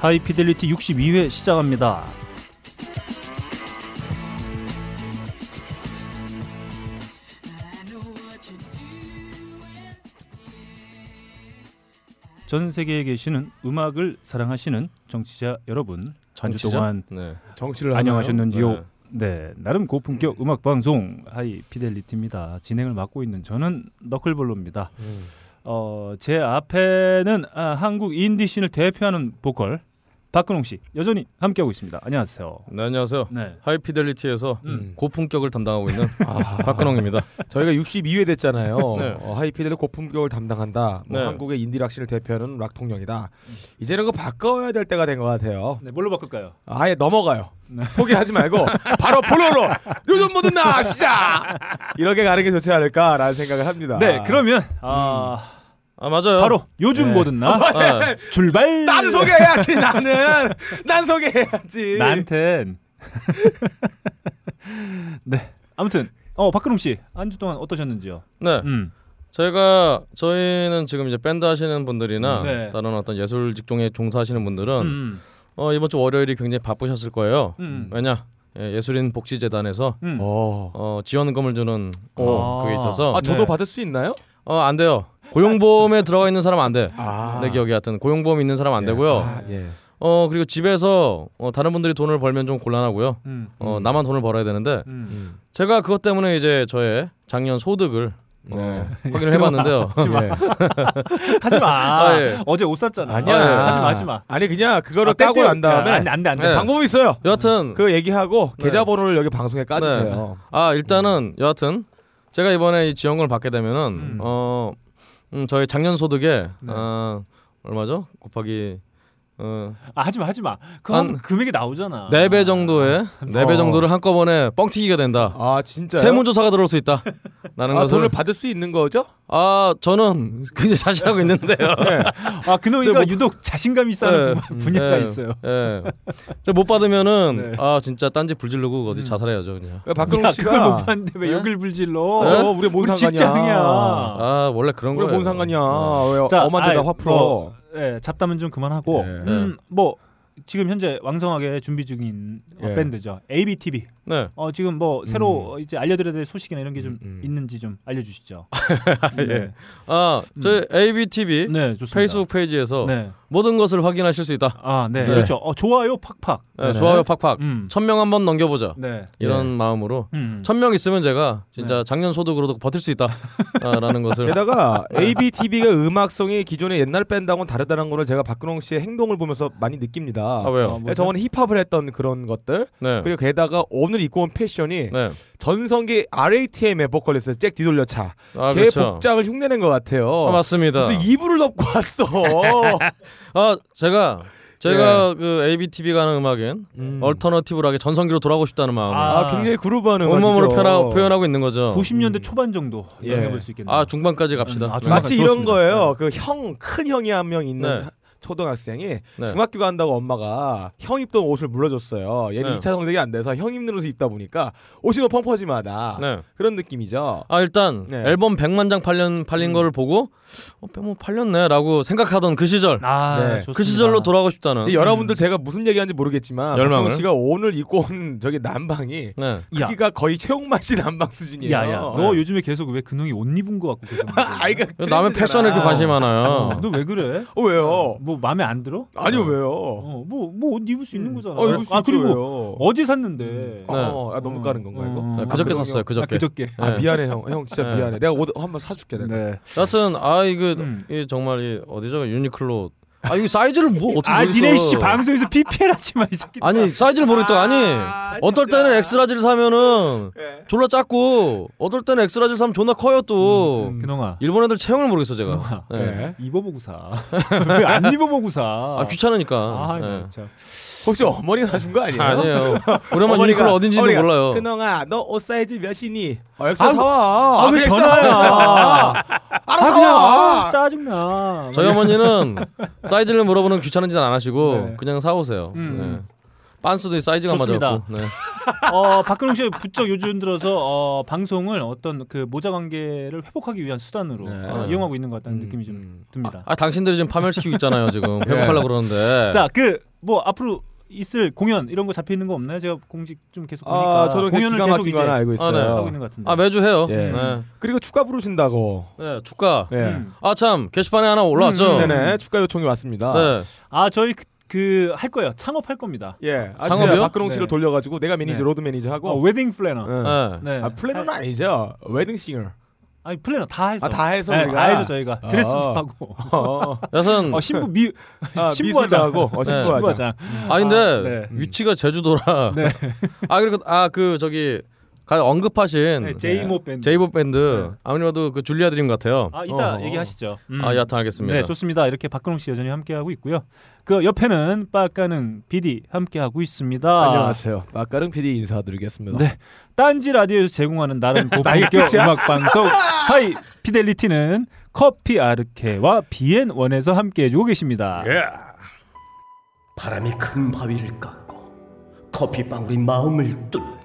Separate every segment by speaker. Speaker 1: 하이피델리티 62회 시작합니다. 전 세계에 계시는 음악을 사랑하시는 정치자 여러분, 한 주
Speaker 2: 정치자?
Speaker 1: 동안
Speaker 2: 네.
Speaker 3: 정치를
Speaker 1: 안녕하셨는지요?
Speaker 2: 네.
Speaker 1: 네. 나름 고품격 음악 방송 하이 피델리티입니다. 진행을 맡고 있는 저는 너클볼로입니다. 어, 제 앞에는 아, 한국 인디씬을 대표하는 보컬 박근홍 씨 여전히 함께하고 있습니다. 안녕하세요.
Speaker 2: 네, 안녕하세요.
Speaker 1: 네.
Speaker 2: 하이피델리티에서
Speaker 3: 음.
Speaker 2: 고품격을 담당하고 있는
Speaker 3: 하나요? 아,
Speaker 2: 박근홍입니다.
Speaker 3: 저희가 62회 됐잖아요.
Speaker 2: 네.
Speaker 3: 어, 하이피델의 고품격을 담당한다. 뭐
Speaker 2: 네.
Speaker 3: 한국의 인디 락신을 대표하는 락 통령이다. 이제는 그거 바꿔야 될 때가 된 것 같아요.
Speaker 1: 네, 뭘로 바꿀까요?
Speaker 3: 아예 넘어가요.
Speaker 1: 네.
Speaker 3: 소개하지 말고 바로 본론으로 요즘 뭐든 나 시작 이렇게 가는 게 좋지 않을까라는 생각을 합니다.
Speaker 1: 네, 그러면 아,
Speaker 2: 아 맞아요.
Speaker 1: 바로 요즘
Speaker 3: 네.
Speaker 1: 뭐든 나
Speaker 2: 아,
Speaker 1: 출발.
Speaker 3: 나는 소개해야지 나는 난 소개해야지.
Speaker 1: 나한텐 네. 아무튼 어 박근홍 씨 한 주 동안 어떠셨는지요?
Speaker 2: 네.
Speaker 1: 음.
Speaker 2: 저희가 저희는 지금 이제 밴드 하시는 분들이나
Speaker 1: 네.
Speaker 2: 다른 어떤 예술 직종에 종사하시는 분들은
Speaker 1: 음.
Speaker 2: 어, 이번 주 월요일이 굉장히 바쁘셨을 거예요.
Speaker 1: 음.
Speaker 2: 왜냐 예, 예술인 복지재단에서
Speaker 1: 음.
Speaker 3: 어.
Speaker 2: 어, 지원금을 주는
Speaker 1: 어.
Speaker 2: 어, 그게 있어서
Speaker 3: 아 저도
Speaker 1: 네.
Speaker 3: 받을 수 있나요?
Speaker 2: 어, 안 돼요. 고용보험에 들어가 있는 사람 안 돼.
Speaker 3: 아.
Speaker 2: 내 기억에 하여튼 고용보험 있는 사람 안 되고요.
Speaker 3: 아, 예.
Speaker 2: 어 그리고 집에서 어, 다른 분들이 돈을 벌면 좀 곤란하고요.
Speaker 1: 음.
Speaker 2: 어 나만 돈을 벌어야 되는데
Speaker 1: 음.
Speaker 2: 제가 그것 때문에 이제 저의 작년 소득을
Speaker 3: 네.
Speaker 2: 확인을
Speaker 1: 어,
Speaker 2: 해봤는데요.
Speaker 1: 음.
Speaker 3: 예.
Speaker 1: 하지 마.
Speaker 2: 아, 예.
Speaker 1: 어제 옷 샀잖아.
Speaker 3: 아니야.
Speaker 2: 아, 예.
Speaker 1: 하지 마, 하지 마.
Speaker 3: 아니 그냥 그거를
Speaker 1: 아, 음.
Speaker 3: 까고
Speaker 1: 땡땡.
Speaker 3: 난 다음에
Speaker 1: 야, 안 돼, 안 돼, 안 돼.
Speaker 2: 네.
Speaker 3: 방법이 있어요.
Speaker 2: 여하튼
Speaker 3: 그 얘기하고
Speaker 2: 네.
Speaker 3: 계좌번호를 여기 방송에 까주세요.
Speaker 2: 아 일단은 여하튼 제가 이번에 이 지원금을 받게 되면은
Speaker 1: 음.
Speaker 2: 어 음, 저희 작년 소득에
Speaker 1: 네.
Speaker 2: 어, 얼마죠? 곱하기 어,
Speaker 1: 아, 하지 마, 하지 마. 그
Speaker 2: 안-
Speaker 1: 한 금액이 나오잖아. 아.
Speaker 2: 4배 정도의 4배
Speaker 3: 어.
Speaker 2: 정도를 한꺼번에 뻥튀기가
Speaker 1: 네.
Speaker 2: 된다.
Speaker 3: 아 진짜.
Speaker 2: 세무조사가 들어올 수 있다. 라는
Speaker 3: 아,
Speaker 2: 것을
Speaker 3: 돈을 받을 수 있는 거죠?
Speaker 2: 아 저는 굉장히 자신하고 있는데요.
Speaker 1: 아, 그놈이가
Speaker 2: 뭐-
Speaker 1: 유독 자신감이 쌓는
Speaker 2: 네.
Speaker 1: 부- 분야가
Speaker 2: 네.
Speaker 1: 있어요.
Speaker 2: 예. 저못 받으면은
Speaker 1: 네. 음.
Speaker 2: 아 진짜 딴지 불질르고 어디 자살해야죠 그냥.
Speaker 3: 왜 박근홍
Speaker 1: 야, 그걸
Speaker 3: 씨가
Speaker 1: 못 봤는데 왜
Speaker 2: 네?
Speaker 1: 욕을 불질러?
Speaker 2: 네?
Speaker 3: 어, 우리 뭔
Speaker 1: 예? 우리
Speaker 3: 상관이야?
Speaker 1: 직장이야. 어.
Speaker 2: 아 원래 그런
Speaker 3: 우리
Speaker 2: 거예요. 아.
Speaker 3: 뭔 상관이야? 왜
Speaker 1: 네. 자,
Speaker 3: 엄한 데다
Speaker 1: 아이,
Speaker 3: 화 풀어?
Speaker 1: 뭐, 예, 잡담은 좀 그만하고.
Speaker 3: 예.
Speaker 1: 음,
Speaker 2: 네.
Speaker 1: 뭐 지금 현재 왕성하게 준비 중인 어,
Speaker 3: 예.
Speaker 1: 밴드죠. ABTV.
Speaker 2: 네.
Speaker 1: 어, 지금 뭐 새로
Speaker 2: 음.
Speaker 1: 어, 이제 알려 드려야 될 소식이나 이런 게 좀
Speaker 3: 음, 음.
Speaker 1: 있는지 좀 알려 주시죠.
Speaker 2: 예. 아
Speaker 3: 음.
Speaker 2: 저희 ABTV
Speaker 1: 네, 좋습니다.
Speaker 2: 페이스북 페이지에서
Speaker 1: 네.
Speaker 2: 모든 것을 확인하실 수 있다.
Speaker 1: 아, 네.
Speaker 2: 네.
Speaker 1: 그렇죠. 어, 좋아요 팍팍.
Speaker 2: 예, 좋아요 팍팍.
Speaker 1: 음.
Speaker 2: 천 명 한번 넘겨보자.
Speaker 1: 네.
Speaker 2: 이런 마음으로
Speaker 1: 음.
Speaker 2: 천 명 있으면 제가 진짜 작년 소득으로도 버틸 수 아, 있다라는 것을.
Speaker 3: 게다가 ABTV가 음악성이 기존의 옛날 밴드하고는 다르다는 거를 제가 박근홍 씨의 행동을 보면서 많이 느낍니다. 그러니까
Speaker 2: 아 왜요?
Speaker 1: 뭐죠?
Speaker 3: 저는 힙합을 했던 그런 것들
Speaker 2: 네.
Speaker 3: 그리고 게다가 오늘 입고 온 패션이
Speaker 2: 네.
Speaker 3: 전성기 RATM의 보컬리스트 잭 뒤돌려차
Speaker 2: 아
Speaker 3: 걔
Speaker 2: 그렇죠.
Speaker 3: 복장을 흉내낸 것 같아요.
Speaker 2: 아, 맞습니다.
Speaker 3: 무슨 이불을 덮고 왔어.
Speaker 2: 아 제가 제가 그 ABTV가 하는 음악엔
Speaker 3: 음.
Speaker 2: 얼터너티브하게 전성기로 돌아가고 싶다는 마음.
Speaker 1: 아,
Speaker 2: 아,
Speaker 3: 아, 굉장히 그루브하는
Speaker 2: 온몸으로
Speaker 3: 음악이죠.
Speaker 2: 표현하, 표현하고 있는 거죠.
Speaker 1: 90년대 초반 정도
Speaker 3: 예.
Speaker 1: 예상해 볼 수 있겠네요.
Speaker 2: 음. 아 중반까지 갑시다.
Speaker 1: 음, 아, 중간-
Speaker 3: 마치
Speaker 1: 좋았습니다.
Speaker 3: 이런 거예요. 그 형 큰 형이 한 명 있는
Speaker 2: 네.
Speaker 3: 초등학생이
Speaker 2: 네.
Speaker 3: 중학교 간다고 엄마가 형 입던 옷을 물러줬어요. 얘는
Speaker 2: 네.
Speaker 3: 이 2차 성적이 안 돼서 형 입는 옷을 입다 보니까 옷이 너무 펑퍼짐하다.
Speaker 2: 네.
Speaker 3: 그런 느낌이죠.
Speaker 2: 아 일단
Speaker 3: 네.
Speaker 2: 앨범 100만 장 팔린 팔린 거를 보고 어, 뭐 팔렸네라고 생각하던 그 시절,
Speaker 1: 아,
Speaker 3: 네.
Speaker 1: 좋습니다.
Speaker 2: 그 시절로 돌아가고 싶다는.
Speaker 3: 이제 여러분들 제가 무슨 얘기하는지 모르겠지만
Speaker 2: 열망을?
Speaker 3: 박근홍 씨가 오늘 입고 온 저기 난방이
Speaker 2: 네.
Speaker 1: 야,
Speaker 3: 크기가 거의 최홍만 씨 난방 수준이에요.
Speaker 2: 예.
Speaker 1: 야, 야, 너 요즘에 계속 왜 근홍이 옷 입은 거 같고 계속.
Speaker 3: 아이가
Speaker 2: 남의 패션에 이렇게 관심이 많아요. 네,
Speaker 1: 너 왜 그래?
Speaker 3: 어, 왜요?
Speaker 1: 뭐 마음에 안 들어?
Speaker 3: 아니요 왜요?
Speaker 1: 어, 뭐뭐 옷 입을 수 있는 거잖아.
Speaker 3: 어, 입을 수
Speaker 1: 아
Speaker 3: 있죠,
Speaker 1: 그리고
Speaker 3: 왜요?
Speaker 1: 어제 샀는데.
Speaker 2: 네.
Speaker 3: 어, 뭐? 아, 너무 까는 건가 이거?
Speaker 1: 어,
Speaker 2: 네,
Speaker 1: 어,
Speaker 2: 그저께
Speaker 3: 아,
Speaker 2: 샀어요.
Speaker 1: 아,
Speaker 2: 그저께.
Speaker 1: 그저께.
Speaker 3: 아
Speaker 2: 네.
Speaker 3: 미안해 형, 형 진짜
Speaker 2: 네.
Speaker 3: 미안해. 내가 옷 한번 사줄게 내가.
Speaker 1: 네.
Speaker 2: 여하튼 아 이거
Speaker 1: 음.
Speaker 2: 이 정말 이 어디죠? 유니클로. 아 이거 사이즈를 뭐 어떻게
Speaker 1: 아,
Speaker 2: 모르겠어.
Speaker 1: 니네 씨 방송에서 PPL 하지 마, 이 새끼.
Speaker 2: 아니 사이즈를 모르겠다. 아니
Speaker 3: 아,
Speaker 2: 어떨
Speaker 3: 진짜.
Speaker 2: 때는 엑스라지를 사면은
Speaker 3: 네.
Speaker 2: 졸라 작고 어떨 때는 엑스라지를 사면 존나 커요 또.
Speaker 3: 음, 음.
Speaker 1: 근홍아.
Speaker 2: 일본 애들 체형을 모르겠어 제가.
Speaker 1: 누가?
Speaker 2: 네.
Speaker 1: 예? 입어보고 사. 왜 안 입어보고 사?
Speaker 2: 아 귀찮으니까.
Speaker 1: 아, 네.
Speaker 2: 네.
Speaker 1: 참.
Speaker 3: 혹시 어머니가 사준
Speaker 1: 예.
Speaker 3: 거 아니에요?
Speaker 2: 아니에요. 오랜만 유니클로 어딘지도
Speaker 3: 어머니가,
Speaker 2: 몰라요.
Speaker 3: 근홍아, 너 옷 사이즈 몇이니? 어, 엑스
Speaker 1: 아,
Speaker 3: 사와.
Speaker 1: 아, 왜
Speaker 3: 그냥
Speaker 1: 전화야?
Speaker 3: 사와. 알아서
Speaker 1: 아, 그냥
Speaker 3: 와. 음.
Speaker 1: 아, 짜증나.
Speaker 2: 저희 어머니는 사이즈를 물어보는 귀찮은 짓 안 하시고
Speaker 1: 네.
Speaker 2: 그냥 사오세요.
Speaker 1: 음.
Speaker 2: 네. 빤스도 사이즈가
Speaker 1: 좋습니다.
Speaker 2: 맞았고. 네.
Speaker 1: 어, 박근홍 씨가 부쩍 요즘 들어서 어, 방송을 어떤 그 모자 관계를 회복하기 위한 수단으로
Speaker 3: 네.
Speaker 1: 어, 이용하고 있는 것 같다는
Speaker 3: 음,
Speaker 1: 느낌이 좀
Speaker 3: 음.
Speaker 1: 듭니다.
Speaker 2: 아 네. 당신들이 지금 파멸시키고 있잖아요 지금 회복하려 고 그러는데.
Speaker 1: 예. 자, 그 뭐 앞으로 있을 공연 이런 거 잡혀 있는 거 없나요? 제가 공직 좀 계속 보니까
Speaker 3: 아, 저는 공연을 기가 막힌 거 하나 알고 있어요.
Speaker 2: 아, 네.
Speaker 1: 하고 있는 것 같은데.
Speaker 2: 아 매주 해요.
Speaker 3: 예.
Speaker 2: 네.
Speaker 3: 그리고 축가 부르신다고.
Speaker 2: 네 축가.
Speaker 3: 예.
Speaker 1: 음.
Speaker 2: 아 참 게시판에 하나 올라왔죠.
Speaker 1: 음,
Speaker 3: 네네. 축가 요청이 왔습니다.
Speaker 2: 네.
Speaker 1: 아, 저희 그 할 거예요. 창업할 겁니다.
Speaker 3: 예. 아,
Speaker 2: 창업이요?
Speaker 3: 진짜 박근홍 씨를
Speaker 1: 네.
Speaker 3: 돌려가지고 내가 매니저
Speaker 1: 네.
Speaker 3: 로드
Speaker 1: 어,
Speaker 3: 매니저하고.
Speaker 1: 웨딩 플래너.
Speaker 3: 예.
Speaker 2: 네.
Speaker 1: 네.
Speaker 3: 아, 플래너는 아니죠. 웨딩 싱어.
Speaker 1: 아, 니 플래너 다 해서.
Speaker 3: 아, 다 해서
Speaker 1: 네,
Speaker 3: 우리가?
Speaker 1: 다 해서 저희가
Speaker 3: 아.
Speaker 1: 드레스도 하고.
Speaker 3: 어,
Speaker 2: 여선
Speaker 1: 어, 신부 미
Speaker 3: 아,
Speaker 1: 신부하자.
Speaker 3: 미술자하고 어,
Speaker 2: 네.
Speaker 3: 신부하자.
Speaker 1: 신부화장.
Speaker 2: 아 근데
Speaker 1: 아, 네.
Speaker 2: 위치가 제주도라.
Speaker 1: 네.
Speaker 2: 아 그리고 아 그 저기 가 언급하신
Speaker 3: 음.
Speaker 1: 네, 제이모
Speaker 3: 예.
Speaker 1: 밴드.
Speaker 2: 제이홉 밴드 아무리 봐도 그 줄리아 드림 같아요.
Speaker 1: 아, 이따
Speaker 3: 어.
Speaker 1: 얘기하시죠. 음.
Speaker 2: 아 여하튼 알겠습니다.
Speaker 1: 네, 좋습니다. 이렇게 박근홍 씨 여전히 함께 하고 있고요. 그 옆에는 빠까는 PD 함께 하고 있습니다.
Speaker 3: 안녕하세요. 마카롱 PD 인사드리겠습니다.
Speaker 1: 네. 딴지 라디오에서 제공하는 나름
Speaker 3: 나이가
Speaker 1: 고품격
Speaker 3: 끝이야?
Speaker 1: 음악 방송 하이 피델리티는 커피 아르케와 비엔 원에서 함께 해주고 계십니다.
Speaker 3: 예.
Speaker 4: 바람이 큰 바위를 깎고 커피방울이 마음을 뚫는다.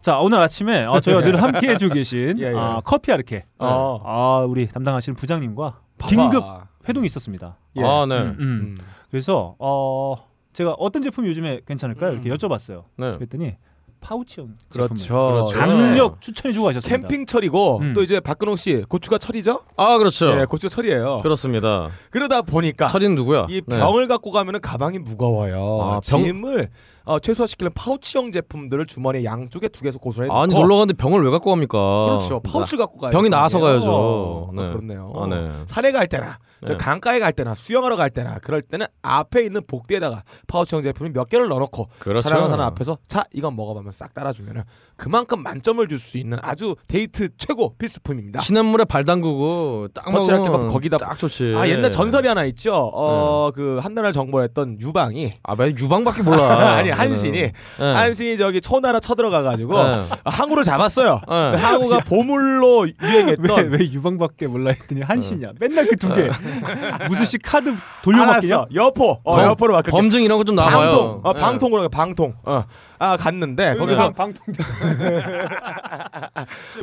Speaker 1: 자 오늘 아침에 어, 저희와 늘 함께 해주고 계신
Speaker 3: 예, 예.
Speaker 1: 아, 커피 아르케
Speaker 3: 어.
Speaker 1: 아, 우리 담당하시는 부장님과
Speaker 3: 봐봐. 음,
Speaker 1: 긴급 회동이 있었습니다.
Speaker 3: 예.
Speaker 2: 아 네.
Speaker 1: 음, 음.
Speaker 3: 음.
Speaker 1: 그래서 어, 제가 어떤 제품이 요즘에 괜찮을까요? 이렇게 여쭤봤어요.
Speaker 2: 네.
Speaker 1: 그랬더니 파우치형 제품을
Speaker 3: 음. 그렇죠.
Speaker 2: 그렇죠.
Speaker 1: 강력 추천해주고 가셨습니다.
Speaker 3: 캠핑 철이고
Speaker 1: 음.
Speaker 3: 또 이제 박근홍 씨 고추가 철이죠?
Speaker 2: 아 그렇죠.
Speaker 3: 예, 고추 철이에요.
Speaker 2: 그렇습니다.
Speaker 3: 그러다 보니까
Speaker 2: 철인 누구야?
Speaker 3: 이
Speaker 2: 네.
Speaker 3: 병을 갖고 가면은 가방이 무거워요.
Speaker 2: 아, 병-
Speaker 3: 짐을 어, 최소화시키는 파우치형 제품들을 주머니 양쪽에 두 개서 고스란히
Speaker 2: 아니
Speaker 3: 넣고
Speaker 2: 놀러 갔는데 병을 왜 갖고 갑니까? 네.
Speaker 3: 그렇죠. 파우치 를 갖고 가요.
Speaker 2: 어, 병이 나아서 가야죠.
Speaker 3: 아,
Speaker 2: 네.
Speaker 3: 그렇네요.
Speaker 2: 아, 네.
Speaker 3: 산에 갈 때나 저
Speaker 2: 네.
Speaker 3: 강가에 갈 때나 수영하러 갈 때나 그럴 때는 앞에 있는 복대에다가 파우치형 제품을 몇 개를 넣어놓고
Speaker 2: 그렇죠.
Speaker 3: 사랑하는 사람 앞에서 자 이건 먹어보면 싹 따라주면은 그만큼 만점을 줄 수 있는 아주 데이트 최고 필수품입니다.
Speaker 2: 시냇물에 발 담그고 딱
Speaker 3: 터치
Speaker 2: 먹으면
Speaker 3: 할게 거기다-
Speaker 2: 딱 좋지.
Speaker 3: 아 옛날 전설이 하나 있죠.
Speaker 2: 네.
Speaker 3: 어그 한나라를 정벌했던 유방이
Speaker 2: 아왜 유방밖에 몰라.
Speaker 3: 아니 한신이
Speaker 2: 네. 네.
Speaker 3: 한신이 저기 초나라 쳐들어가 가지고
Speaker 2: 네.
Speaker 3: 항우를 잡았어요.
Speaker 2: 네.
Speaker 3: 항우가 보물로
Speaker 1: 왜,
Speaker 3: 유행했던 어.
Speaker 1: 왜 유방밖에 몰라 했더니 한신이야. 맨날 그 두 개. 무슨 씨 카드 돌려받기냐?
Speaker 3: 알았어 여포 어
Speaker 2: 범-
Speaker 3: 여포로 바뀌었
Speaker 2: 검증 이런 거 좀 나와요.
Speaker 3: 방통 어,
Speaker 2: 네.
Speaker 3: 방통으로 가 방통 어아 갔는데
Speaker 1: 그러니까
Speaker 3: 거기서
Speaker 1: 방통대.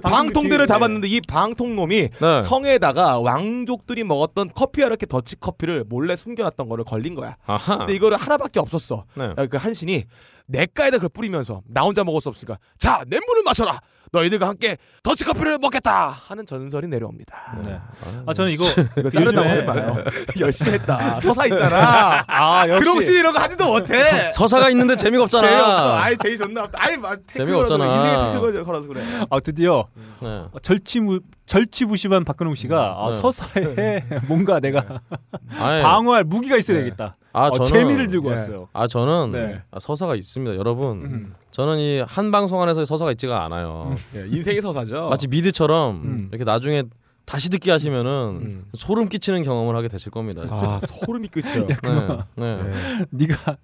Speaker 3: 방통대를 잡았는데 이 방통놈이
Speaker 2: 네.
Speaker 3: 성에다가 왕족들이 먹었던 커피 이렇게 더치 커피를 몰래 숨겨놨던 거를 걸린 거야.
Speaker 2: 아하.
Speaker 3: 근데 이거를 하나밖에 없었어.
Speaker 2: 네.
Speaker 3: 아, 그 한신이 내가에다 그걸 뿌리면서 나 혼자 먹을 수 없으니까 자 냇물을 마셔라. 너희들과 함께 더치 커피를 먹겠다 하는 전설이 내려옵니다.
Speaker 1: 네. 아 저는 이거
Speaker 3: 이거 자르다고 하지 마요. 열심히 했다. 서사 있잖아.
Speaker 1: 아 역시
Speaker 3: 그동시 이런 거 하지도 못해.
Speaker 2: 서사가 있는데 재미가
Speaker 3: 재미없어.
Speaker 2: 없잖아. 네.
Speaker 3: 아이 제일 좋나 없다. 아이 막 태클
Speaker 2: 재미가
Speaker 3: 걸어서
Speaker 2: 없잖아.
Speaker 3: 인생에 태클 걸어서- 걸어서 그래.
Speaker 1: 아 드디어
Speaker 2: 네.
Speaker 1: 절치무 절치부심한 박근홍 씨가 아,
Speaker 2: 네.
Speaker 1: 서사에 뭔가 내가
Speaker 3: 네.
Speaker 2: 아이,
Speaker 1: 방어할 무기가 있어야 되겠다.
Speaker 2: 아,
Speaker 1: 어,
Speaker 2: 저는-
Speaker 1: 재미를 들고
Speaker 3: 예.
Speaker 1: 왔어요.
Speaker 2: 아 저는
Speaker 1: 네.
Speaker 2: 아, 서사가 있습니다, 여러분.
Speaker 1: 음.
Speaker 2: 저는 이 한 방송 안에서 서사가 있지가 않아요.
Speaker 3: 예, 인생이 서사죠.
Speaker 2: 마치 미드처럼
Speaker 1: 음.
Speaker 2: 이렇게 나중에 다시 듣기 하시면은
Speaker 3: 음.
Speaker 2: 소름 끼치는 경험을 하게 되실 겁니다.
Speaker 3: 아 소름이 끼쳐요. 예.
Speaker 2: 네. 네.
Speaker 1: 네가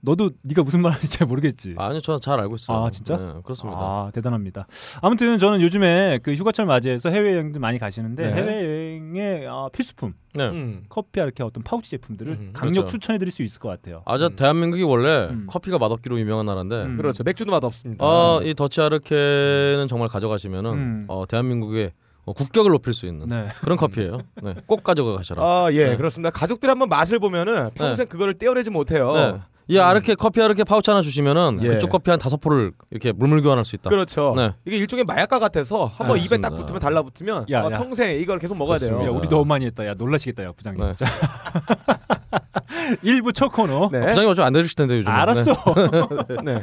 Speaker 1: 너도 네가 무슨 말하는지 잘 모르겠지.
Speaker 2: 아니요, 저는 잘 알고 있어요.
Speaker 1: 아, 진짜?
Speaker 2: 네, 그렇습니다.
Speaker 1: 아 대단합니다. 아무튼 저는 요즘에 그 휴가철 맞이해서 해외 여행도 많이 가시는데
Speaker 3: 네.
Speaker 1: 해외 여행의 아, 필수품
Speaker 2: 네.
Speaker 3: 음.
Speaker 1: 커피 이렇게 어떤 파우치 제품들을
Speaker 3: 음,
Speaker 1: 강력
Speaker 2: 그렇죠.
Speaker 1: 추천해드릴 수 있을 것 같아요.
Speaker 2: 아, 저 대한민국이 원래
Speaker 1: 음.
Speaker 2: 커피가 맛없기로 유명한 나라인데,
Speaker 1: 음. 아.
Speaker 3: 그렇죠. 맥주도 맛없습니다.
Speaker 2: 어, 이 더치 아르케는 정말 가져가시면은
Speaker 1: 음.
Speaker 2: 어, 대한민국의 어, 국격을 높일 수 있는
Speaker 1: 네.
Speaker 2: 그런 커피예요. 네, 꼭 가져가셔라.
Speaker 3: 아, 예,
Speaker 2: 네.
Speaker 3: 그렇습니다. 가족들이 한번 맛을 보면은 평생 그거를 떼어내지
Speaker 1: 아,
Speaker 3: 못해요.
Speaker 2: 네.
Speaker 1: 음.
Speaker 2: 이 아르케 커피 아르케 파우치 하나 주시면은
Speaker 3: 예.
Speaker 2: 그쪽 커피 한 다섯 포를 이렇게 물물 교환할 수 있다.
Speaker 3: 그렇죠.
Speaker 2: 네.
Speaker 3: 이게 일종의 마약과 같아서 한번 입에
Speaker 2: 그렇습니다.
Speaker 3: 딱 붙으면 달라붙으면
Speaker 1: 야,
Speaker 3: 어,
Speaker 1: 야.
Speaker 3: 평생 이걸 계속 먹어야
Speaker 1: 야,
Speaker 2: 그렇습니다.
Speaker 3: 돼요.
Speaker 1: 우리 너무 많이 했다. 야, 놀라시겠다, 야, 부장님.
Speaker 2: 네.
Speaker 1: 자, 일부 첫 코너.
Speaker 3: 네.
Speaker 2: 부장님 어차피 안 되실 텐데 요즘. 뭐,
Speaker 1: 알았어.
Speaker 3: 네.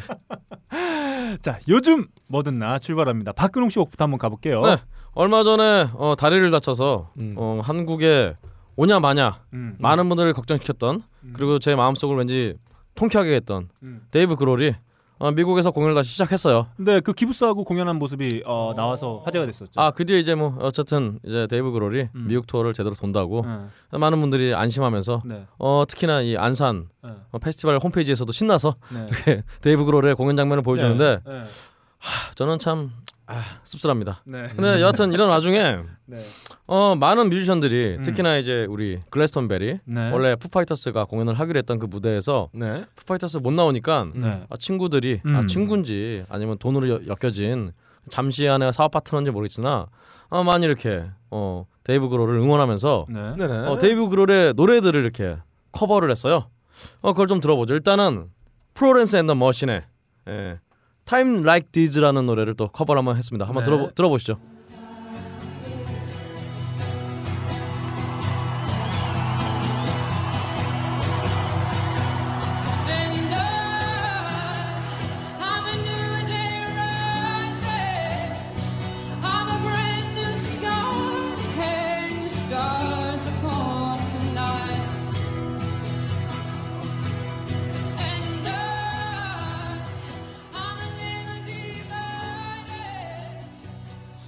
Speaker 1: 자, 요즘 뭐든 나 출발합니다. 박근홍 씨 곡부터 한번 가볼게요.
Speaker 2: 네. 얼마 전에 어, 다리를 다쳐서
Speaker 3: 음.
Speaker 2: 어, 한국에 오냐 마냐
Speaker 1: 음.
Speaker 2: 많은 분들을 걱정시켰던 그리고 제 마음속을 왠지 통쾌하게 했던
Speaker 1: 음.
Speaker 2: 데이브 그롤이 어, 미국에서 공연을 다시 시작했어요.
Speaker 1: 근데 그 기부스하고 공연한 모습이 어, 나와서 화제가 됐었죠.
Speaker 2: 아 그 뒤에 이제 뭐 어쨌든 이제 데이브 그롤이
Speaker 1: 음.
Speaker 2: 미국 투어를 제대로 돈다고
Speaker 1: 예,
Speaker 2: 많은 분들이 안심하면서
Speaker 1: 네.
Speaker 2: 어, 특히나 이 안산
Speaker 1: 예,
Speaker 2: 어, 페스티벌 홈페이지에서도 신나서
Speaker 1: 네.
Speaker 2: 데이브 그롤의 공연 장면을 보여주는데
Speaker 1: 네.
Speaker 2: 저는 참 아, 씁쓸합니다.
Speaker 1: 네.
Speaker 2: 근데 여하튼 이런 와중에
Speaker 1: 네.
Speaker 2: 어, 많은 뮤지션들이
Speaker 1: 음.
Speaker 2: 특히나 이제 우리 글래스톤베리
Speaker 1: 네.
Speaker 2: 원래 푸파이터스가 공연을 하기로 했던 그 무대에서
Speaker 3: 네.
Speaker 2: 푸파이터스 못 나오니까
Speaker 1: 네.
Speaker 2: 아, 친구들이
Speaker 1: 음.
Speaker 2: 아, 친구인지 아니면 돈으로 여- 엮여진 잠시 안에 사업 파트너인지 모르겠으나 아, 많이 이렇게 어, 데이브 그롤을 응원하면서
Speaker 1: 네.
Speaker 3: 네네.
Speaker 2: 어, 데이브 그롤의 노래들을 이렇게 커버를 했어요. 어, 그걸 좀 들어보죠. 일단은 플로렌스 앤더 머신의 예, Time Like This라는 노래를 또 커버를 한번 했습니다. 한번
Speaker 1: 네.
Speaker 2: 들어보, 들어보시죠.
Speaker 5: And I'm a new day rising. I'm a brand new sky, and the stars upon tonight. And I'm a little divided.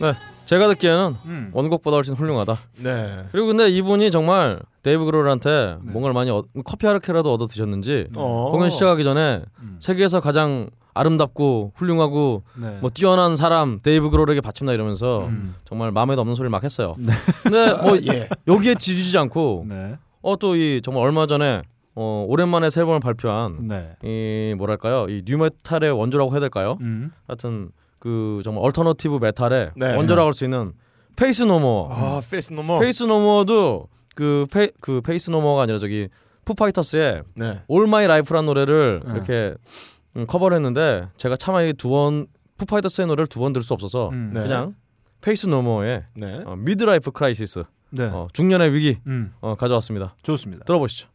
Speaker 2: 네, 제가 듣기에는
Speaker 1: 음.
Speaker 2: 원곡보다 훨씬 훌륭하다.
Speaker 3: 네.
Speaker 2: 그리고 근데 이분이 정말 데이브 그롤한테
Speaker 1: 네.
Speaker 2: 뭔가를 많이 얻- 커피 하르케라도 얻어 드셨는지
Speaker 3: 어.
Speaker 2: 공연 시작하기 전에
Speaker 1: 음.
Speaker 2: 세계에서 가장 아름답고 훌륭하고
Speaker 1: 네.
Speaker 2: 뭐 뛰어난 사람 데이브 그롤에게 바친다 이러면서
Speaker 1: 음. 예.
Speaker 2: 정말 마음에도 없는 소리를 막 했어요. 근데 뭐 여기에 지지지 않고
Speaker 1: 네.
Speaker 2: 어 또 이 정말 얼마 전에 어 오랜만에 새 앨범을 발표한
Speaker 1: 네.
Speaker 2: 이 뭐랄까요 이 뉴메탈의 원조라고 해야 될까요?
Speaker 1: 음.
Speaker 2: 하여튼 그 정말 얼터너티브 메탈의
Speaker 3: 네.
Speaker 2: 원조라고 할 수 있는 페이스 노머.
Speaker 3: 아 페이스 노머.
Speaker 2: 페이스 노머도 그, 페, 그 페이스 노머가 아니라 저기 푸파이터스의
Speaker 3: 네.
Speaker 2: 올 마이 라이프라는 노래를
Speaker 1: 네.
Speaker 2: 이렇게 음, 커버를 했는데 제가 차마 이두번 푸파이터스의 노래를 두 번 들 수 없어서
Speaker 1: 음.
Speaker 3: 네.
Speaker 2: 그냥 페이스 노머의
Speaker 3: 네.
Speaker 2: 어, 미드라이프 크라이시스
Speaker 1: 네.
Speaker 2: 어, 중년의 위기
Speaker 1: 음.
Speaker 2: 어, 가져왔습니다.
Speaker 1: 좋습니다.
Speaker 2: 들어보시죠.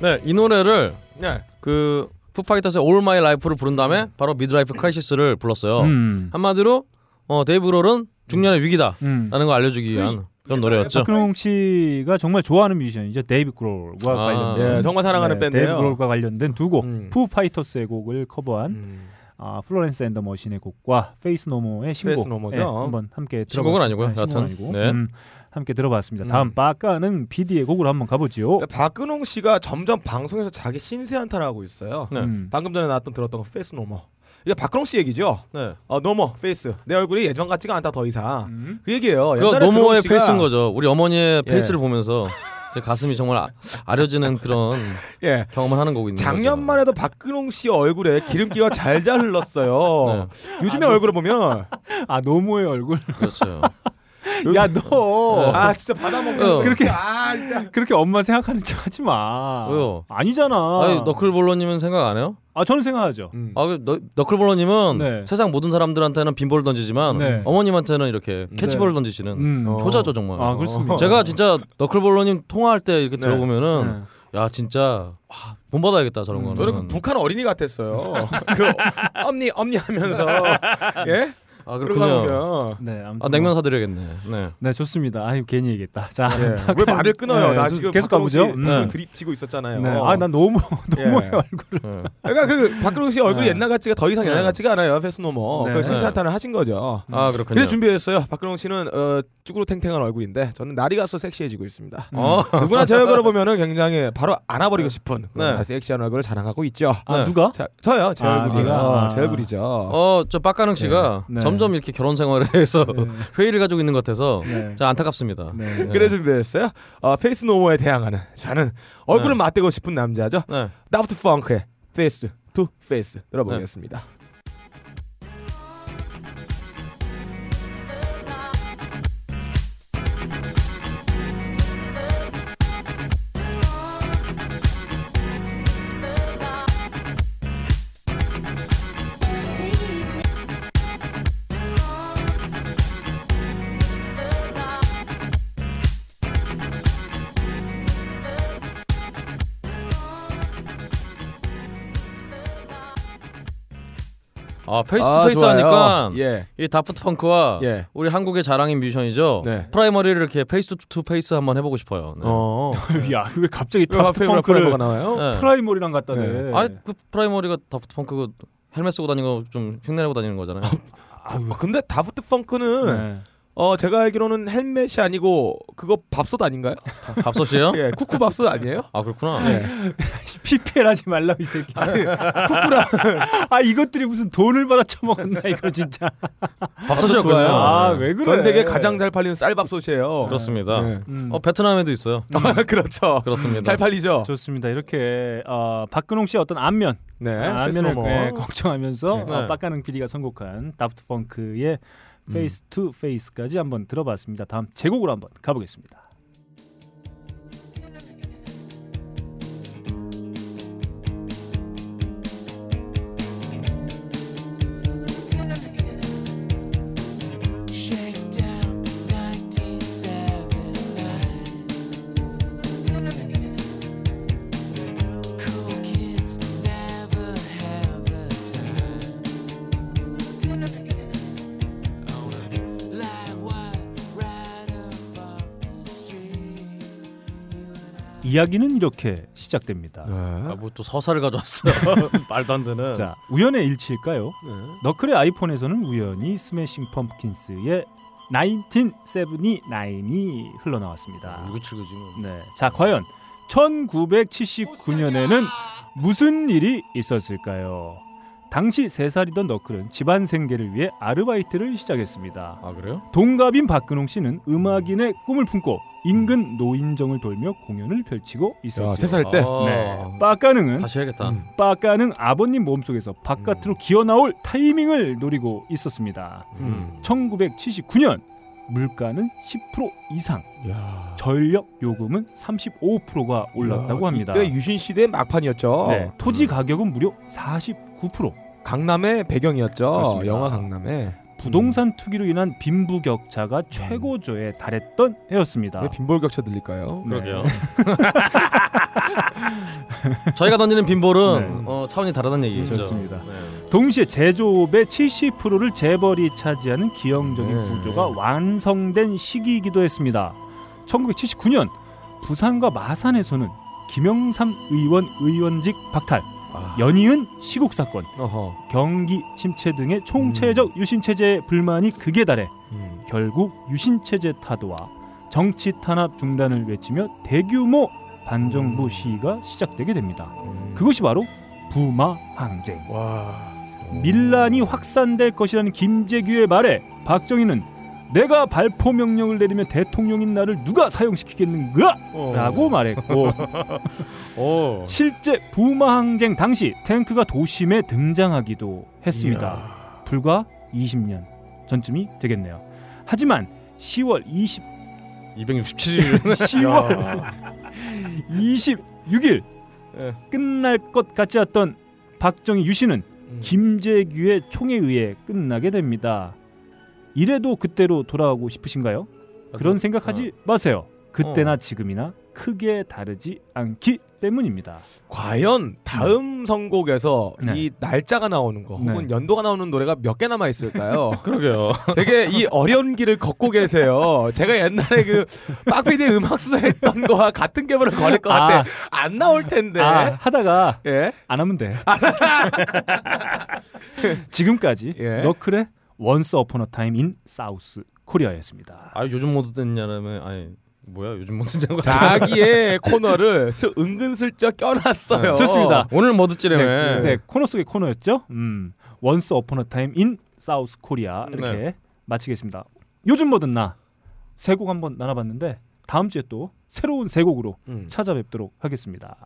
Speaker 2: 네, 이 노래를
Speaker 3: 네.
Speaker 2: 그 푸파이터스의 올 마이 라이프를 부른 다음에 바로 미드라이프 크라이시스를 불렀어요.
Speaker 1: 음.
Speaker 2: 아, 한마디로 어, 데이브 그롤은 중년의 위기다
Speaker 1: 음. 아,
Speaker 2: 라는 걸 알려주기 위한 아, 그런 노래였죠.
Speaker 1: 박근홍 씨가 정말 좋아하는 뮤지션이죠. 데이비 그롤과
Speaker 2: 아.
Speaker 1: 관련된 네,
Speaker 3: 예, 정말 사랑하는 밴드예요.
Speaker 1: 데이비 그롤과 관련된 두 곡,
Speaker 3: 음.
Speaker 1: 푸 파이터스의 곡을 커버한
Speaker 3: 음.
Speaker 1: 아, 플로렌스 앤더 머신의 곡과 페이스 노모의 신곡
Speaker 3: 페이스 노모죠.
Speaker 1: 예, 한번 함께
Speaker 2: 신곡은
Speaker 1: 들어봤습니다.
Speaker 2: 아니고요.
Speaker 1: 네, 신곡은
Speaker 2: 여하튼.
Speaker 1: 아니고.
Speaker 2: 네.
Speaker 1: 음, 함께 들어봤습니다. 다음 빠까는 비디의 곡으로 한번
Speaker 2: 어.
Speaker 1: 가보지요.
Speaker 3: 그러니까 박근홍 씨가 점점 방송에서 자기 신세 한탄을 하고 있어요.
Speaker 2: 네.
Speaker 1: 음.
Speaker 3: 방금 전에 나왔던 들었던 거 페이스 노머. 이게 박근홍 씨 얘기죠.
Speaker 2: 네.
Speaker 3: 어 노머 페이스. 내 얼굴이 예전 같지가 않다 더 이상. 그 얘기예요.
Speaker 2: 그거
Speaker 3: 옛날에
Speaker 2: 노모의
Speaker 3: 근홍 씨가-
Speaker 2: 페이스인 거죠. 우리 어머니의
Speaker 3: 예.
Speaker 2: 페이스를 보면서 제 가슴이 정말 아, 아려지는 그런
Speaker 3: 예.
Speaker 2: 경험을 하는 거고 있는
Speaker 3: 작년만 해도 박근홍 씨 얼굴에 기름기가 잘 잘 흘렀어요.
Speaker 2: 네.
Speaker 3: 요즘에 얼굴을 보면
Speaker 1: 아 노모의 얼굴.
Speaker 2: 거죠. 그렇죠.
Speaker 3: 야 너
Speaker 2: 어.
Speaker 3: 아 진짜 받아먹는
Speaker 2: 어.
Speaker 3: 거 그렇게 아 진짜
Speaker 1: 그렇게 엄마 생각하는 척하지 마.
Speaker 2: 왜요?
Speaker 1: 아니잖아.
Speaker 2: 아니 너클볼러님은 그 생각 안 해요?
Speaker 1: 아, 저는 생각하죠.
Speaker 3: 음.
Speaker 2: 아, 그 너, 너클볼러님은
Speaker 1: 네.
Speaker 2: 세상 모든 사람들한테는 빈볼 던지지만
Speaker 1: 네.
Speaker 2: 어머님한테는 이렇게 캐치볼
Speaker 3: 네.
Speaker 2: 던지시는
Speaker 1: 음.
Speaker 3: 어.
Speaker 2: 효자죠 정말.
Speaker 1: 아 그렇습니다.
Speaker 2: 제가 진짜 너클볼러님 통화할 때 이렇게
Speaker 3: 네.
Speaker 2: 들어보면은 야 진짜 와, 본받아야겠다 저런 거는.
Speaker 3: 저는 그 북한 어린이 같았어요. 그 엄니 엄니 하면서 예
Speaker 2: 아
Speaker 3: 그러고 보면
Speaker 2: 그렇군요.
Speaker 1: 네, 아무튼
Speaker 2: 아 냉면 사드려야겠네. 네.
Speaker 1: 네 좋습니다. 아유 괜히 얘기했다. 자,
Speaker 3: 예. 왜 말을 끊어요?
Speaker 1: 네,
Speaker 3: 나 지금
Speaker 1: 계속
Speaker 3: 박근홍 씨
Speaker 1: 가보죠. 음.
Speaker 3: 얼굴
Speaker 2: 네.
Speaker 3: 드립치고 있었잖아요.
Speaker 1: 네. 아난 너무 너무
Speaker 3: 어. 예.
Speaker 1: 얼굴.
Speaker 2: 네.
Speaker 3: 그러니까 그 박근홍 씨 얼굴이
Speaker 1: 네.
Speaker 3: 옛날 같지가 더 이상 옛날
Speaker 2: 네.
Speaker 3: 같지가 않아요. 페스노머
Speaker 1: 네.
Speaker 3: 그 신세한탄을 하신 거죠.
Speaker 2: 아 그렇군요.
Speaker 3: 그래서 준비했어요. 박근홍 씨는 어, 쭈그로 탱탱한 얼굴인데 저는 날이 갈수록 섹시해지고 있습니다.
Speaker 2: 어.
Speaker 3: 누구나 제 얼굴을 보면은 굉장히 바로 안아버리고 싶은 그런
Speaker 2: 네.
Speaker 3: 섹시한 얼굴을 자랑하고 있죠.
Speaker 1: 아
Speaker 2: 네.
Speaker 1: 누가?
Speaker 3: 자, 저요 제
Speaker 1: 아,
Speaker 3: 얼굴이가
Speaker 1: 아.
Speaker 3: 제 얼굴이죠.
Speaker 2: 어, 저 빡가능 씨가
Speaker 1: 네. 네.
Speaker 2: 점점 이렇게 결혼 생활에 대해서 회의를 가지고 있는 것 같아서
Speaker 1: 네.
Speaker 2: 저 안타깝습니다.
Speaker 1: 네.
Speaker 3: 네. 그래 준비했어요. 어, 페이스 노모에 대항하는 저는 얼굴을
Speaker 2: 네.
Speaker 3: 맞대고 싶은 남자죠.
Speaker 2: 네.
Speaker 3: 다프트 펑크의 페이스 투 페이스 들어보겠습니다.
Speaker 1: 네.
Speaker 5: Still alive.
Speaker 2: 아 페이스
Speaker 3: 아,
Speaker 2: 투 페이스
Speaker 3: 좋아요.
Speaker 2: 하니까
Speaker 3: 예.
Speaker 2: 이 다프트 펑크와
Speaker 3: 예.
Speaker 2: 우리 한국의 자랑인 뮤지션이죠.
Speaker 3: 네.
Speaker 2: 프라이머리를 이렇게 페이스 투 페이스 한번 해보고 싶어요. 네.
Speaker 3: 어.
Speaker 1: 야왜 갑자기
Speaker 3: 왜 하필
Speaker 1: 펑크를
Speaker 3: 래퍼가 나와요?
Speaker 2: 네.
Speaker 1: 프라이머리랑 갖다 대?
Speaker 3: 네.
Speaker 2: 아니 그 프라이머리가 다프트 펑크 그 헬멧 쓰고 다니는 거 좀 흉내내고 다니는 거잖아요.
Speaker 1: 아유,
Speaker 3: 아, 근데 다프트 펑크는
Speaker 1: 네.
Speaker 3: 어 제가 알기로는 헬멧이 아니고 그거 밥솥 아닌가요?
Speaker 2: 밥솥이요?
Speaker 3: 예, 쿠쿠 밥솥 아니에요?
Speaker 2: 아 그렇구나.
Speaker 1: PPL 하지 말라고 이 새끼. 쿠쿠라. 아 이것들이 무슨 돈을 받아 처먹었나 이거 진짜.
Speaker 2: 밥솥이었군요. 네.
Speaker 3: 좋아요.
Speaker 1: 아 왜 그래?
Speaker 3: 전 세계 가장 잘 팔리는 쌀밥솥이에요.
Speaker 2: 그렇습니다.
Speaker 3: 네.
Speaker 1: 음.
Speaker 2: 어 베트남에도 있어요.
Speaker 3: 그렇죠.
Speaker 2: 그렇습니다.
Speaker 3: 잘 팔리죠.
Speaker 1: 좋습니다. 이렇게 어, 박근홍 씨의 어떤 안면,
Speaker 3: 네.
Speaker 1: 아,
Speaker 3: 패스
Speaker 1: 안면을
Speaker 3: 넘어.
Speaker 1: 예, 걱정하면서
Speaker 3: 네.
Speaker 1: 어, 빡가능 PD가 선곡한 다프트 펑크의 페이스 투 페이스까지 한번 들어봤습니다. 다음 제곡으로 한번 가보겠습니다.
Speaker 5: Shakedown 1979. Cool kids never have the time. Live wire right above the street.
Speaker 1: 이야기는 이렇게 시작됩니다.
Speaker 2: 아 뭐 또 서사를 가져왔어. 말도 안 되는.
Speaker 1: 자 우연의 일치일까요?
Speaker 3: 네.
Speaker 1: 너클의 아이폰에서는 우연히 스매싱 펌킨스의 1979이 흘러나왔습니다.
Speaker 2: 이거 칠거지 뭐.
Speaker 1: 네. 자, 과연 1979년에는 무슨 일이 있었을까요? 당시 세살이던 너클은 집안 생계를 위해 아르바이트를 시작했습니다.
Speaker 2: 아 그래요?
Speaker 1: 동갑인 박근홍 씨는 음악인의 꿈을 품고 인근 노인정을 돌며 공연을 펼치고
Speaker 3: 야,
Speaker 1: 있었죠.
Speaker 3: 세살 때.
Speaker 2: 아,
Speaker 1: 네. 빠까능은
Speaker 2: 다시 해야겠다.
Speaker 3: 음.
Speaker 1: 빠까능 아버님 몸속에서 바깥으로 기어 나올 타이밍을 노리고 있었습니다.
Speaker 3: 음.
Speaker 1: 1979년 물가는 10% 이상
Speaker 3: 야.
Speaker 1: 전력 요금은 35%가 올랐다고
Speaker 3: 야,
Speaker 1: 합니다.
Speaker 3: 이때 유신 아, 시대 막판이었죠.
Speaker 1: 네, 토지
Speaker 2: 음.
Speaker 1: 가격은 무려 49%.
Speaker 3: 강남의 배경이었죠.
Speaker 1: 그렇습니다.
Speaker 3: 영화 강남에.
Speaker 1: 부동산 투기로 인한 빈부 격차가 최고조에 달했던 해였습니다. 네,
Speaker 3: 왜 빈볼 격차 들릴까요?
Speaker 2: 그러게요. 저희가 던지는 빈볼은
Speaker 1: 네. 그렇죠.
Speaker 2: 어, 차원이 다르다는 얘기죠.
Speaker 1: 좋습니다.
Speaker 4: 그렇죠.
Speaker 2: 네.
Speaker 1: 동시에 제조업의 70%를 재벌이 차지하는 기형적인
Speaker 3: 네.
Speaker 1: 구조가 완성된 시기이기도 했습니다. 1979년 부산과 마산에서는 김영삼 의원 의원직 박탈,
Speaker 2: 아,
Speaker 1: 연이은 시국 사건,
Speaker 3: 어허.
Speaker 1: 경기 침체 등의 총체적 유신 체제의 불만이 극에 달해
Speaker 3: 음.
Speaker 1: 결국 유신체제 타도와 정치 탄압 중단을 외치며 대규모
Speaker 3: 음.
Speaker 1: 반정부 시위가 시작되게 됩니다. 그것이 바로 부마 항쟁.
Speaker 3: 와.
Speaker 1: 밀란이 확산될 것이라는 김재규의 말에 박정희는 내가 발포 명령을 내리면 대통령인 나를 누가 사용시키겠는가?
Speaker 3: 어.
Speaker 1: 라고 말했고
Speaker 2: 오.
Speaker 1: 실제 부마 항쟁 당시 탱크가 도심에 등장하기도 했습니다.
Speaker 3: 이야.
Speaker 1: 불과 20년 전쯤이 되겠네요. 하지만 10월 20
Speaker 2: 267일.
Speaker 1: 10월 26일
Speaker 2: 예.
Speaker 1: 끝날 것 같지 않던 박정희 유신은 김재규의 총에 의해 끝나게 됩니다. 이래도 그때로 돌아가고 싶으신가요? 그런 생각하지 마세요. 그때나 지금이나 크게 다르지 않기 때문입니다.
Speaker 3: 과연 다음 선곡에서
Speaker 1: 네.
Speaker 3: 이 날짜가 나오는 거 혹은
Speaker 1: 네.
Speaker 3: 연도가 나오는 노래가 몇 개 남아
Speaker 2: 어.
Speaker 3: 있을까요?
Speaker 2: 그러게요.
Speaker 3: 되게 이 어려운 길을 걷고 계세요. 제가 옛날에 그 빡피디 음악 수사했던 거와 같은 개발을 걸을 것 같아.
Speaker 1: 아.
Speaker 3: 안 나올 텐데.
Speaker 1: 아, 하다가
Speaker 3: 예.
Speaker 1: 안 하면 돼. 지금까지
Speaker 3: 예.
Speaker 1: 너클의 원스 어폰 어 타임 인 사우스 코리아였습니다.
Speaker 2: 아 요즘 모드 됐냐면 아니 뭐야 요즘 모드 된거
Speaker 3: 자기의 코너를 슬- 은근슬쩍 껴놨어요.
Speaker 1: 네, 좋습니다.
Speaker 2: 오늘 모드지라며.
Speaker 1: 네, 네, 코너 속의 코너였죠. 음, Once Upon a Time in South Korea 이렇게
Speaker 2: 네.
Speaker 1: 마치겠습니다. 요즘 뭐든 나세곡 한번 나눠봤는데 다음 주에 또 새로운 세 곡으로
Speaker 3: 음.
Speaker 1: 찾아뵙도록 하겠습니다.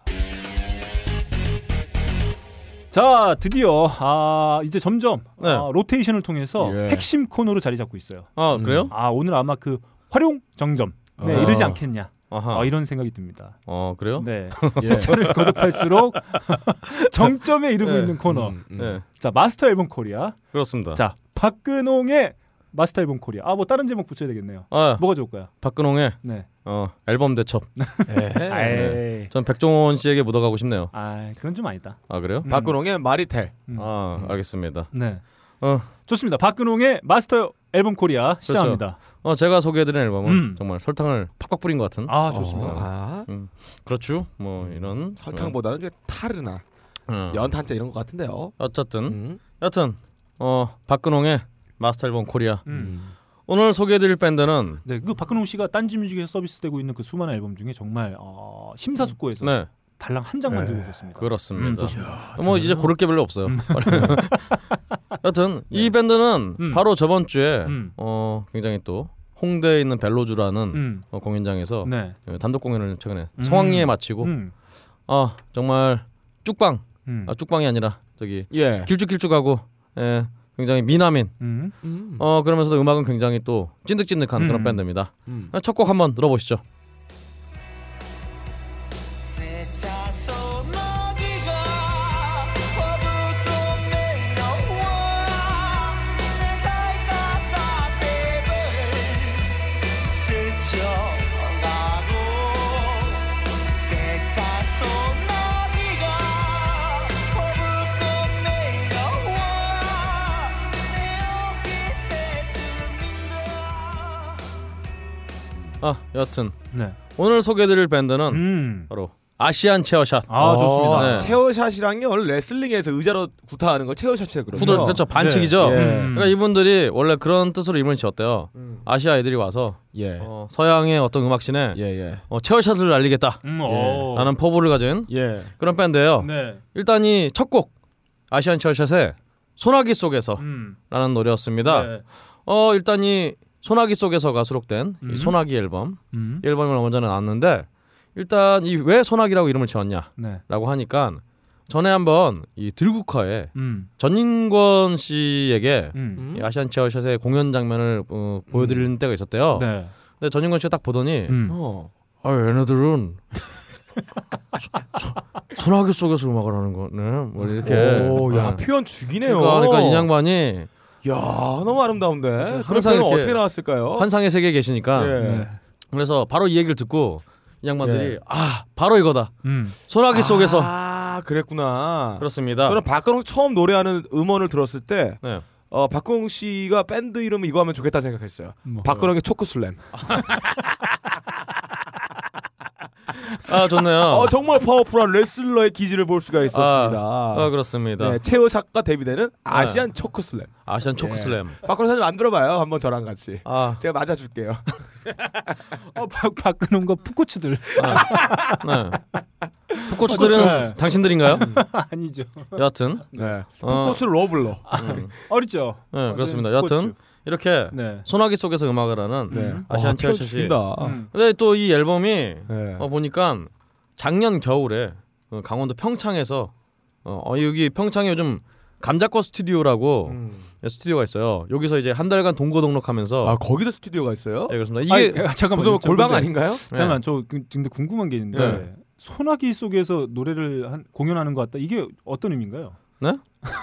Speaker 1: 자, 드디어 아 이제 점점
Speaker 2: 네.
Speaker 1: 아, 로테이션을 통해서
Speaker 3: 예.
Speaker 1: 핵심 코너로 자리 잡고 있어요.
Speaker 2: 아 그래요?
Speaker 1: 아 오늘 아마 그 활용 정점 네,
Speaker 3: 아.
Speaker 1: 이르지 않겠냐
Speaker 2: 아하.
Speaker 1: 아, 이런 생각이 듭니다.
Speaker 2: 어 그래요?
Speaker 1: 네.
Speaker 3: 예.
Speaker 1: 회차를 거듭할수록 정점에 이르고
Speaker 2: 네.
Speaker 1: 있는 코너.
Speaker 3: 음, 음.
Speaker 2: 네.
Speaker 1: 자, 마스터 앨범 코리아.
Speaker 2: 그렇습니다.
Speaker 1: 자, 박근홍의 마스터 앨범 코리아. 아, 뭐 다른 제목 붙여야 되겠네요.
Speaker 2: 아
Speaker 1: 뭐가 좋을까요?
Speaker 2: 박근홍의
Speaker 1: 네.
Speaker 2: 어 앨범 대첩.
Speaker 3: 예.
Speaker 1: 에이.
Speaker 2: 전 백종원 씨에게 묻어가고 싶네요.
Speaker 1: 아, 그건 좀 아니다.
Speaker 2: 아 그래요?
Speaker 3: 박근홍의 마리텔.
Speaker 1: 음.
Speaker 2: 아 알겠습니다.
Speaker 1: 네.
Speaker 2: 어,
Speaker 1: 좋습니다. 박근홍의 마스터 앨범 코리아 시작합니다.
Speaker 2: 어 제가 소개해드린 앨범은
Speaker 1: 음.
Speaker 2: 정말 설탕을 팍팍 뿌린 것 같은.
Speaker 1: 아 좋습니다.
Speaker 3: 아
Speaker 2: 그렇죠. 뭐
Speaker 1: 음.
Speaker 2: 이런
Speaker 3: 설탕보다는 좀 타르나
Speaker 2: 어, 어.
Speaker 3: 연탄자 이런 것 같은데요.
Speaker 2: 어쨌든
Speaker 3: 음.
Speaker 2: 여튼 어 박근홍의 마스터 앨범 코리아.
Speaker 1: 음.
Speaker 2: 오늘 소개해드릴 밴드는
Speaker 1: 네, 그 박근홍 씨가 딴지뮤직에서 서비스되고 있는 그 수많은 앨범 중에 정말 어, 심사숙고해서
Speaker 2: 네
Speaker 1: 달랑 한 장만 들고 오셨습니다.
Speaker 2: 그렇습니다.
Speaker 1: 음, 좋습니다.
Speaker 2: 뭐 이제 고를 게 별로 없어요. 여튼 이 밴드는
Speaker 1: 네. 음.
Speaker 2: 바로 저번 주에
Speaker 1: 음.
Speaker 2: 어 굉장히 또 홍대에 있는 벨로주라는
Speaker 1: 음.
Speaker 2: 어, 뭐? 공연장에서
Speaker 1: 네.
Speaker 2: 어, 단독 공연을 최근에
Speaker 1: 음.
Speaker 2: 성황리에 마치고
Speaker 1: 음.
Speaker 2: 아 정말 쭉방
Speaker 1: 음.
Speaker 2: 아, 쭉방이 아니라 저기
Speaker 3: 예.
Speaker 2: 길쭉길쭉하고 예, 굉장히 미남인
Speaker 1: 음.
Speaker 3: 음.
Speaker 2: 어 그러면서도 음악은 굉장히 또 찐득찐득한
Speaker 1: 음.
Speaker 2: 그런 밴드입니다.
Speaker 3: 음.
Speaker 2: 첫 곡 한번 들어보시죠.
Speaker 6: 세차서 너기가 화부터 내려와 내 살다가 뱀을 스쳐가고 세차서 너기가 화부터 내려와 내 옷깃에 스민다
Speaker 2: 아 여튼
Speaker 1: 네.
Speaker 2: 오늘 소개드릴 밴드는
Speaker 1: 음.
Speaker 2: 바로 아시안 체어샷.
Speaker 1: 아 좋습니다.
Speaker 2: 네.
Speaker 3: 체어샷이랑요 원래 레슬링에서 의자로 구타하는 걸 체어샷이라 그러죠.
Speaker 2: 후드 그렇죠 반칙이죠.
Speaker 3: 네. 예.
Speaker 1: 음.
Speaker 2: 그러니까 이분들이 원래 그런 뜻으로 이름을 지었대요.
Speaker 3: 음.
Speaker 2: 아시아 애들이 와서
Speaker 1: 네.
Speaker 3: 예.
Speaker 2: 어, 서양의 어떤 음악씬에
Speaker 3: 예. 예.
Speaker 2: 어, 체어샷을 날리겠다.
Speaker 1: 음, 어.
Speaker 2: 라는 뭐? 포부를 가진
Speaker 3: 예.
Speaker 2: 그런 밴드예요.
Speaker 1: 네.
Speaker 2: 일단 이 첫 곡 아시안 체어샷의 소나기 속에서라는
Speaker 1: 음.
Speaker 2: 노래였습니다.
Speaker 1: 네.
Speaker 2: 어 일단 이 소나기 속에서가 수록된
Speaker 1: 음.
Speaker 2: 이 소나기 앨범
Speaker 1: 음.
Speaker 2: 이 앨범을 먼저 나왔는데 일단 이 왜 소나기라고 이름을 지었냐라고
Speaker 1: 네.
Speaker 2: 하니까 전에 한번 이 들국화에
Speaker 1: 음.
Speaker 2: 전인권 씨에게
Speaker 1: 음.
Speaker 2: 이 아시안 체어샷의 공연 장면을 어, 보여드리는
Speaker 3: 음.
Speaker 2: 때가 있었대요.
Speaker 1: 네.
Speaker 2: 근데 전인권 씨가 딱 보더니
Speaker 1: 음.
Speaker 3: 어.
Speaker 2: 아 얘네들은 소- 소- 소나기 속에서 음악을 하는 거네. 뭐 이렇게.
Speaker 3: 오, 야
Speaker 2: 네.
Speaker 3: 표현 죽이네요.
Speaker 2: 그러니까, 그러니까 이 양반이
Speaker 3: 야 너무 아름다운데.
Speaker 2: 그래서
Speaker 3: 그런
Speaker 2: 항상
Speaker 3: 표현
Speaker 2: 이렇게
Speaker 3: 어떻게 나왔을까요?
Speaker 2: 환상의 세계에 계시니까
Speaker 3: 예.
Speaker 1: 네.
Speaker 2: 그래서 바로 이 얘기를 듣고 이 양반들이
Speaker 3: 예.
Speaker 2: 아 바로 이거다
Speaker 1: 음.
Speaker 2: 소나기 속에서
Speaker 3: 아 그랬구나.
Speaker 2: 그렇습니다.
Speaker 3: 저는 박근홍 처음 노래하는 음원을 들었을 때
Speaker 2: 네.
Speaker 3: 어, 박근홍 씨가 밴드 이름 이거 하면 좋겠다 생각했어요.
Speaker 1: 뭐.
Speaker 3: 박근홍의 초코슬램.
Speaker 2: 아 좋네요.
Speaker 3: 어, 정말 파워풀한 레슬러의 기질을 볼 수가 있었습니다.
Speaker 2: 아 그렇습니다.
Speaker 3: 네, 체어샷과 데뷔되는 아시안 초코슬램.
Speaker 2: 아시안
Speaker 3: 예.
Speaker 2: 초크슬램.
Speaker 3: 박근홍 사님 만들어봐요. 한번 저랑 같이.
Speaker 2: 아,
Speaker 3: 제가 맞아줄게요.
Speaker 1: 어, 박 박근홍과 풋고추들
Speaker 2: 네. 풋고추들은 당신들인가요?
Speaker 3: 음.
Speaker 1: 아니죠.
Speaker 2: 여하튼,
Speaker 3: 네.
Speaker 2: 어.
Speaker 3: 풋고추 러블러.
Speaker 1: 어리죠.
Speaker 2: 네, 그렇습니다.
Speaker 1: 풋고추.
Speaker 2: 여하튼 이렇게
Speaker 1: 네.
Speaker 2: 소나기 속에서 음악을 하는
Speaker 3: 네.
Speaker 2: 아시안
Speaker 3: 아, 표현
Speaker 2: 체어샷이.
Speaker 3: 죽인다.
Speaker 1: 음.
Speaker 2: 근데 또 이 앨범이
Speaker 3: 네.
Speaker 2: 어, 보니까 작년 겨울에 어, 강원도 평창에서 어, 어, 여기 평창에 요즘 감자꽃 스튜디오라고
Speaker 3: 음.
Speaker 2: 스튜디오가 있어요. 여기서 이제 한 달간 동거 동록하면서
Speaker 3: 아 거기도 아, 스튜디오가 있어요?
Speaker 2: 네, 그렇습니다.
Speaker 1: 이게
Speaker 2: 이게
Speaker 1: 아, 잠깐만
Speaker 3: 무슨 골방
Speaker 1: 근데-
Speaker 3: 아닌가요?
Speaker 2: 네.
Speaker 1: 잠깐만 저 그- 근데 궁금한 게 있는데
Speaker 3: 네.
Speaker 1: 소나기 속에서 노래를 한, 공연하는 것 같다. 이게 어떤 의미인가요?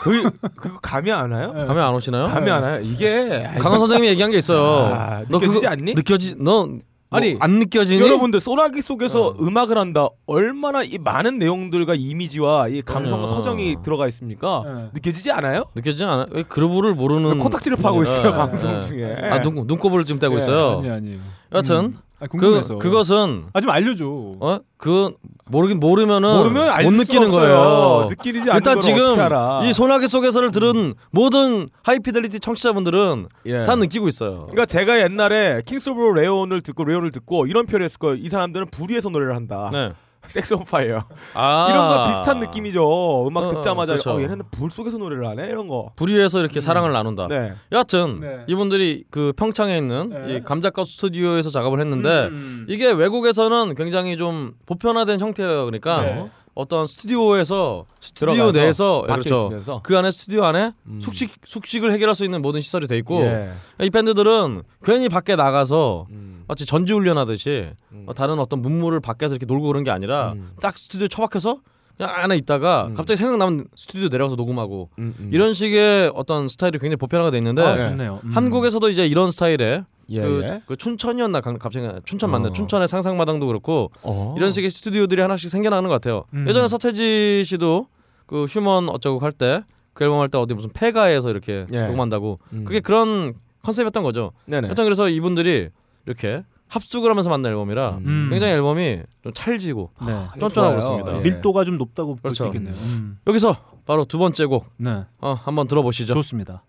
Speaker 3: 그 그거 감이 안 와요?
Speaker 2: 감이 네? 안 오시나요?
Speaker 3: 감이 안 와요. 이게
Speaker 2: 네. 강원 선생님이 얘기한 게 있어요.
Speaker 3: 아, 느껴지지 않니?
Speaker 2: 느껴지 너뭐
Speaker 3: 아니,
Speaker 2: 안 느껴지니?
Speaker 3: 여러분들 소나기 속에서
Speaker 2: 어.
Speaker 3: 음악을 한다 얼마나 이 많은 내용들과 이미지와 이 감성과
Speaker 2: 그럼요.
Speaker 3: 서정이 들어가 있습니까?
Speaker 1: 네.
Speaker 3: 느껴지지 않아요?
Speaker 2: 느껴지지 않아? 왜 그루브를 모르는
Speaker 3: 코딱지를 파고 있어요
Speaker 2: 음. 네,
Speaker 3: 방송
Speaker 2: 네.
Speaker 3: 중에.
Speaker 2: 아 눈, 눈곱을 지금 떼고
Speaker 3: 네,
Speaker 2: 있어요.
Speaker 1: 아니 아니에요.
Speaker 2: 여튼
Speaker 1: 음. 아,
Speaker 2: 그
Speaker 1: 궁금해서
Speaker 2: 그것은
Speaker 1: 아좀 알려줘.
Speaker 2: 어그 모르긴 모르면은
Speaker 3: 모르면 알
Speaker 2: 못
Speaker 3: 수
Speaker 2: 느끼는
Speaker 3: 없어요.
Speaker 2: 거예요.
Speaker 3: 느끼지 않는
Speaker 2: 일단
Speaker 3: 걸
Speaker 2: 지금
Speaker 3: 어떻게 알아?
Speaker 2: 이 소나기 속에서를 들은 모든 하이피델리티 청취자분들은
Speaker 3: 예.
Speaker 2: 다 느끼고 있어요.
Speaker 3: 그러니까 제가 옛날에 킹스 오브 레온을 듣고 레온을 듣고 이런 표현을 했을 거예요. 이 사람들은 불의에서 노래를 한다.
Speaker 2: 네.
Speaker 3: 섹스 온 파이어.
Speaker 2: 아.
Speaker 3: 이런 거 비슷한 느낌이죠. 음악
Speaker 2: 어, 어,
Speaker 3: 듣자마자
Speaker 2: 그렇죠.
Speaker 3: 어, 얘네는 불 속에서 노래를 하네 이런 거.
Speaker 2: 불의에서 이렇게 사랑을 나눈다.
Speaker 3: 네.
Speaker 2: 여하튼
Speaker 1: 네.
Speaker 2: 이분들이 그 평창에 있는
Speaker 1: 네.
Speaker 2: 이 감자값 스튜디오에서 작업을
Speaker 3: 네.
Speaker 2: 했는데
Speaker 1: 음.
Speaker 2: 이게 외국에서는 굉장히 좀 보편화된 형태예요. 그러니까
Speaker 1: 네.
Speaker 2: 어떤 스튜디오에서 스튜디오
Speaker 3: 들어가서
Speaker 2: 내에서
Speaker 3: 밖에
Speaker 2: 그렇죠.
Speaker 3: 있으면서.
Speaker 2: 그 안에 스튜디오 안에
Speaker 3: 음.
Speaker 2: 숙식 숙식을 해결할 수 있는 모든 시설이 돼 있고
Speaker 3: 예.
Speaker 2: 이 밴드들은 괜히 밖에 나가서
Speaker 3: 음.
Speaker 2: 마치 전지 훈련하듯이
Speaker 3: 음.
Speaker 2: 어, 다른 어떤 문물을 밖에서 이렇게 놀고 그런 게 아니라
Speaker 3: 음.
Speaker 2: 딱 스튜디오에 처박혀서 그냥 안에 있다가
Speaker 3: 음.
Speaker 2: 갑자기 생각나면 스튜디오 내려가서 녹음하고
Speaker 3: 음, 음.
Speaker 2: 이런 식의 어떤 스타일이 굉장히 보편화가 돼 있는데
Speaker 1: 아,
Speaker 3: 네.
Speaker 1: 좋네요. 음.
Speaker 2: 한국에서도 이제 이런 스타일의
Speaker 3: 예,
Speaker 2: 그,
Speaker 3: 예.
Speaker 2: 그 춘천이었나 강- 갑자기 춘천 맞네
Speaker 3: 어.
Speaker 2: 춘천의 상상마당도 그렇고
Speaker 3: 어.
Speaker 2: 이런 식의 스튜디오들이 하나씩 생겨나는 것 같아요
Speaker 1: 음.
Speaker 2: 예전에 서태지 씨도 그 휴먼 어쩌고 할 때 그 앨범 할 때 어디 무슨 폐가에서 이렇게
Speaker 3: 예.
Speaker 2: 녹음한다고
Speaker 3: 음.
Speaker 2: 그게 그런 컨셉이었던 거죠.
Speaker 3: 네네.
Speaker 2: 하여튼 그래서 이분들이 이렇게 합숙을 하면서 만든 앨범이라
Speaker 3: 음. 아,
Speaker 1: 음.
Speaker 2: 굉장히 앨범이 좀 찰지고
Speaker 1: 네.
Speaker 2: 쫀쫀하고
Speaker 3: 좋아요.
Speaker 2: 있습니다.
Speaker 3: 예.
Speaker 1: 밀도가 좀 높다고 볼 수
Speaker 2: 그렇죠.
Speaker 1: 있겠네요. 음.
Speaker 2: 여기서 바로 두 번째 곡
Speaker 1: 네.
Speaker 2: 어, 한번 들어보시죠.
Speaker 1: 좋습니다.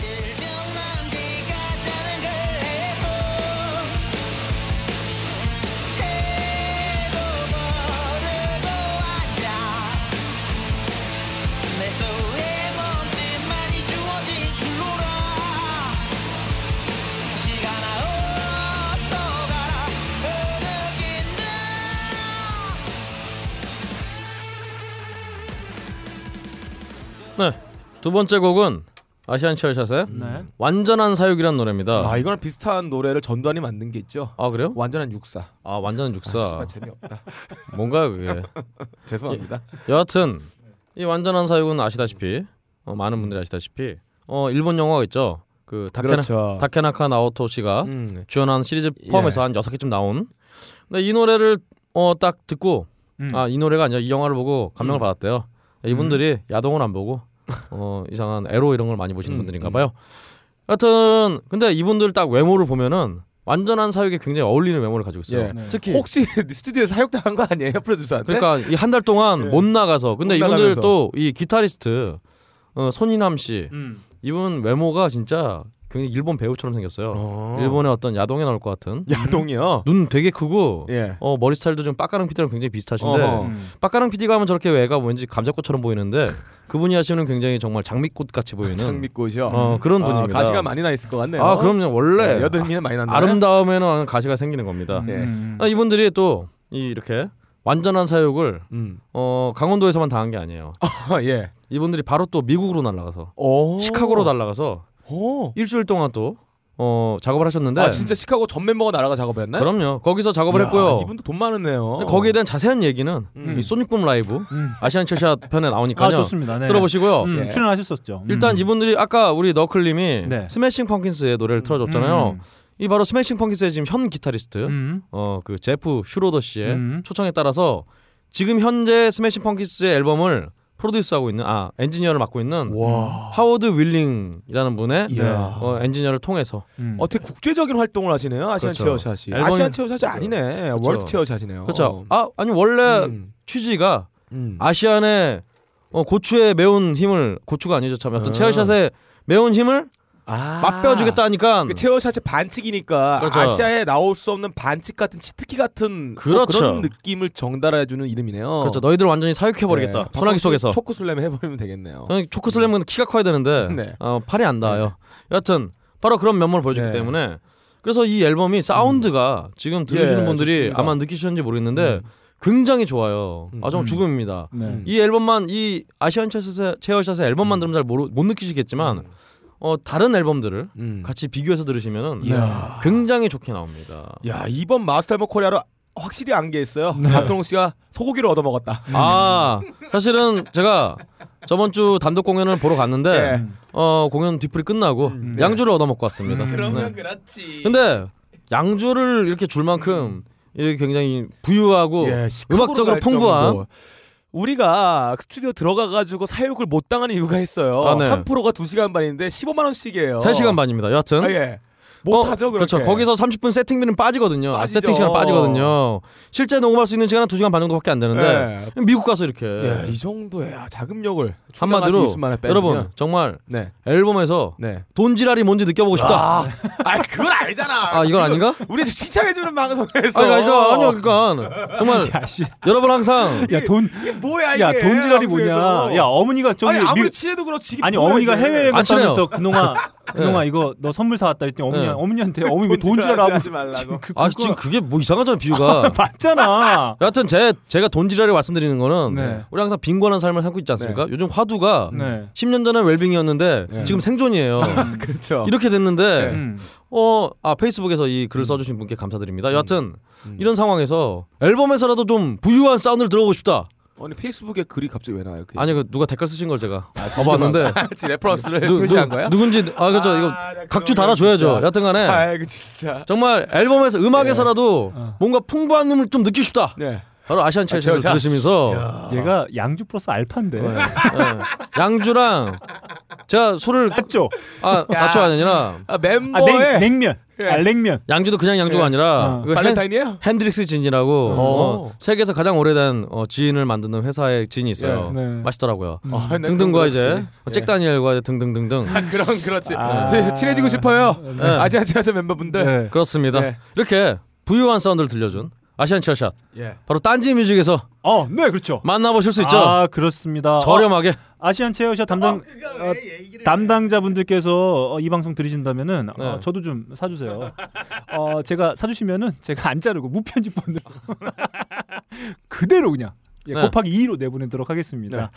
Speaker 6: 일명만 네가 자는 걸 해도 해도 모르고 앉아 내 손에 먼지만이 주워진 줄로라 시간아 어서 가라 어느 길나
Speaker 2: 네. 두 번째 곡은 아시안 셜샷의
Speaker 1: 네.
Speaker 2: 완전한 사육이란 노래입니다.
Speaker 3: 아 이거랑 비슷한 노래를 전두환이 만든 게 있죠.
Speaker 2: 아 그래요?
Speaker 3: 완전한 육사.
Speaker 2: 아 완전한
Speaker 3: 아,
Speaker 2: 육사.
Speaker 3: 씨발, 재미없다.
Speaker 2: 뭔가요 그게? 예.
Speaker 3: 죄송합니다.
Speaker 2: 여하튼 이 완전한 사육은 아시다시피 어,
Speaker 3: 음.
Speaker 2: 많은 분들이 아시다시피 어 일본 영화가 있죠. 그 다케나
Speaker 3: 그렇죠.
Speaker 2: 다케나카 나오토 씨가
Speaker 3: 음. 예.
Speaker 2: 주연한 시리즈 포함해서 한 여섯 개쯤 나온. 근데 이 노래를 어 딱 듣고
Speaker 1: 음.
Speaker 2: 아 이 노래가 아니라 이 영화를 보고 감명을
Speaker 3: 음.
Speaker 2: 받았대요. 예, 이분들이 야동을 안 보고 어 이상한 에로 이런 걸 많이 보시는
Speaker 3: 음,
Speaker 2: 분들인가 봐요. 하여튼 근데 이분들 딱 외모를 보면은 완전한 사육에 굉장히 어울리는 외모를 가지고 있어요.
Speaker 3: 예.
Speaker 1: 네.
Speaker 3: 특히 혹시 스튜디오에서 사육당한 거 아니에요 프로듀서한테?
Speaker 2: 그러니까 이 한 달 동안
Speaker 3: 예.
Speaker 2: 못 나가서 근데
Speaker 3: 못
Speaker 2: 이분들
Speaker 3: 나가면서.
Speaker 2: 또 이 기타리스트 어, 손인함 씨
Speaker 1: 음.
Speaker 2: 이분 외모가 진짜 굉장히 일본 배우처럼 생겼어요.
Speaker 3: 어.
Speaker 2: 일본의 어떤 야동에 나올 것 같은
Speaker 3: 야동이요.
Speaker 2: 눈 되게 크고
Speaker 3: 예.
Speaker 2: 어, 머리 스타일도 좀 빠까랑 피디랑 굉장히 비슷하신데
Speaker 3: 어허.
Speaker 1: 음.
Speaker 2: 빡가랑 PD가 하면 저렇게 외가 왠지 감자꽃처럼 보이는데 그분이 하시는 굉장히 정말 장미꽃 같이 보이는
Speaker 3: 장미꽃이요.
Speaker 2: 어, 그런
Speaker 3: 아,
Speaker 2: 분입니다.
Speaker 3: 가시가 많이 나 있을 것 같네요.
Speaker 2: 아 그럼요 원래
Speaker 3: 네, 여드름이는 많이 난다.
Speaker 2: 아, 름다움에는 가시가 생기는 겁니다.
Speaker 1: 음.
Speaker 3: 예.
Speaker 1: 음.
Speaker 2: 아, 이분들이 또 이, 이렇게 완전한 사육을
Speaker 3: 음.
Speaker 2: 어, 강원도에서만 당한 게 아니에요.
Speaker 3: 예.
Speaker 2: 이분들이 바로 또 미국으로 날아가서
Speaker 3: 오.
Speaker 2: 어, 시카고로 날아가서
Speaker 3: 오.
Speaker 2: 일주일 동안 또 어, 작업을 하셨는데
Speaker 3: 아 진짜 시카고 전 멤버가 날아가
Speaker 1: 네?
Speaker 3: 작업을 했나요?
Speaker 2: 그럼요 거기서 작업을
Speaker 3: 이야,
Speaker 2: 했고요.
Speaker 3: 이분도 돈 많으네요.
Speaker 1: 어.
Speaker 2: 거기에 대한 자세한 얘기는
Speaker 3: 음.
Speaker 2: 이 소닉붐 라이브
Speaker 1: 음.
Speaker 2: 아시안 첼샷 편에
Speaker 1: 아
Speaker 2: 나오니까요.
Speaker 1: 좋습니다. 네.
Speaker 2: 들어보시고요.
Speaker 1: 음,
Speaker 3: 예.
Speaker 1: 출연하셨었죠. 음.
Speaker 2: 일단 이분들이 아까 우리 너클님이
Speaker 1: 네.
Speaker 2: 스매싱 펑킨스의 노래를 틀어줬잖아요. 이 바로 스매싱 펑킨스의 지금 현 기타리스트
Speaker 1: 음. 음.
Speaker 2: 어 그 제프 슈로더 씨의
Speaker 1: 음.
Speaker 2: 초청에 따라서 지금 현재 스매싱 펑킨스의 앨범을 프로듀스하고 있는 아 엔지니어를 맡고 있는
Speaker 3: 와.
Speaker 2: 하워드 윌링이라는 분의
Speaker 1: 예.
Speaker 2: 어, 엔지니어를 통해서
Speaker 1: 음.
Speaker 3: 어떻게 국제적인 활동을 하시네요. 아시안
Speaker 2: 그렇죠.
Speaker 3: 체어샷이.
Speaker 2: 앨범이-
Speaker 3: 아시안 체어샷이 아니네. 월드 체어샷이네요.
Speaker 2: 그렇죠. 아 아니 원래
Speaker 3: 음.
Speaker 2: 취지가
Speaker 3: 음.
Speaker 2: 아시안의 어, 고추의 매운 힘을 고추가 아니죠 참 어떤
Speaker 3: 음.
Speaker 2: 체어샷의 매운 힘을
Speaker 3: 아.
Speaker 2: 맛배워주겠다 하니까
Speaker 3: 그 체어샷이 반칙이니까
Speaker 2: 그렇죠.
Speaker 3: 아시아에 나올 수 없는 반칙 같은 치트키 같은
Speaker 2: 그렇죠.
Speaker 3: 런 느낌을 정달해주는 이름이네요.
Speaker 2: 그렇죠 너희들 을 완전히 사육해버리겠다
Speaker 3: 네.
Speaker 2: 소나기 속에서
Speaker 3: 초코 슬램 해버리면 되겠네요.
Speaker 2: 저는 초크슬램은 키가 커야 되는데
Speaker 3: 네.
Speaker 2: 어, 팔이 안 닿아요. 여하튼 바로 그런 면모를 보여주기
Speaker 3: 네.
Speaker 2: 때문에 그래서 이 앨범이 사운드가 지금 들으시는
Speaker 3: 예,
Speaker 2: 분들이
Speaker 3: 좋습니다.
Speaker 2: 아마 느끼셨는지 모르겠는데 굉장히 좋아요.
Speaker 3: 음.
Speaker 2: 아 정말
Speaker 1: 음.
Speaker 2: 죽음입니다.
Speaker 1: 네.
Speaker 2: 이 앨범만 이 아시안 체어샷의, 체어샷의
Speaker 3: 음.
Speaker 2: 앨범만 들으면 잘 못 느끼시겠지만 어, 다른 앨범들을
Speaker 3: 음.
Speaker 2: 같이 비교해서 들으시면은
Speaker 3: 이야.
Speaker 2: 굉장히 좋게 나옵니다.
Speaker 3: 야 이번 마스터 앨범 코리아로 확실히 안개했어요.
Speaker 2: 네.
Speaker 3: 박동욱 씨가 소고기를 얻어 먹었다.
Speaker 2: 아 사실은 제가 저번 주 단독 공연을 보러 갔는데
Speaker 3: 예.
Speaker 2: 어 공연 뒤풀이 끝나고
Speaker 3: 네. 음.
Speaker 2: 양주를 얻어먹고 왔습니다. 네.
Speaker 6: 그렇지
Speaker 2: 근데 양주를 이렇게 줄 만큼 이렇게 굉장히 부유하고
Speaker 3: 음. 예, 시카고로
Speaker 2: 뭐 음악적으로
Speaker 3: 갈
Speaker 2: 풍부한
Speaker 3: 정도. 우리가 스튜디오 들어가가지고 사육을 못 당하는 이유가 있어요.
Speaker 2: 아, 네.
Speaker 3: 한 프로가 2시간 반인데 15만 원씩이에요.
Speaker 2: 3시간 반입니다. 여하튼
Speaker 3: 아, 예. 못
Speaker 2: 어,
Speaker 3: 하죠, 그렇게.
Speaker 2: 그렇죠. 거기서 30분 세팅비는 빠지거든요. 아,
Speaker 3: 빠지죠.
Speaker 2: 세팅 시간 빠지거든요. 실제 녹음할 수 있는 시간은 2시간 반 정도밖에 안 되는데 미국 가서 이렇게
Speaker 3: 예, 이 정도의 아, 자금력을
Speaker 2: 네. 한마디로 여러분
Speaker 3: 여러분.
Speaker 2: 정말
Speaker 3: 네.
Speaker 2: 앨범에서
Speaker 3: 네.
Speaker 2: 돈지랄이 뭔지 느껴보고 싶다.
Speaker 3: 아, 아, 그걸 알잖아.
Speaker 2: 아 이건 아닌가?
Speaker 3: 우리 칭찬해 주는 방송에서.
Speaker 2: 아 이거 아니야. 아니야. 그러니까 정말
Speaker 1: 야 씨.
Speaker 2: 여러분 항상
Speaker 1: 야 돈.
Speaker 3: 이게 뭐야 이게?
Speaker 1: 야 돈지랄이 뭐냐.
Speaker 3: 방송에서.
Speaker 1: 야 어머니가 저기
Speaker 3: 아니 아무리
Speaker 1: 미-
Speaker 3: 친해도 그렇지. 이게
Speaker 1: 아니
Speaker 3: 뭐야,
Speaker 1: 어머니가
Speaker 3: 이게.
Speaker 1: 해외여행
Speaker 2: 안 친해요.
Speaker 1: 갔다면서 그놈아 그놈아 이거 너 선물 사왔다 그랬더니 어머니
Speaker 2: 네.
Speaker 1: 어머니한테 어머니 왜돈
Speaker 3: 돈지랄
Speaker 1: 주라고 하고
Speaker 3: 하지 말라고.
Speaker 1: 지금 그-
Speaker 2: 아
Speaker 1: 그거-
Speaker 2: 지금 그게 뭐 이상하잖아 비유가.
Speaker 1: 맞잖아.
Speaker 2: 여하튼 제 제가 돈지랄을 말씀드리는 거는
Speaker 1: 네.
Speaker 2: 우리 항상 빈곤한 삶을 살고 있지 않습니까? 요즘 화두가
Speaker 1: 네.
Speaker 2: 10년 전에 웰빙이었는데
Speaker 3: 네.
Speaker 2: 지금 생존이에요.
Speaker 3: 그렇죠.
Speaker 2: 이렇게 됐는데
Speaker 3: 네.
Speaker 1: 음.
Speaker 2: 어, 아 페이스북에서 이
Speaker 3: 음.
Speaker 2: 글을 써주신 분께 감사드립니다. 여하튼 이런 상황에서 앨범에서라도 좀 부유한 사운드를 들어보고 싶다.
Speaker 3: 아니 페이스북에 글이 갑자기 왜 나와요? 그게?
Speaker 2: 아니 그 누가 댓글 쓰신 걸 제가 봐봤는데
Speaker 3: 예. 아, 같이 레퍼런스를
Speaker 2: 누,
Speaker 3: 표시한 거야?
Speaker 2: 군지아 그죠 이거
Speaker 3: 아, 나
Speaker 2: 각주
Speaker 3: 그런
Speaker 2: 달아줘야죠.
Speaker 3: 거 진짜.
Speaker 2: 여하튼간에
Speaker 3: 아, 이거 진짜.
Speaker 2: 정말 앨범에서 음악에서라도 뭔가 풍부한 음을 좀 느끼고 싶다.
Speaker 3: 어. 네.
Speaker 2: 바로 아시안 챌린지를
Speaker 3: 제가-
Speaker 2: 들으시면서
Speaker 1: 얘가 양주 플러스 알파인데
Speaker 2: 예, 양주랑 제가 술을
Speaker 1: 맞죠?
Speaker 2: 아 맞춰 아니라
Speaker 3: 아,
Speaker 1: 아, 냉,
Speaker 3: 멤버의
Speaker 1: 냉면 아,
Speaker 3: 예.
Speaker 1: 알냉면
Speaker 2: 양주도 그냥 양주가
Speaker 3: 예.
Speaker 2: 아니라
Speaker 1: 어.
Speaker 2: 이거 헨-
Speaker 3: 발렌타인이에요?
Speaker 2: 핸드릭스 진이라고
Speaker 3: 오.
Speaker 2: 어, 세계에서 가장 오래된 어, 진을 만드는 회사의 진이 있어요.
Speaker 1: 예, 네.
Speaker 2: 맛있더라고요.
Speaker 3: 아, 네,
Speaker 2: 등등과
Speaker 3: 그럼
Speaker 2: 이제 뭐
Speaker 3: 그렇지. 예,
Speaker 2: 잭 다니엘과 이제 등등등등
Speaker 3: 그런 그렇지.
Speaker 1: 아.
Speaker 3: 제- 친해지고 싶어요.
Speaker 2: 네.
Speaker 3: 아시아 제자 멤버분들.
Speaker 1: 예.
Speaker 2: 그렇습니다.
Speaker 3: 네.
Speaker 2: 이렇게 부유한 사운드를 들려준 아시안 철샷
Speaker 3: 예.
Speaker 2: 바로 딴지 뮤직에서
Speaker 1: 어, 네 그렇죠.
Speaker 2: 만나보실 수 있죠.
Speaker 1: 아 그렇습니다. 어,
Speaker 2: 저렴하게
Speaker 1: 아시안 체어샷 담당 어, 담당자분들께서 어, 이 방송 들으신다면은
Speaker 2: 네.
Speaker 1: 어, 저도 좀 사주세요. 어, 제가 사주시면은 제가 안 자르고 무편집 번들 그대로 그냥 예,
Speaker 2: 네.
Speaker 1: 곱하기 2로 내보내도록 하겠습니다.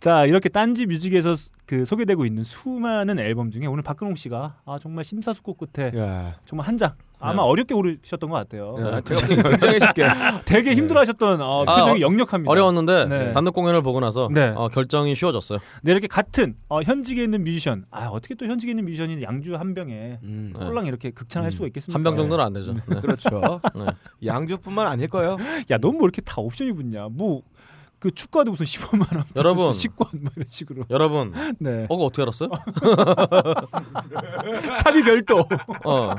Speaker 1: 자 이렇게 딴지 뮤직에서 그 소개되고 있는 수많은 앨범 중에 오늘 박근홍 씨가 아, 정말 심사숙고 끝에
Speaker 3: 야.
Speaker 1: 정말 한 장 아마
Speaker 2: 예. 네.
Speaker 1: 어렵게 고르셨던 것 같아요.
Speaker 3: 야, 제가 굉장히 쉽게.
Speaker 1: 되게 힘들어하셨던 어,
Speaker 2: 아,
Speaker 1: 표정이
Speaker 2: 어-
Speaker 1: 역력합니다.
Speaker 2: 어려웠는데
Speaker 1: 네.
Speaker 2: 단독 공연을 보고 나서
Speaker 1: 네.
Speaker 2: 어, 결정이 쉬워졌어요.
Speaker 1: 네, 이렇게 같은 어, 현직에 있는 뮤지션. 아 어떻게 또 현직에 있는 뮤지션인 양주 한 병에
Speaker 2: 네.
Speaker 1: 꼴랑 이렇게 극찬할 수가 있겠습니까?
Speaker 2: 한 병 정도는 안 되죠. 네.
Speaker 3: 그렇죠.
Speaker 2: 네.
Speaker 3: 양주뿐만 아닐 거예요.
Speaker 1: 야, 넌뭐 이렇게 다 옵션이 붙냐? 뭐 그 축구하도 무슨 15만 원,
Speaker 2: 여러분.
Speaker 1: 19만 뭐 이런 식으로.
Speaker 2: 여러분,
Speaker 1: 네,
Speaker 2: 어, 그 어떻게 알았어요?
Speaker 1: 차비 별도.
Speaker 2: 어,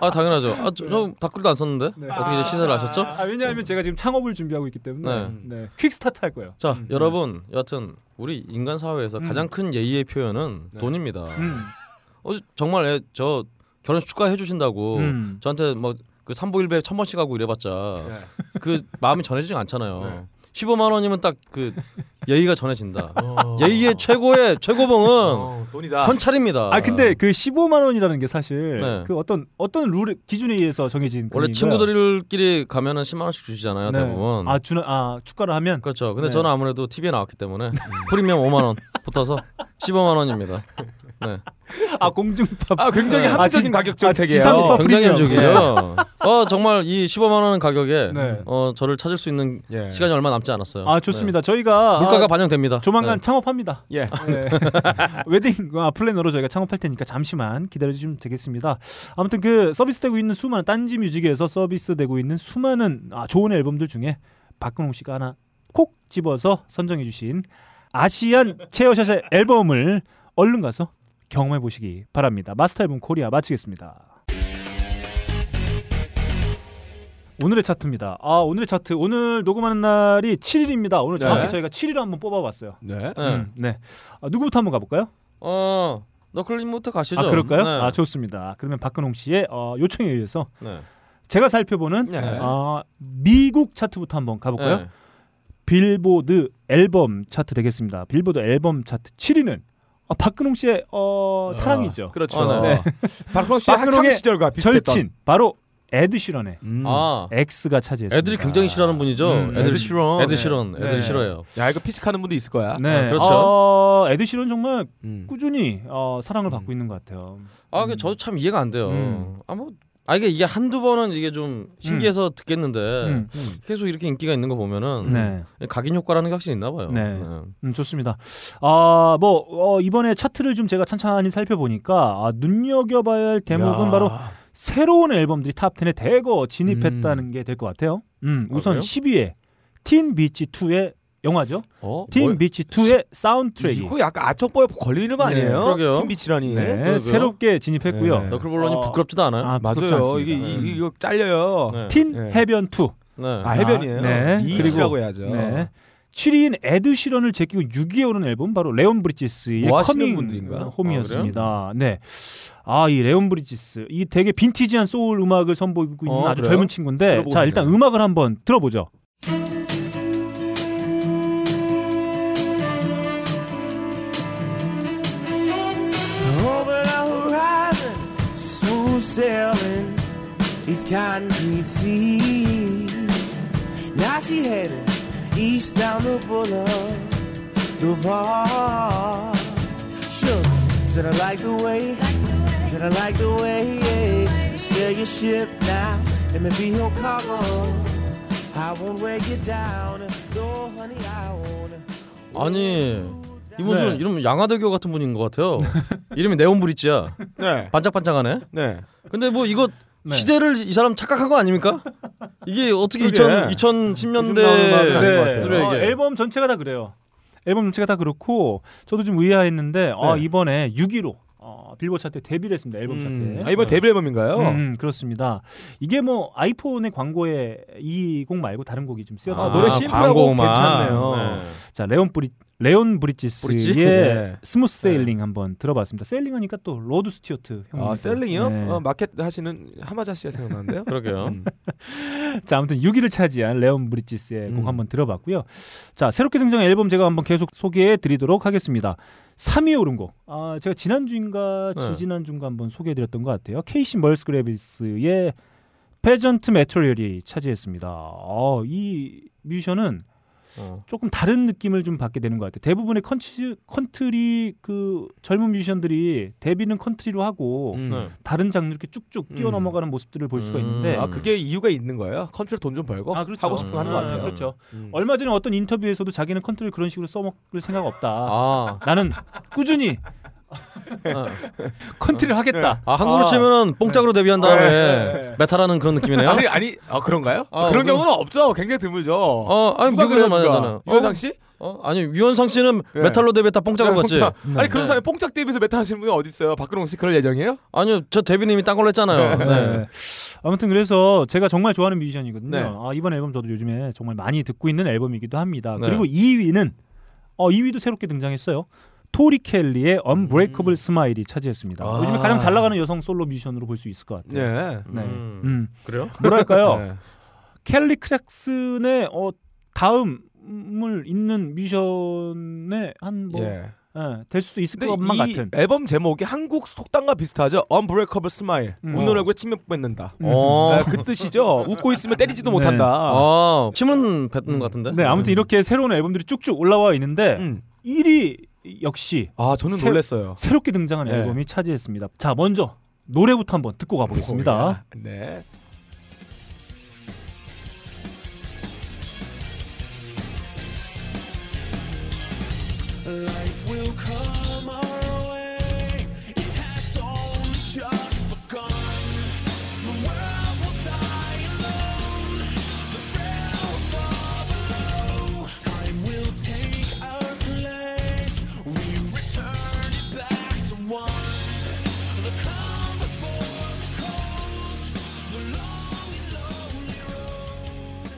Speaker 2: 아 당연하죠. 아, 저, 저 댓글도 안 썼는데 어떻게 이제 시세를 아셨죠?
Speaker 1: 아, 왜냐하면 제가 지금 창업을 준비하고 있기 때문에
Speaker 2: 네.
Speaker 1: 네. 퀵스타트 할 거예요.
Speaker 2: 자, 여러분, 여하튼 우리 인간 사회에서 가장 큰 예의의 표현은 돈입니다.
Speaker 1: 음.
Speaker 2: 어, 정말 애- 저 결혼식 축하해 주신다고
Speaker 1: 음.
Speaker 2: 저한테 뭐그 삼보일배 천 번씩 하고 이래봤자
Speaker 1: 네.
Speaker 2: 그 마음이 전해지지 않잖아요. 15만 원이면 딱 그 예의가 전해진다.
Speaker 1: 어.
Speaker 2: 예의의 최고의 최고봉은
Speaker 3: 어, 돈이다.
Speaker 2: 헌찰입니다.
Speaker 1: 아 근데 그 15만 원이라는 게 사실
Speaker 2: 네.
Speaker 1: 그 어떤 어떤 룰 기준에 의해서 정해진
Speaker 2: 원래
Speaker 1: 금액인가요?
Speaker 2: 친구들끼리 가면은 10만 원씩 주시잖아요,
Speaker 1: 그러니까. 네.
Speaker 2: 대부분.
Speaker 1: 아 주는 아 축가를 하면
Speaker 2: 그렇죠. 근데
Speaker 1: 네.
Speaker 2: 저는 아무래도 TV에 나왔기 때문에 프리미엄 5만 원 붙어서 15만 원입니다. 네.
Speaker 1: 아 공중파
Speaker 3: 아, 굉장히
Speaker 1: 네.
Speaker 3: 합리적인
Speaker 1: 아, 지-
Speaker 3: 가격
Speaker 1: 아,
Speaker 3: 정책이에요.
Speaker 1: 지상파
Speaker 2: 어,
Speaker 1: 어,
Speaker 2: 굉장히
Speaker 1: 프리미엄.
Speaker 2: 효적이죠. 어 정말 이 15만 원 가격에
Speaker 1: 네.
Speaker 2: 어 저를 찾을 수 있는
Speaker 3: 예.
Speaker 2: 시간이 얼마 남지 않았어요.
Speaker 1: 아 좋습니다. 저희가
Speaker 2: 네. 물가가
Speaker 1: 아,
Speaker 2: 반영됩니다.
Speaker 1: 조만간
Speaker 2: 네.
Speaker 1: 창업합니다.
Speaker 3: 예.
Speaker 1: 네. 웨딩 아, 플래너로 저희가 창업할 테니까 잠시만 기다려주시면 되겠습니다. 아무튼 그 서비스되고 있는 수많은 딴지 뮤직에서 서비스되고 있는 수많은 아, 좋은 앨범들 중에 박근홍 씨가 하나 콕 집어서 선정해주신 아시안 체어샷의 앨범을 얼른 가서 경험해 보시기 바랍니다. 마스터 앨범 코리아 마치겠습니다. 오늘의 차트입니다. 아 오늘의 차트 오늘 녹음하는 날이 7일입니다. 오늘 정확히
Speaker 3: 네.
Speaker 1: 저희가 7일을 한번 뽑아봤어요.
Speaker 3: 네.
Speaker 2: 네.
Speaker 1: 음, 네. 아, 누구부터 한번 가볼까요?
Speaker 2: 어 너클림부터 가시죠.
Speaker 1: 아 그럴까요?
Speaker 2: 네.
Speaker 1: 아 좋습니다. 그러면 박근홍 씨의 어, 요청에 의해서
Speaker 2: 네.
Speaker 1: 제가 살펴보는
Speaker 3: 네.
Speaker 1: 어, 미국 차트부터 한번 가볼까요?
Speaker 2: 네.
Speaker 1: 빌보드 앨범 차트 되겠습니다. 빌보드 앨범 차트 7위는 아, 박근홍 씨의 어,
Speaker 2: 아,
Speaker 1: 사랑이죠.
Speaker 3: 그렇죠.
Speaker 2: 어,
Speaker 3: 네.
Speaker 2: 네.
Speaker 3: 박근홍 씨의 학창
Speaker 1: 박근홍의
Speaker 3: 시절과 비슷했던
Speaker 1: 절친 바로 에드 시런의
Speaker 3: 음.
Speaker 2: 아
Speaker 1: X가 차지했습니다.
Speaker 2: 애들이 굉장히 싫어하는 분이죠.
Speaker 1: 음,
Speaker 2: 애들
Speaker 3: 에드 시런.
Speaker 2: 애들 싫어. 애들이
Speaker 1: 네.
Speaker 2: 싫어해요.
Speaker 3: 야, 이거 피식하는 분도 있을 거야.
Speaker 1: 네,
Speaker 2: 아, 그렇죠.
Speaker 1: 어, 에드 시런 정말
Speaker 3: 음.
Speaker 1: 꾸준히 어,
Speaker 2: 음.
Speaker 1: 사랑을 받고 있는 것 같아요.
Speaker 2: 아, 그게 저도 참 이해가 안 돼요.
Speaker 1: 음.
Speaker 2: 아무 아 이게 이게 한두 번은 이게 좀 신기해서 듣겠는데
Speaker 1: 음,
Speaker 2: 계속 이렇게 인기가 있는 거 보면은
Speaker 1: 네.
Speaker 2: 각인 효과라는 게 확실히 있나 봐요.
Speaker 1: 네. 음, 좋습니다. 아, 뭐 어, 이번에 차트를 좀 제가 찬찬히 살펴보니까 아, 눈여겨봐야 할 대목은
Speaker 3: 야.
Speaker 1: 바로 새로운 앨범들이 탑 10에 대거 진입했다는 게 될 것 같아요. 음,
Speaker 2: 아,
Speaker 1: 우선
Speaker 2: 그래요?
Speaker 1: 10위에 틴 비치 2의 영화죠.
Speaker 3: 어?
Speaker 2: 뭐요?
Speaker 1: 틴 비치 2의 사운드트랙이
Speaker 3: 이거 약간 아청뽀에 걸리는 거
Speaker 2: 네,
Speaker 3: 아니에요?
Speaker 2: 그러게요.
Speaker 3: 팀비치라니.
Speaker 1: 네,
Speaker 2: 그러고요.
Speaker 1: 새롭게 진입했고요.
Speaker 3: 네.
Speaker 2: 너클볼러님
Speaker 1: 어.
Speaker 2: 부끄럽지도 않아요.
Speaker 1: 아, 부끄럽지
Speaker 3: 맞아요.
Speaker 1: 않습니다.
Speaker 3: 이게
Speaker 2: 음.
Speaker 3: 이, 이거 잘려요.
Speaker 2: 네.
Speaker 1: 틴
Speaker 3: 네.
Speaker 1: 해변 2.
Speaker 2: 네.
Speaker 3: 아, 해변이에요.
Speaker 1: 아, 네.
Speaker 3: 이치라고
Speaker 1: 그리고-
Speaker 3: 해야죠.
Speaker 1: 네. 7위인 에드 시런을 제끼고 6위에 오른 앨범 바로 레온 브리지스의
Speaker 3: 뭐 하시는
Speaker 1: 커밍
Speaker 3: 분들인가?
Speaker 1: 홈이었습니다. 네. 아, 이 레온 브리지스. 이 되게 빈티지한 소울 음악을 선보이고 있는
Speaker 2: 어,
Speaker 1: 아주
Speaker 2: 그래요?
Speaker 1: 젊은 친구인데
Speaker 3: 들어보고
Speaker 1: 자, 일단
Speaker 3: 싶네요.
Speaker 1: 음악을 한번 들어보죠.
Speaker 7: Over the horizon, she's smooth sailing these concrete seas. Now she headed east down the boulevard, Duval. Shook, said I like the way, said I like the way. Yeah. You sail your ship now, let me be your cargo. I won't weigh you down, no honey, I
Speaker 6: 아,
Speaker 7: won't.
Speaker 2: 아니 이분은
Speaker 1: 네.
Speaker 2: 이름 양화대교 같은 분인 것 같아요. 이름이 네온 브릿지야.
Speaker 3: 네.
Speaker 2: 반짝반짝하네.
Speaker 3: 네.
Speaker 2: 근데 뭐 이거
Speaker 1: 네.
Speaker 2: 시대를 이 사람 착각한 거 아닙니까? 이게 어떻게
Speaker 3: 그러게.
Speaker 2: 2000,
Speaker 3: 요즘 나오는 음악은 아닌 것
Speaker 2: 2010년대
Speaker 3: 같아요.
Speaker 2: 노래
Speaker 1: 어,
Speaker 2: 이게.
Speaker 1: 앨범 전체가 다 그래요. 앨범 전체가 다 그렇고 저도 좀 의아했는데 어,
Speaker 3: 네.
Speaker 1: 이번에 6위로 어, 빌보드 차트에 데뷔를 했습니다. 앨범 차트에.
Speaker 3: 아 이번 데뷔 앨범인가요?
Speaker 1: 음, 그렇습니다. 이게 뭐 아이폰의 광고에 이 곡 말고 다른 곡이 좀 쓰여.
Speaker 3: 아,
Speaker 1: 아,
Speaker 3: 노래 심플하고
Speaker 2: 광고음악.
Speaker 3: 괜찮네요.
Speaker 2: 네.
Speaker 1: 자 레온 브리 레온 브리지스의
Speaker 3: 브릿지? 네.
Speaker 1: 스무스 세일링 한번 들어봤습니다. 세일링하니까 또 로드 스튜어트 형님.
Speaker 3: 아 셀링이요?
Speaker 1: 네.
Speaker 3: 어, 마켓 하시는 하마자 씨가 생각나는데요.
Speaker 2: 그러게요.
Speaker 1: 자 아무튼 6위를 차지한 레온 브리지스의
Speaker 3: 음.
Speaker 1: 곡 한번 들어봤고요. 자 새롭게 등장한 앨범 제가 한번 계속 소개해드리도록 하겠습니다. 3위에 오른 곡. 아 제가 지난 주인가
Speaker 2: 네.
Speaker 1: 지지난 주인가 한번 소개해드렸던 것 같아요. 케이시 멀스그레비스의 페전트 메테리얼이 차지했습니다. 어, 이 뮤지션은
Speaker 2: 어.
Speaker 1: 조금 다른 느낌을 좀 받게 되는 것 같아요. 대부분의 컨트, 컨트리 그 젊은 뮤지션들이 데뷔는 컨트리로 하고
Speaker 3: 음.
Speaker 2: 네.
Speaker 1: 다른 장르 이렇게 쭉쭉
Speaker 3: 음.
Speaker 1: 뛰어넘어가는 모습들을 볼 수가
Speaker 2: 음.
Speaker 1: 있는데
Speaker 3: 아 그게 이유가 있는 거예요? 컨트롤 돈 좀 벌고
Speaker 1: 네. 아, 그렇죠.
Speaker 3: 하고 싶은 거 하는 것
Speaker 1: 아,
Speaker 3: 같아요.
Speaker 1: 그렇죠.
Speaker 3: 음.
Speaker 1: 얼마 전에 어떤 인터뷰에서도 자기는 컨트리 그런 식으로 써먹을 생각 없다.
Speaker 2: 아,
Speaker 1: 나는 꾸준히
Speaker 2: 네.
Speaker 1: 컨트리를 하겠다.
Speaker 2: 아 한국으로
Speaker 1: 아.
Speaker 2: 치면은 뽕짝으로 데뷔한 다음에 메탈하는 그런 느낌이네요.
Speaker 3: 네. 아니 아니 아 그런가요?
Speaker 2: 아,
Speaker 3: 그런
Speaker 2: 그럼-
Speaker 1: 어,
Speaker 3: 경우는 없죠. 굉장히 드물죠.
Speaker 2: 어, 아니
Speaker 3: 누가
Speaker 2: 미국에서
Speaker 3: 그래요,
Speaker 2: 많이
Speaker 3: 누가?
Speaker 2: 하잖아요.
Speaker 3: 유현상
Speaker 2: 어,
Speaker 3: 씨?
Speaker 2: 어, 아니 유현상 씨는
Speaker 3: 네.
Speaker 2: 메탈로 데뷔했다 뽕짝으로 갔지.
Speaker 3: 뽕짝. 아니 그런
Speaker 2: 네.
Speaker 3: 사람이 뽕짝 데뷔해서 메탈 하시는 분이 어디 있어요? 박근홍 씨 그럴 예정이에요?
Speaker 2: 아니요, 저 데뷔님이 딴 걸로 했잖아요. 네.
Speaker 1: 네. 아무튼 그래서 제가 정말 좋아하는 뮤지션이거든요.
Speaker 3: 네.
Speaker 1: 아, 이번 앨범 저도 요즘에 정말 많이 듣고 있는 앨범이기도 합니다.
Speaker 2: 네.
Speaker 1: 그리고 2위는 어, 2위도 새롭게 등장했어요. 토리 켈리의
Speaker 2: 음.
Speaker 1: Unbreakable Smile이 차지했습니다.
Speaker 3: 아.
Speaker 1: 요즘에 가장 잘 나가는 여성 솔로 뮤지션으로 볼 수 있을 것 같아요.
Speaker 3: 네.
Speaker 1: 네.
Speaker 2: 음.
Speaker 1: 음.
Speaker 2: 그래요?
Speaker 1: 뭐랄까요?
Speaker 3: 네.
Speaker 1: 켈리 크랙슨의 어, 다음을 잇는 뮤지션의 한뭐될
Speaker 3: 예.
Speaker 1: 수도 있을
Speaker 3: 근데
Speaker 1: 것만
Speaker 3: 이
Speaker 1: 같은.
Speaker 3: 앨범 제목이 한국 속담과 비슷하죠. Unbreakable Smile.
Speaker 1: 음.
Speaker 3: 웃는 얼굴에 침을 뱉는다.
Speaker 2: 어.
Speaker 3: 아, 그 뜻이죠. 웃고 있으면 때리지도 못한다.
Speaker 2: 아, 침은 뱉는 것 같은데. 음.
Speaker 1: 네, 아무튼 이렇게 새로운 앨범들이 쭉쭉 올라와 있는데
Speaker 3: 음.
Speaker 1: 1위 역시
Speaker 3: 아 저는
Speaker 1: 새-
Speaker 3: 놀랐어요.
Speaker 1: 새롭게 등장한
Speaker 3: 네.
Speaker 1: 앨범이 차지했습니다. 자, 먼저 노래부터 한번 듣고 가보겠습니다.
Speaker 3: 네.
Speaker 6: Life will come our way. It has only just begun. The world will die alone. The frail will fall below. Time will take our place. We return it back to one. The calm before the cold. The long and lonely road.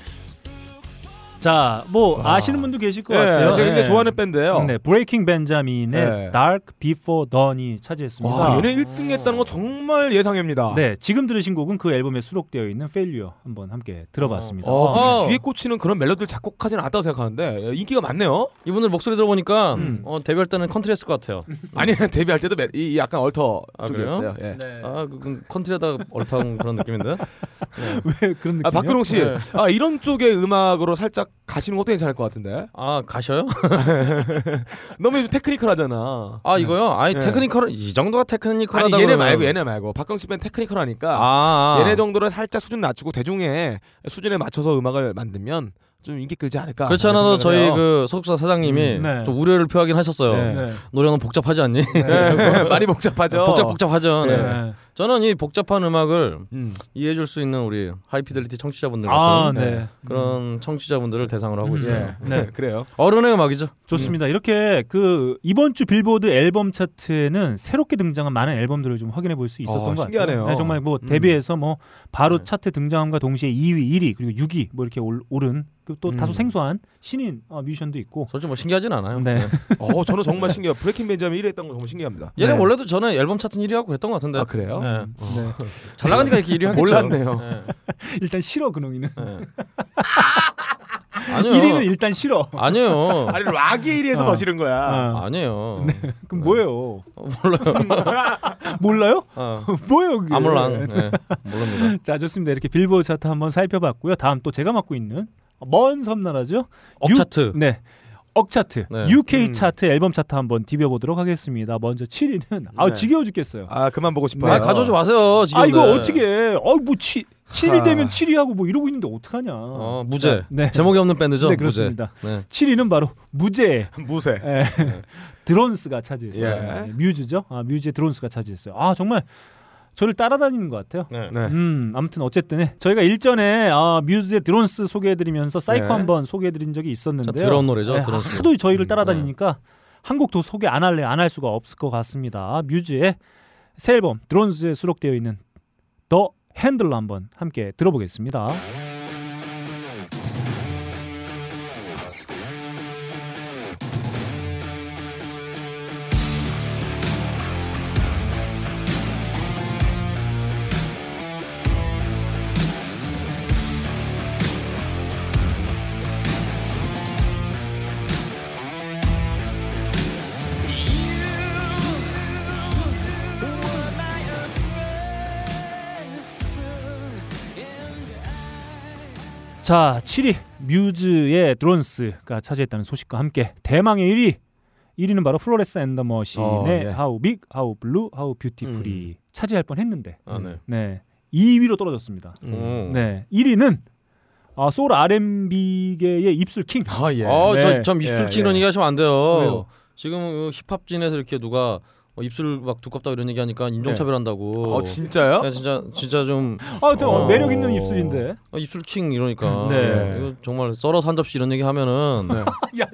Speaker 1: 자, 뭐 아시는 분도 계실 것
Speaker 3: 예,
Speaker 1: 같아요.
Speaker 3: 제가 굉장히
Speaker 1: 네.
Speaker 3: 좋아하는 밴드예요.
Speaker 1: 네, 브레이킹 벤자민의
Speaker 3: 네.
Speaker 1: Dark Before Dawn이 차지했습니다.
Speaker 3: 와, 얘네 1등 했다는 건 정말 예상입니다.
Speaker 1: 네, 지금 들으신 곡은 그 앨범에 수록되어 있는 Failure 한번 함께 들어봤습니다. 아,
Speaker 3: 어, 근데
Speaker 2: 어.
Speaker 3: 귀에 꽂히는 그런 멜로디를 작곡하지는 않았다고 생각하는데 야, 인기가 많네요.
Speaker 2: 이분들 목소리 들어보니까
Speaker 1: 음.
Speaker 2: 어, 데뷔할 때는 컨트리했을 것 같아요.
Speaker 3: 아니 데뷔할 때도 매- 이, 이 약간 얼터
Speaker 2: 아,
Speaker 3: 쪽이었어요. 예.
Speaker 2: 아, 그건 컨트리하다 얼타운 그런 느낌인데.
Speaker 1: 왜 그런 느낌이요?
Speaker 3: 아 박근홍 씨,
Speaker 2: 네.
Speaker 3: 아 이런 쪽의 음악으로 살짝 가시는 것도 괜찮을 것 같은데
Speaker 2: 아, 가셔요?
Speaker 3: 너무 요즘 테크니컬하잖아.
Speaker 2: 아, 이거요? 아니,
Speaker 3: 네.
Speaker 2: 테크니컬 이 정도가 테크니컬하다
Speaker 3: 아니 얘네
Speaker 2: 그러면-
Speaker 3: 말고 얘네 말고 박근홍 씨는 테크니컬하니까
Speaker 2: 아, 아.
Speaker 3: 얘네 정도를 살짝 수준 낮추고 대중의 수준에 맞춰서 음악을 만들면 좀 인기 끌지 않을까.
Speaker 2: 그렇지 않아도
Speaker 3: 생각을
Speaker 2: 저희
Speaker 3: 해요.
Speaker 2: 그 소속사 사장님이
Speaker 1: 음, 네.
Speaker 2: 좀 우려를 표하긴 하셨어요.
Speaker 3: 네.
Speaker 1: 네.
Speaker 2: 노래는 복잡하지 않니?
Speaker 3: 예, 많이 복잡하죠.
Speaker 2: 그 복잡 복잡하죠. 네.
Speaker 1: 네.
Speaker 2: 저는 이 복잡한 음악을
Speaker 3: 음.
Speaker 2: 이해해줄 수 있는 우리 하이피델리티 청취자분들 같은
Speaker 1: 아, 네.
Speaker 3: 음.
Speaker 2: 그런 청취자분들을 대상으로 하고 있어요.
Speaker 3: 예.
Speaker 1: 네.
Speaker 3: 그래요.
Speaker 2: 어른의 음악이죠.
Speaker 1: 좋습니다. 이렇게 그 이번 주 빌보드 앨범 차트에는 새롭게 등장한 많은 앨범들을 좀 확인해 볼 수 있었던
Speaker 3: 아,
Speaker 1: 것 같아요.
Speaker 3: 신기하네요.
Speaker 1: 네, 정말 뭐 데뷔해서 뭐 바로 차트 등장함과 동시에 2위, 1위 그리고 6위 뭐 이렇게 올- 오른 그리고 또
Speaker 3: 음.
Speaker 1: 다소 생소한 신인 어, 뮤지션도 있고.
Speaker 2: 솔직히 뭐 신기하진 않아요.
Speaker 1: 네.
Speaker 3: 어, 저는 정말 신기해요. 브레이킹 벤자민 1위 했던 거 정말 신기합니다.
Speaker 2: 얘네
Speaker 1: 네.
Speaker 2: 원래도 전에 앨범 차트 1위 하고 그랬던 것 같은데.
Speaker 3: 아 그래요?
Speaker 2: 네.
Speaker 1: 네.
Speaker 2: 잘 나가니까 이렇게 1위 하겠죠.
Speaker 3: 몰랐네요.
Speaker 2: 네.
Speaker 1: 일단 싫어 그놈이는.
Speaker 2: 네. 아니요.
Speaker 1: 1위는 일단 싫어.
Speaker 2: 아니에요.
Speaker 3: 아니 락이 1위에서
Speaker 1: 어.
Speaker 3: 더 싫은 거야.
Speaker 1: 아,
Speaker 2: 아니에요.
Speaker 1: 그럼 뭐예요?
Speaker 2: 어, 몰라요.
Speaker 1: 몰라요?
Speaker 2: 어.
Speaker 1: 뭐예요? 그게?
Speaker 2: 아몰랑. 네. 모릅니다.
Speaker 1: 자 좋습니다. 이렇게 빌보드 차트 한번 살펴봤고요. 다음 또 제가 맡고 있는 먼 섬나라죠.
Speaker 2: 억
Speaker 1: 유-
Speaker 2: 차트.
Speaker 1: 네. 억차트,
Speaker 2: 네.
Speaker 1: UK
Speaker 3: 음.
Speaker 1: 차트, 앨범 차트 한번 디벼보도록 하겠습니다. 먼저 7위는 아
Speaker 3: 네.
Speaker 1: 지겨워 죽겠어요. 아,
Speaker 3: 아 그만 보고 싶어요.
Speaker 2: 아, 가져오지 마세요. 지금.
Speaker 1: 이거 어떻게? 아뭐 7, 7위
Speaker 3: 아.
Speaker 1: 되면 7위하고 뭐 이러고 있는데 어떡하냐.
Speaker 2: 어, 무죄.
Speaker 1: 네.
Speaker 2: 제목이 없는 밴드죠.
Speaker 1: 네, 그렇습니다.
Speaker 2: 무죄. 네.
Speaker 1: 7위는 바로 무제
Speaker 3: 무쇠.
Speaker 1: 에, 드론스가 차지했어요.
Speaker 3: 예.
Speaker 1: 네, 뮤즈죠. 아, 뮤즈의 드론스가 차지했어요. 아 정말 저를 따라다니는 것 같아요.
Speaker 2: 네.
Speaker 3: 네.
Speaker 1: 음, 아무튼 어쨌든 저희가 일전에 아, 뮤즈의 드론스 소개해드리면서 사이코
Speaker 3: 네.
Speaker 1: 한번 소개해드린 적이
Speaker 2: 자,
Speaker 1: 있었는데요.
Speaker 2: 드러운 노래죠.
Speaker 1: 네,
Speaker 2: 드론스. 음, 네.
Speaker 1: 하도 저희를 따라다니니까 한 곡도 소개 안 할래 안 할 수가 없을 것 같습니다. 뮤즈의 새 앨범 드론스에 수록되어 있는 더 핸들로 한번 함께 들어보겠습니다. 자, 7위 뮤즈의 드론스가 차지했다는 소식과 함께 대망의 1위. 1위는 바로 플로레스 앤더 머신의
Speaker 3: 어, 예.
Speaker 1: How Big, How Blue, How
Speaker 2: 음.
Speaker 1: Beautifully 차지할 뻔했는데
Speaker 2: 아, 네.
Speaker 1: 네 2위로 떨어졌습니다.
Speaker 2: 음.
Speaker 1: 네 1위는 아, 소울 R&B계의 입술킹
Speaker 3: 아 예.
Speaker 2: 어,
Speaker 1: 네.
Speaker 2: 저, 참 입술
Speaker 3: 예,
Speaker 2: 찌는
Speaker 3: 예.
Speaker 2: 얘기하시면 안 돼요.
Speaker 1: 왜요?
Speaker 2: 지금 그 힙합진에서 이렇게 누가 어, 입술 막 두껍다 이런 얘기하니까
Speaker 1: 예.
Speaker 2: 인종차별한다고.
Speaker 3: 어 진짜요?
Speaker 2: 야, 진짜 진짜 좀
Speaker 1: 아, 저
Speaker 2: 어.
Speaker 1: 매력 있는 입술인데.
Speaker 2: 어, 입술킹 이러니까 예,
Speaker 1: 네.
Speaker 2: 이거 정말 썰어서 한 접시 이런 얘기 하면은
Speaker 3: 네.
Speaker 1: 야,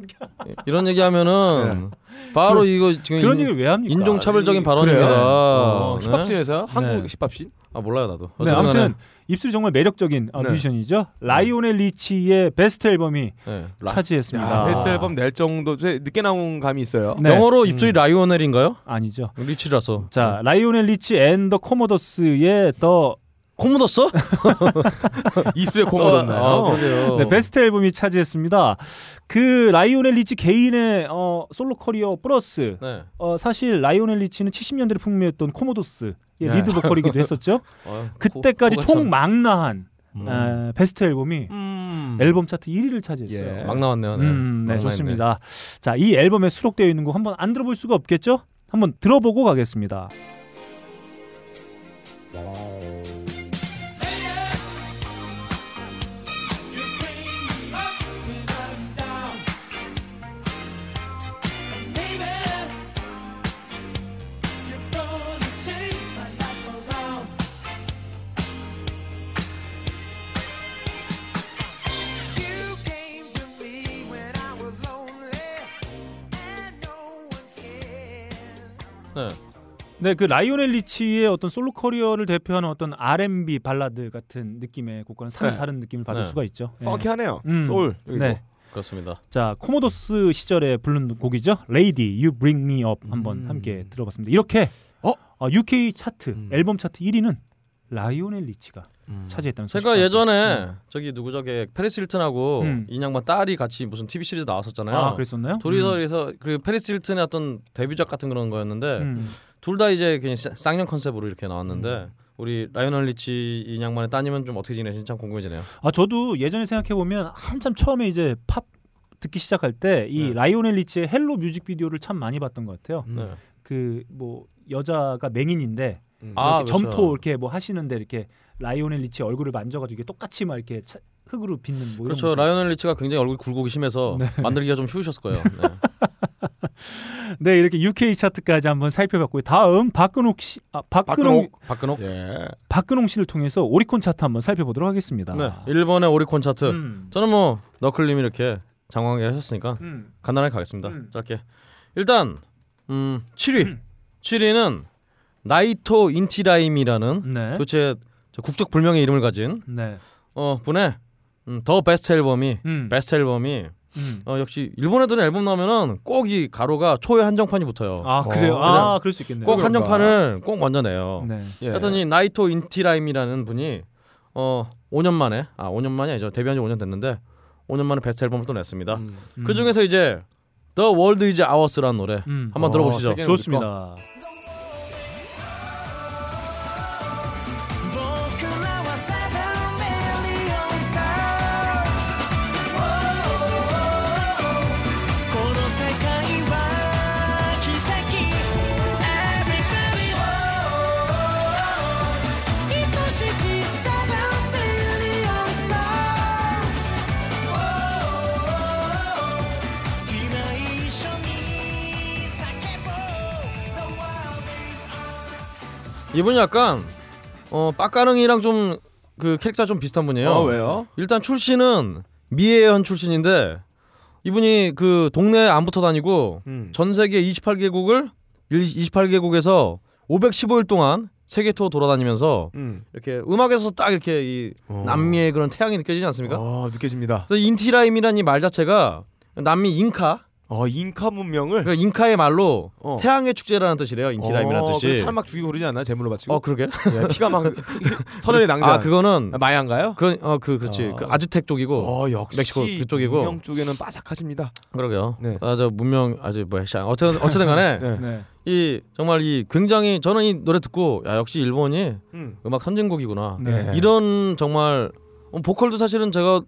Speaker 2: 이런 얘기 하면은 바로 이거 지금
Speaker 1: 네. 그런
Speaker 2: 인-
Speaker 1: 얘기를 왜 합니까?
Speaker 2: 인종차별적인
Speaker 1: 이-
Speaker 2: 발언입니다.
Speaker 3: 그래요?
Speaker 2: 어,
Speaker 3: 어,
Speaker 2: 네?
Speaker 3: 힙합씬에서요? 한국
Speaker 1: 네.
Speaker 3: 힙합씬?
Speaker 2: 아 몰라요 나도.
Speaker 1: 네,
Speaker 2: 어쨌든 간에,
Speaker 1: 아무튼 입술이 정말 매력적인 아,
Speaker 3: 네.
Speaker 1: 뮤지션이죠. 라이오넬 리치의 베스트 앨범이
Speaker 2: 네.
Speaker 1: 차지했습니다.
Speaker 3: 야, 베스트 앨범 낼 정도 제 늦게 나온 감이 있어요.
Speaker 1: 네.
Speaker 2: 영어로 입술이 라이오넬인가요?
Speaker 1: 아니죠.
Speaker 2: 리치라서.
Speaker 1: 자, 라이오넬 리치 앤 더 코모더스의 더
Speaker 2: 코 묻었어?
Speaker 3: 입술에 공
Speaker 2: 아,
Speaker 3: 묻었나요?
Speaker 2: 그래요.
Speaker 1: 네, 베스트 앨범이 차지했습니다. 그 라이오넬 리치 개인의 어, 솔로 커리어 플러스
Speaker 2: 네.
Speaker 1: 어, 사실 라이오넬 리치는 70년대를 풍미했던 코모도스의
Speaker 3: 네.
Speaker 1: 리드 보컬이기도 했었죠.
Speaker 2: 아유,
Speaker 1: 그때까지
Speaker 2: 코- 코가
Speaker 1: 총
Speaker 2: 참-
Speaker 1: 망라한 아, 베스트 앨범이
Speaker 3: 음.
Speaker 1: 앨범 차트 1위를 차지했어요.
Speaker 3: 예.
Speaker 2: 막 나왔네요. 네,
Speaker 1: 음, 네,
Speaker 2: 막 나왔네.
Speaker 1: 좋습니다. 자, 이 앨범에 수록되어 있는 곡 한번 안 들어볼 수가 없겠죠? 한번 들어보고 가겠습니다.
Speaker 2: 네.
Speaker 1: 네, 그 라이오넬 리치의 어떤 솔로 커리어를 대표하는 어떤 R&B 발라드 같은 느낌의 곡과는 상히
Speaker 3: 네.
Speaker 1: 다른 느낌을 받을
Speaker 2: 네.
Speaker 1: 수가 있죠. 예.
Speaker 3: 펑키하네요.
Speaker 1: 음.
Speaker 3: 소울. 여기
Speaker 1: 네.
Speaker 3: 뭐.
Speaker 2: 그렇습니다.
Speaker 1: 자, 코모도스 시절에 부른 곡이죠. Lady, You Bring Me Up 한번
Speaker 3: 음.
Speaker 1: 함께 들어봤습니다. 이렇게
Speaker 3: 어?
Speaker 1: 어, UK 차트
Speaker 3: 음.
Speaker 1: 앨범 차트 1위는 라이오넬 리치가 차지했다는 소식.
Speaker 2: 음. 제가 예전에 저기 누구 저기 페리스 힐튼하고
Speaker 1: 음.
Speaker 2: 인양반 딸이 같이 무슨 TV 시리즈 나왔었잖아요.
Speaker 1: 아, 그랬었나요?
Speaker 2: 둘이서 그래서 그 페리스 힐튼의 어떤 데뷔작 같은 그런 거였는데
Speaker 1: 음.
Speaker 2: 둘 다 이제 그냥 쌍- 쌍년 컨셉으로 이렇게 나왔는데 우리 라이오넬 리치 인양만의 따님은 좀 어떻게 지내시는지 참 궁금해지네요.
Speaker 1: 아 저도 예전에 생각해 보면 한참 처음에 이제 팝 듣기 시작할 때 이
Speaker 2: 네.
Speaker 1: 라이오넬 리치의 헬로 뮤직비디오를 참 많이 봤던 것 같아요.
Speaker 3: 음.
Speaker 2: 네.
Speaker 1: 그 뭐 여자가 맹인인데
Speaker 3: 음.
Speaker 2: 아,
Speaker 1: 이렇게
Speaker 2: 그렇죠.
Speaker 1: 점토 이렇게 뭐 하시는데 이렇게 라이오넬 리치 얼굴을 만져가지고 이게 똑같이 막 이렇게 차- 흙으로 빚는 뭐 이런
Speaker 2: 그렇죠.
Speaker 1: 모습.
Speaker 2: 라이오넬 리치가 굉장히 얼굴 굴곡이 심해서 만들기가 좀 쉬우셨을 거예요. 네.
Speaker 1: 네 이렇게 UK 차트까지 한번 살펴봤고요. 다음 박근홍 씨, 아, 박근홍
Speaker 3: 박근홍.
Speaker 2: 박근홍.
Speaker 3: 예.
Speaker 1: 박근홍 씨를 통해서 오리콘 차트 한번 살펴보도록 하겠습니다.
Speaker 2: 네. 일본의 오리콘 차트.
Speaker 1: 음.
Speaker 2: 저는 뭐 너클님이 이렇게 장황하게 하셨으니까
Speaker 1: 음.
Speaker 2: 간단하게 가겠습니다.
Speaker 1: 음.
Speaker 2: 짧게. 일단 음, 7위. 7위는 나이토 인티라임이라는
Speaker 1: 네.
Speaker 2: 도대체 저 국적 불명의 이름을 가진
Speaker 1: 네.
Speaker 2: 어, 분의 음, 더 베스트 앨범이
Speaker 1: 음.
Speaker 2: 베스트 앨범이
Speaker 1: 음.
Speaker 2: 어, 역시 일본에도 앨범 나오면은 꼭 이 가로가 초에 한정판이 붙어요.
Speaker 1: 아 그래요. 아 그럴 수 있겠네요.
Speaker 2: 꼭
Speaker 3: 그런가.
Speaker 2: 한정판을 꼭 먼저 내요.
Speaker 1: 네.
Speaker 3: 예.
Speaker 2: 하더니 나이토 인티라임이라는 분이 어 5년 만에 아 5년 만이 아니죠 데뷔한 지 5년 됐는데 5년 만에 베스트 앨범을 또 냈습니다.
Speaker 3: 음.
Speaker 1: 음.
Speaker 2: 그 중에서 이제 The World Is Ours라는 노래
Speaker 1: 음.
Speaker 2: 한번 들어보시죠.
Speaker 3: 세 개는
Speaker 1: 좋습니다.
Speaker 6: 僕らは seven million stars この世界は奇跡 Everybody 愛しき seven million stars 今一緒に叫ぼう The world
Speaker 2: 이분이 약간 어 빡가능이랑 좀 그 캐릭터 좀 비슷한 분이에요.
Speaker 8: 어, 왜요?
Speaker 2: 일단 출신은 미애현 출신인데 이분이 그 동네 안 붙어 다니고 전 세계 28개국을 28개국에서 515일 동안 세계 투어 돌아다니면서
Speaker 3: 음.
Speaker 2: 이렇게 음악에서 딱 이렇게 이
Speaker 3: 어.
Speaker 2: 남미의 그런 태양이 느껴지지 않습니까?
Speaker 3: 아 느껴집니다.
Speaker 2: 그래서 인티라임이라는 이 말 자체가 남미 잉카,
Speaker 3: 어 잉카 문명을
Speaker 2: 그러니까 잉카의 말로
Speaker 3: 어.
Speaker 2: 태양의 축제라는 뜻이래요. 인티라임이라는
Speaker 3: 어,
Speaker 2: 뜻이.
Speaker 3: 그래서 사람 막 죽이고 그러지 않나 재물로 바치고
Speaker 2: 어 그러게.
Speaker 3: 예, 피가 막 선현의 낭자
Speaker 2: 아 그거는
Speaker 3: 마야인가요?
Speaker 2: 그건 어그 그렇지
Speaker 3: 어.
Speaker 2: 그 아즈텍 쪽이고
Speaker 3: 어 역시
Speaker 2: 멕시코 그쪽이고.
Speaker 3: 문명 쪽에는 빠삭하십니다.
Speaker 2: 그러게요.
Speaker 3: 네.
Speaker 2: 아 저 문명 아직 뭐 액션 어쨌든 어쨌든 간에
Speaker 3: 네.
Speaker 1: 네.
Speaker 2: 이 정말 이 굉장히 저는 이 노래 듣고 야 역시 일본이
Speaker 3: 음.
Speaker 2: 음악 선진국이구나
Speaker 1: 네.
Speaker 3: 네.
Speaker 2: 이런 정말 어, 보컬도 사실은 제가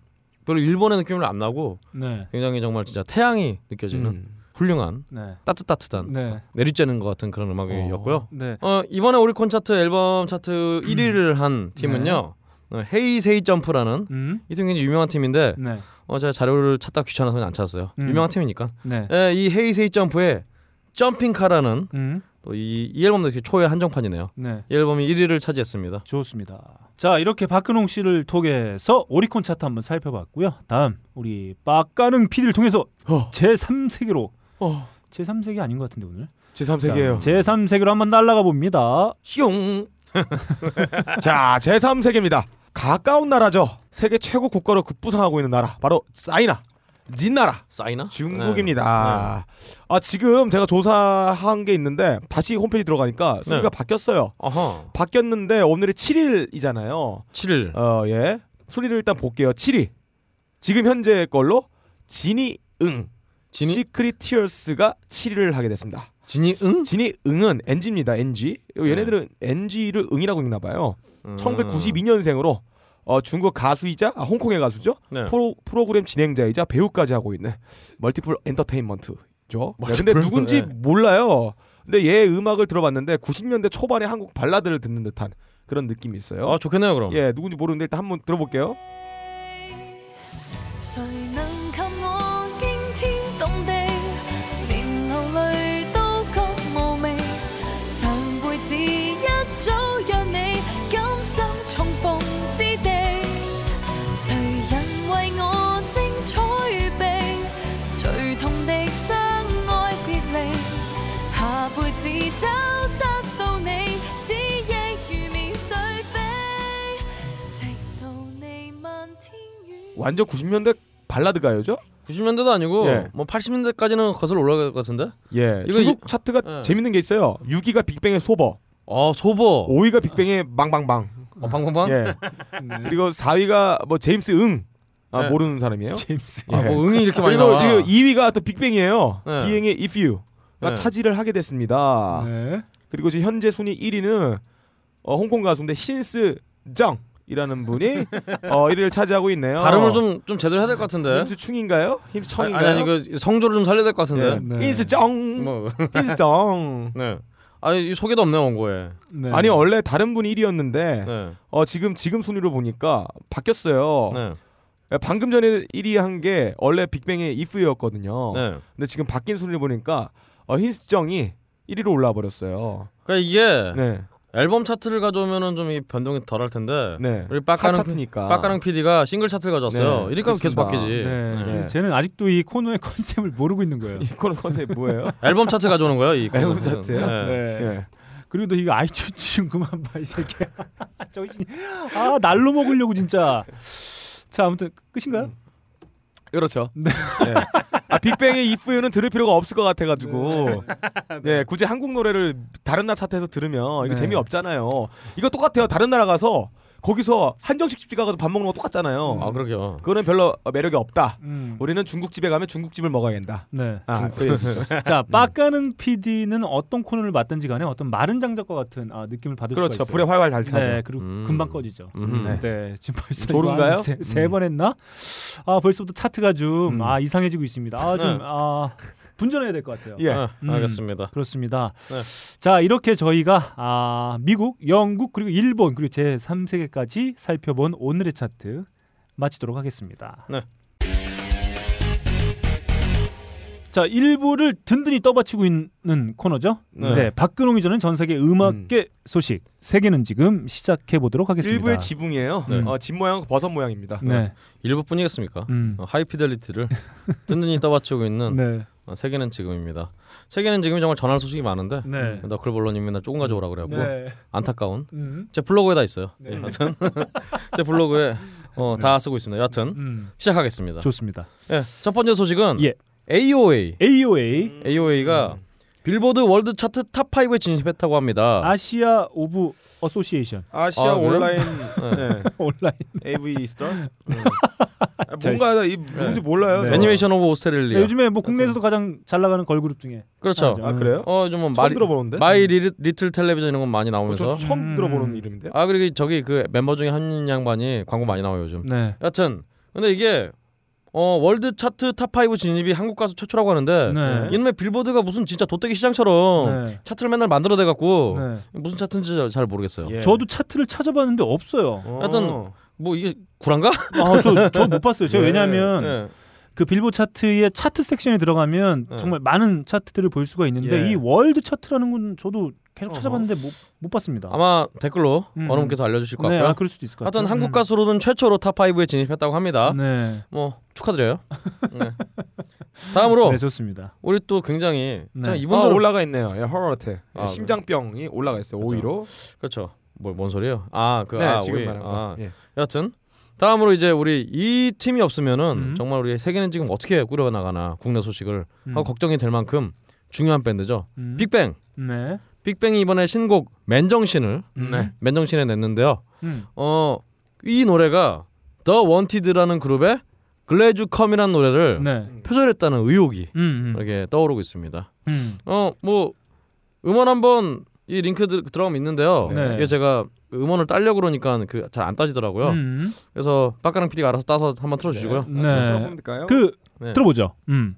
Speaker 2: 별로 일본의 느낌은 안 나고
Speaker 1: 네.
Speaker 2: 굉장히 정말 진짜 태양이 느껴지는
Speaker 3: 음.
Speaker 2: 훌륭한
Speaker 1: 네.
Speaker 2: 따뜻따뜻한
Speaker 1: 네.
Speaker 2: 내리쬐는 것 같은 그런 음악이었고요.
Speaker 1: 네.
Speaker 2: 어, 이번에 오리콘 차트 앨범 차트 1위를 한 팀은요
Speaker 3: 네.
Speaker 2: 어, 헤이 세이 점프라는
Speaker 1: 음.
Speaker 2: 이 팀이 굉장히 유명한 팀인데
Speaker 1: 네.
Speaker 2: 어, 제가 자료를 찾다 귀찮아서 그냥 안 찾았어요.
Speaker 1: 음.
Speaker 2: 유명한 팀이니까.
Speaker 1: 네.
Speaker 2: 예, 이 헤이세이 점프의 점핑카라는
Speaker 1: 음.
Speaker 2: 또 이, 이 앨범도 이렇게 초의 한정판이네요.
Speaker 1: 네.
Speaker 2: 이 앨범이 1위를 차지했습니다.
Speaker 1: 좋습니다. 자, 이렇게 박근홍 씨를 통해서 오리콘 차트 한번 살펴봤고요. 다음 우리 빡가능 PD를 통해서
Speaker 3: 어.
Speaker 1: 제3세계로
Speaker 3: 어,
Speaker 1: 제3세계 아닌 것 같은데 오늘.
Speaker 3: 제 3세계예요.
Speaker 1: 제3세계로 한번 날아가 봅니다.
Speaker 2: 슝.
Speaker 3: 자, 제3세계입니다. 가까운 나라죠. 세계 최고 국가로 급부상하고 있는 나라. 바로 사이나. 진나라.
Speaker 2: 싸이나? 네.
Speaker 3: 중국입니다. 아, 지금 제가 조사한 게 있는데 다시 홈페이지 들어가니까 순위가
Speaker 2: 네.
Speaker 3: 바뀌었어요.
Speaker 2: 어허.
Speaker 3: 바뀌었는데 오늘이 7일이잖아요.
Speaker 2: 7일.
Speaker 3: 어, 예. 순위를 일단 볼게요. 7위. 지금 현재 걸로 진이 응.
Speaker 2: 진이
Speaker 3: 시크릿 티어스가 7위를 하게 됐습니다.
Speaker 2: 진이 응?
Speaker 3: 진이 응은 NG입니다. NG. 얘네들은 NG를 응이라고 읽나 봐요.
Speaker 2: 음.
Speaker 3: 1992년생으로 어, 중국 가수이자 아, 홍콩의 가수죠.
Speaker 2: 네.
Speaker 3: 프로, 프로그램 진행자이자 배우까지 하고 있는 멀티플 엔터테인먼트죠.
Speaker 2: 멀티플?
Speaker 3: 근데 누군지
Speaker 2: 네.
Speaker 3: 몰라요. 근데 얘 음악을 들어봤는데 90년대 초반에 한국 발라드를 듣는 듯한 그런 느낌이 있어요.
Speaker 2: 아 좋겠네요 그럼.
Speaker 3: 예, 누군지 모르는데 일단 한번 들어볼게요.
Speaker 9: 谁能给我惊天动地，连流泪都觉无味。上辈子一早让你甘心重逢之地，谁人为我精彩备？最痛的相爱别离，下辈子找得到你，思忆如棉絮飞，直到你漫天雨。
Speaker 3: 완전 90년대 발라드 가요죠?
Speaker 2: 90년대도 아니고
Speaker 3: 예.
Speaker 2: 뭐 80년대까지는 거슬러 올라갈 것 같은데.
Speaker 3: 예.
Speaker 2: 이거
Speaker 3: 중국
Speaker 2: 이-
Speaker 3: 차트가
Speaker 2: 예.
Speaker 3: 재밌는 게 있어요. 6위가 빅뱅의 소버,
Speaker 2: 아 소보.
Speaker 3: 5위가 빅뱅의 망방방.
Speaker 2: 어, 네. 방방방.
Speaker 3: 예. 그리고 4위가 뭐 제임스 응. 아,
Speaker 2: 예.
Speaker 3: 모르는 사람이에요. 예.
Speaker 1: 제임스.
Speaker 2: 아, 뭐 응이 이렇게 많이
Speaker 3: 그리고
Speaker 2: 나와.
Speaker 3: 이거 2위가 또 빅뱅이에요.
Speaker 2: 네.
Speaker 3: 비행의 If You가
Speaker 2: 네.
Speaker 3: 차지를 하게 됐습니다.
Speaker 1: 네.
Speaker 3: 그리고 지금 현재 순위 1위는 어, 홍콩 가수인데 신스 정이라는 분이 어, 1위를 차지하고 있네요.
Speaker 2: 발음을 좀 좀 제대로 해야 될 것 같은데.
Speaker 3: 힘스 충인가요? 힘스
Speaker 2: 아니,
Speaker 3: 청인가요?
Speaker 2: 아니 그 이거 성조를 좀 살려야 될 것 같은데.
Speaker 1: 네.
Speaker 3: 인스 정,
Speaker 2: 뭐
Speaker 3: 인스 정.
Speaker 2: 네. 아니 이 소개도 없네요 원고에.
Speaker 1: 네.
Speaker 3: 아니 원래 다른 분이 1위였는데
Speaker 2: 네.
Speaker 3: 어, 지금 지금 순위로 보니까 바뀌었어요.
Speaker 2: 네.
Speaker 3: 예, 방금 전에 1위 한 게 원래 빅뱅의 If You였거든요.
Speaker 2: 네.
Speaker 3: 근데 지금 바뀐 순위를 보니까 어, 힌스 정이 1위로 올라와 버렸어요.
Speaker 2: 그러니까 이게
Speaker 3: 네.
Speaker 2: 앨범 차트를 가져오면은 좀이 변동이 덜 할 텐데.
Speaker 3: 네.
Speaker 2: 우리
Speaker 3: 핫
Speaker 2: 빡가는
Speaker 3: 차트니까.
Speaker 2: 빡가랑 PD가 싱글 차트를 가져왔어요.
Speaker 3: 네,
Speaker 2: 이러니까 계속
Speaker 3: 그렇습니다.
Speaker 2: 바뀌지.
Speaker 1: 네.
Speaker 2: 네.
Speaker 1: 네. 쟤는 아직도 이 코너의 컨셉을 모르고 있는 거예요.
Speaker 3: 이 코너 컨셉 뭐예요?
Speaker 2: 앨범 차트 가져오는 거야 이 코너는.
Speaker 3: 앨범 차트요?
Speaker 2: 네.
Speaker 1: 네.
Speaker 3: 예.
Speaker 1: 그리고 너 이거 아이튠즈 좀 그만 봐 이 새끼야. 정신 아 날로 먹으려고 진짜. 자 아무튼 끝인가요?
Speaker 3: 그렇죠. 예. 아, 빅뱅의 If You는 들을 필요가 없을 것 같아가지고 예, 굳이 한국 노래를 다른 나라 차트에서 들으면 이거
Speaker 1: 네.
Speaker 3: 재미없잖아요. 이거 똑같아요. 다른 나라 가서 거기서 한정식 집집 가서 밥 먹는 거 똑같잖아요.
Speaker 2: 아 그러게요.
Speaker 3: 그거는 별로 어, 매력이 없다.
Speaker 1: 음.
Speaker 3: 우리는 중국집에 가면 중국집을 먹어야 된다.
Speaker 1: 네.
Speaker 3: 아, 그 얘기죠.
Speaker 1: 자, 빡가는 PD는 어떤 코너를 맡든지 간에 어떤 마른 장작과 같은 아, 느낌을 받을 수가
Speaker 3: 그렇죠.
Speaker 1: 있어요.
Speaker 3: 불에 활활 잘 차죠.
Speaker 1: 네, 그리고
Speaker 2: 음.
Speaker 1: 금방 꺼지죠.
Speaker 2: 음.
Speaker 1: 네.
Speaker 2: 네. 음.
Speaker 1: 지금 벌써
Speaker 3: 졸은가요?
Speaker 1: 세번 했나? 아, 벌써부터 차트가 좀
Speaker 3: 음.
Speaker 1: 아 이상해지고 있습니다. 아, 좀
Speaker 2: 네.
Speaker 1: 아, 분전해야 될 것 같아요.
Speaker 3: 예.
Speaker 2: 네,
Speaker 1: 음.
Speaker 2: 알겠습니다.
Speaker 1: 그렇습니다. 자, 이렇게 저희가 아, 미국, 영국, 그리고 일본, 그리고 제 3세계까지 살펴본 오늘의 차트 마치도록 하겠습니다.
Speaker 2: 네.
Speaker 1: 자, 1부를 든든히 떠받치고 있는 코너죠.
Speaker 2: 네.
Speaker 1: 네. 박근홍이 전는 전 세계 음악계 소식 세계는 지금 시작해 보도록 하겠습니다.
Speaker 3: 일부의 지붕이에요.
Speaker 2: 네.
Speaker 3: 어, 집 모양 버섯 모양입니다.
Speaker 1: 네.
Speaker 2: 일부뿐이겠습니까?
Speaker 1: 음.
Speaker 2: 어, 하이피델리티를 든든히 떠받치고 있는
Speaker 1: 네.
Speaker 2: 어, 세계는 지금입니다. 세계는 지금이 정말 전할 소식이 많은데
Speaker 1: 네.
Speaker 2: 너클볼러님 맨날 조금 가져오라 그래갖고
Speaker 1: 네.
Speaker 2: 안타까운
Speaker 1: 음.
Speaker 2: 제 블로그에 다 있어요.
Speaker 3: 네.
Speaker 2: 예, 여하튼 제 블로그에 어, 다 쓰고 있습니다. 여하튼
Speaker 1: 음.
Speaker 2: 시작하겠습니다.
Speaker 1: 좋습니다.
Speaker 2: 예, 첫 번째 소식은
Speaker 1: 예.
Speaker 2: AOA
Speaker 1: AOA
Speaker 2: 음.
Speaker 3: 음.
Speaker 2: AOA가 빌보드 월드 차트 탑 5에 진입했다고 합니다.
Speaker 1: 아시아 오브 어소시에이션
Speaker 3: 아시아
Speaker 2: 아, 그래요?
Speaker 3: 온라인 네.
Speaker 1: 온라인
Speaker 3: AV 스타. 음. 아, 뭔가 이 뭔지 몰라요.
Speaker 1: 네.
Speaker 3: 저.
Speaker 2: 애니메이션 오브 오스트레일리아.
Speaker 1: 요즘에 뭐
Speaker 2: 네.
Speaker 1: 국내에서도 가장 잘 나가는 걸그룹 중에
Speaker 2: 그렇죠.
Speaker 1: 하나죠.
Speaker 3: 네, 아 그래요?
Speaker 2: 어, 좀뭐
Speaker 3: 처음
Speaker 2: 마리,
Speaker 3: 들어보는데.
Speaker 2: 마이 리, 리틀 텔레비전 이런 건 많이
Speaker 3: 어,
Speaker 2: 나오면서
Speaker 3: 저 처음
Speaker 1: 음.
Speaker 3: 들어보는 이름인데.
Speaker 2: 아 그리고 저기 그 멤버 중에 한 양반이 광고 많이 나와요
Speaker 3: 음.
Speaker 2: 요즘.
Speaker 1: 네.
Speaker 2: 여하튼 근데 이게 어 월드 차트 탑5 진입이 한국 가수 최초라고 하는데
Speaker 1: 네.
Speaker 2: 이놈의 빌보드가 무슨 진짜 도떼기 시장처럼
Speaker 1: 네.
Speaker 2: 차트를 맨날 만들어대 갖고
Speaker 1: 네.
Speaker 2: 무슨 차트인지 잘- 잘 모르겠어요.
Speaker 3: 예.
Speaker 1: 저도 차트를 찾아봤는데 없어요.
Speaker 3: 어.
Speaker 2: 하여튼 뭐 이게 구란가?
Speaker 1: 아, 저 저 못 봤어요. 제가
Speaker 3: 네.
Speaker 1: 왜냐하면
Speaker 2: 예.
Speaker 1: 그 빌보 차트의 차트 섹션에 들어가면
Speaker 2: 네.
Speaker 1: 정말 많은 차트들을 볼 수가 있는데
Speaker 3: 예.
Speaker 1: 이 월드 차트라는 건 저도 계속
Speaker 3: 어허.
Speaker 1: 찾아봤는데 못, 못 봤습니다.
Speaker 2: 아마 댓글로
Speaker 1: 음.
Speaker 2: 어느 분께서 알려주실 것
Speaker 1: 네,
Speaker 2: 같고요.
Speaker 1: 아, 그럴 수도 있을 것 같아요.
Speaker 2: 하여튼 한국
Speaker 1: 음.
Speaker 2: 가수로는 최초로 탑5에 진입했다고 합니다.
Speaker 1: 네,
Speaker 2: 뭐 축하드려요. 네. 다음으로
Speaker 1: 네 좋습니다.
Speaker 2: 우리 또 굉장히
Speaker 1: 네.
Speaker 2: 자, 이분들
Speaker 3: 아,
Speaker 2: 은
Speaker 3: 올라가 있네요. 예, 허러테.
Speaker 2: 아, 그래요?
Speaker 3: 심장병이 올라가 있어요.
Speaker 2: 그렇죠.
Speaker 3: 오히려.
Speaker 2: 그렇죠. 뭘뭔 소리예요? 아, 그
Speaker 3: 네,
Speaker 2: 아,
Speaker 3: 지금
Speaker 2: 우리
Speaker 3: 말한 거.
Speaker 2: 아.
Speaker 3: 예.
Speaker 2: 여하튼 다음으로 이제 우리 이 팀이 없으면은
Speaker 1: 음.
Speaker 2: 정말 우리 세계는 지금 어떻게 꾸려 나가나 국내 소식을
Speaker 1: 음.
Speaker 2: 하고 걱정이 될 만큼 중요한 밴드죠.
Speaker 1: 음.
Speaker 2: 아, 빅뱅.
Speaker 1: 네,
Speaker 2: 빅뱅이 이번에 신곡 맨정신을
Speaker 1: 음.
Speaker 3: 네.
Speaker 2: 맨정신에 냈는데요.
Speaker 1: 음.
Speaker 2: 어, 이 노래가 The Wanted라는 그룹의 Glad You Come이라는 노래를
Speaker 1: 네,
Speaker 2: 표절했다는 의혹이
Speaker 1: 음, 음,
Speaker 2: 이렇게 떠오르고 있습니다.
Speaker 1: 음.
Speaker 2: 어, 뭐 음원 한번 이 링크 들, 들어가면 있는데요.
Speaker 1: 네.
Speaker 2: 이게 제가 음원을 따려고 그러니까 그 잘 안 따지더라고요.
Speaker 1: 음.
Speaker 2: 그래서 빡가랑 PD가 알아서 따서 한번 틀어주시고요.
Speaker 1: 네.
Speaker 3: 아, 좀 들어볼까요?
Speaker 1: 그
Speaker 2: 네.
Speaker 1: 들어보죠. 음.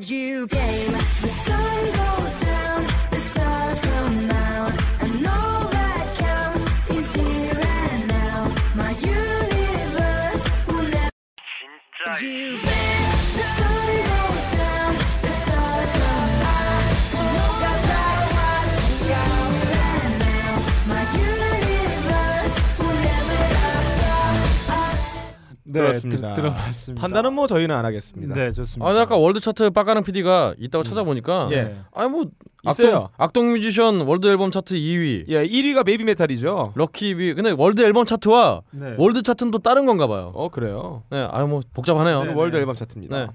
Speaker 9: You came, the sun goes down, the stars come out, and all that counts is here and now. My universe will never. You came, the sun goes down, the stars come out, and all that counts is here and now. My universe will never stop.
Speaker 1: 네,
Speaker 3: 그렇습니다.
Speaker 1: 들, 들어봤습니다.
Speaker 3: 판단은 뭐 저희는 안 하겠습니다.
Speaker 1: 네, 좋습니다. 네.
Speaker 2: 아, 근데 아까 월드 차트 빡가랑 PD가
Speaker 1: 음.
Speaker 2: 있다고 찾아보니까
Speaker 3: 예.
Speaker 2: 아니 뭐 악동,
Speaker 3: 있어요.
Speaker 2: 악동 뮤지션 월드 앨범 차트 2위,
Speaker 3: 예, 1위가 베이비 메탈이죠.
Speaker 2: 럭키비. 근데 월드 앨범 차트와
Speaker 1: 네.
Speaker 2: 월드 차트는 또 다른 건가 봐요.
Speaker 3: 어, 그래요.
Speaker 2: 네, 아유 뭐 복잡하네요.
Speaker 1: 네.
Speaker 3: 월드 앨범 차트입니다.
Speaker 2: 네.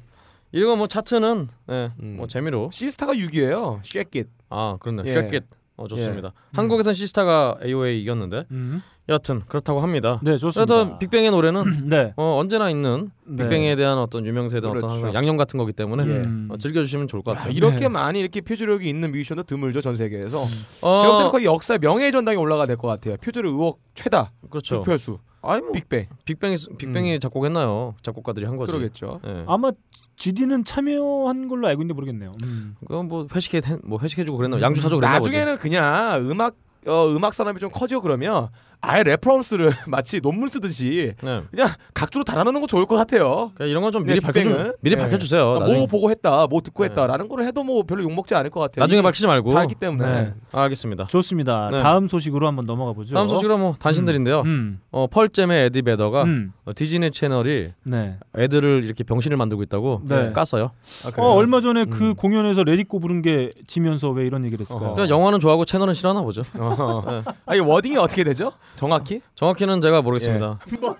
Speaker 2: 이거 뭐 차트는 네,
Speaker 3: 음.
Speaker 2: 뭐 재미로.
Speaker 3: 시스타가 6위예요. 쉐킷.
Speaker 2: 아, 그렇네.
Speaker 3: 예. 음.
Speaker 2: 쉐킷. 어, 좋습니다. 한국에선 시스타가 AOA 이겼는데
Speaker 1: 음.
Speaker 2: 여하튼 그렇다고 합니다.
Speaker 1: 네,
Speaker 2: 여하튼
Speaker 1: 좋습니다.
Speaker 2: 빅뱅의 노래는
Speaker 1: 네,
Speaker 2: 어, 언제나 있는
Speaker 1: 네.
Speaker 2: 빅뱅에 대한 어떤 유명세에 대한
Speaker 3: 그렇죠.
Speaker 2: 어떤 항상 양념 같은 거기 때문에
Speaker 1: 예.
Speaker 2: 어, 즐겨주시면 좋을 것
Speaker 3: 아,
Speaker 2: 같아요.
Speaker 3: 이렇게
Speaker 1: 네.
Speaker 3: 많이 이렇게 표절력이 있는 뮤지션도 드물죠 전 세계에서.
Speaker 2: 어,
Speaker 3: 제가 볼때 거의 역사 명예의 전당에 올라가 될 것 같아요. 표절 의혹 최다
Speaker 2: 그렇죠.
Speaker 3: 득표수
Speaker 2: 아니 뭐
Speaker 3: 빅뱅 음.
Speaker 2: 빅뱅이 빅뱅이 작곡했나요? 작곡가들이 한 거지.
Speaker 3: 그러겠죠.
Speaker 2: 예.
Speaker 1: 아마 GD는 참여한 걸로 알고 있는데 모르겠네요. 음.
Speaker 2: 그건 뭐 회식해 뭐 회식해주고 그랬나? 양주 사주고 그랬나 보지.
Speaker 3: 음. 나중에는 그냥 음악 어, 음악 사람이 좀 커지고 그러면 아예 레퍼런스를 마치 논문 쓰듯이
Speaker 2: 네.
Speaker 3: 그냥 각도로 달아놓는 거 좋을 것 같아요.
Speaker 2: 그러니까 이런 건 좀
Speaker 3: 네,
Speaker 2: 미리 밝혀
Speaker 3: 빅뱅은.
Speaker 2: 미리
Speaker 3: 네.
Speaker 2: 밝혀주세요.
Speaker 3: 그러니까 뭐
Speaker 2: 어, 나중에,
Speaker 3: 보고 했다, 뭐 듣고
Speaker 2: 네.
Speaker 3: 했다라는 거를 해도 뭐 별로 욕 먹지 않을 것 같아요.
Speaker 2: 나중에
Speaker 3: 이미
Speaker 2: 밝히지 말고.
Speaker 3: 다 알기 때문에
Speaker 1: 네.
Speaker 2: 아, 알겠습니다.
Speaker 1: 좋습니다.
Speaker 2: 네.
Speaker 1: 다음 소식으로 한번 넘어가 보죠.
Speaker 2: 다음 소식으로 뭐 단신들인데요.
Speaker 1: 음.
Speaker 2: 어, 펄잼의 에디 베더가
Speaker 1: 음.
Speaker 2: 어, 디즈니 채널이
Speaker 1: 네.
Speaker 2: 애들을 이렇게 병신을 만들고 있다고
Speaker 1: 네.
Speaker 2: 깠어요.
Speaker 3: 아, 그래요?
Speaker 1: 어, 얼마 전에 그 공연에서 레디코 부른 게 지면서 왜 이런 얘기를 했을까요?
Speaker 3: 어허.
Speaker 2: 그러니까 영화는 좋아하고 채널은 싫어하나 보죠. 네.
Speaker 3: 어허. 아니 워딩이 어떻게 되죠? 정확히?
Speaker 2: 정확히는 제가 모르겠습니다.
Speaker 3: 예.
Speaker 2: 뭘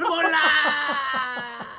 Speaker 2: 몰라?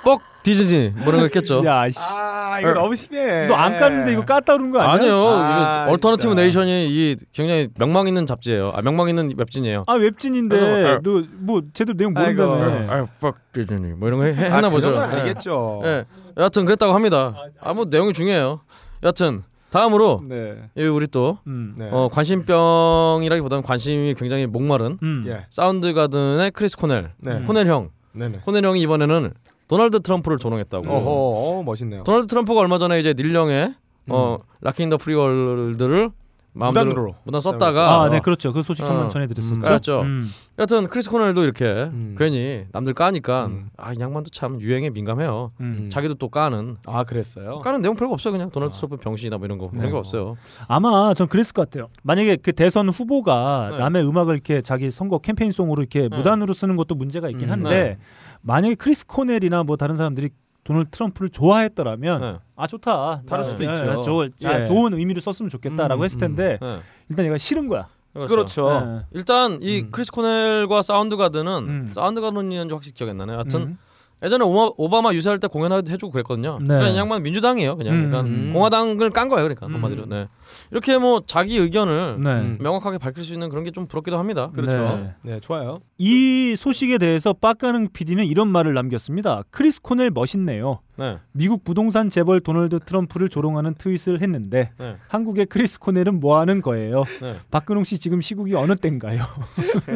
Speaker 2: 뻑 디즈니 뭐 이런 거 있겠죠.
Speaker 1: 야, 씨.
Speaker 2: 네.
Speaker 3: 아 이거 너무 심해.
Speaker 1: 너 안 깠는데 이거 깠다 그런 거 아니야?
Speaker 2: 아니요,
Speaker 3: 아,
Speaker 2: 이거 얼터너티브
Speaker 3: 진짜.
Speaker 2: 네이션이 이 굉장히 명망 있는 잡지예요. 아 명망 있는 웹진이에요.
Speaker 1: 아,
Speaker 2: 그래서,
Speaker 1: 웹진인데
Speaker 2: 아.
Speaker 1: 너 뭐 제대로 내용
Speaker 3: 아이고. 네.
Speaker 1: 모른다며.
Speaker 2: 아, fuck 디즈니 뭐 이런 거 해- 해-
Speaker 3: 아,
Speaker 2: 했나 보죠.
Speaker 3: 그런 건
Speaker 2: 예.
Speaker 3: 아니겠죠.
Speaker 2: 예, 여하튼 그랬다고 합니다. 아무 네, 뭐 내용이 중요해요. 여하튼 다음으로
Speaker 1: 네.
Speaker 2: 이 우리 또
Speaker 1: 음.
Speaker 3: 네.
Speaker 2: 어, 관심병이라기보다는 관심이 굉장히 목마른
Speaker 1: 음.
Speaker 3: 예.
Speaker 2: 사운드 가든의 크리스 코넬,
Speaker 3: 네.
Speaker 2: 코넬 형,
Speaker 3: 네네.
Speaker 2: 코넬 형이 이번에는 도널드 트럼프를 조롱했다고.
Speaker 3: 어허, 어, 멋있네요.
Speaker 2: 도널드 트럼프가 얼마 전에 이제 닐 형의 어 락킹 더 프리월드를 마음대로
Speaker 3: 음. 무단으로.
Speaker 2: 무단
Speaker 1: 아,
Speaker 2: 썼다가
Speaker 3: 어.
Speaker 1: 네, 그렇죠. 그 소식 잠깐
Speaker 2: 어.
Speaker 1: 전해드렸었죠.
Speaker 3: 음,
Speaker 2: 그렇죠.
Speaker 1: 음.
Speaker 2: 여튼 크리스 코넬도 이렇게
Speaker 3: 음.
Speaker 2: 괜히 남들 까니까
Speaker 3: 음.
Speaker 2: 아 이 양반도 참 유행에 민감해요.
Speaker 1: 음.
Speaker 2: 자기도 또 까는
Speaker 3: 아 그랬어요.
Speaker 2: 까는 내용 별거 없어요. 그냥 도널드 트럼프 병신이나 뭐 이런 거 별거
Speaker 1: 아. 네.
Speaker 2: 없어요.
Speaker 1: 아마 전 그랬을 것 같아요. 만약에 그 대선 후보가
Speaker 2: 네.
Speaker 1: 남의 음악을 이렇게 자기 선거 캠페인송으로 이렇게 무단으로 쓰는 것도 문제가 있긴
Speaker 3: 네. 음,
Speaker 1: 한데 만약에 크리스 코넬이나 뭐 다른 사람들이 도널드 트럼프를 좋아했더라면
Speaker 2: 네.
Speaker 1: 아 좋다.
Speaker 3: 다를 수도
Speaker 1: 네,
Speaker 3: 있죠.
Speaker 1: 좋을- 자,
Speaker 3: 예.
Speaker 1: 좋은 의미로 썼으면 좋겠다라고
Speaker 3: 음,
Speaker 1: 했을 텐데
Speaker 2: 네.
Speaker 1: 일단 얘가 싫은 거야.
Speaker 3: 그렇죠.
Speaker 1: 네.
Speaker 2: 일단 이
Speaker 3: 음.
Speaker 2: 크리스 코넬과 사운드 가든은
Speaker 1: 음.
Speaker 2: 사운드 가든이었는지 확실히 기억이 안 나네요. 하여튼
Speaker 1: 음.
Speaker 2: 예전에 오마, 오바마 유세할 때 공연해주고 그랬거든요.
Speaker 1: 네.
Speaker 2: 그냥 이 양반 민주당이에요. 그냥
Speaker 1: 음.
Speaker 2: 그러니까
Speaker 3: 음.
Speaker 2: 공화당을 깐 거예요. 그러니까 한마디로. 네. 이렇게 뭐 자기 의견을
Speaker 1: 네.
Speaker 3: 음.
Speaker 2: 명확하게 밝힐 수 있는 그런 게 좀 부럽기도 합니다.
Speaker 3: 그렇죠.
Speaker 1: 네.
Speaker 3: 네, 좋아요.
Speaker 1: 이 소식에 대해서 빡가능 PD는 이런 말을 남겼습니다. 크리스 코넬 멋있네요.
Speaker 2: 네.
Speaker 1: 미국 부동산 재벌 도널드 트럼프를 조롱하는 트윗을 했는데
Speaker 2: 네.
Speaker 1: 한국의 크리스 코넬은 뭐 하는 거예요?
Speaker 2: 네.
Speaker 1: 박근홍 씨 지금 시국이 어느 때인가요?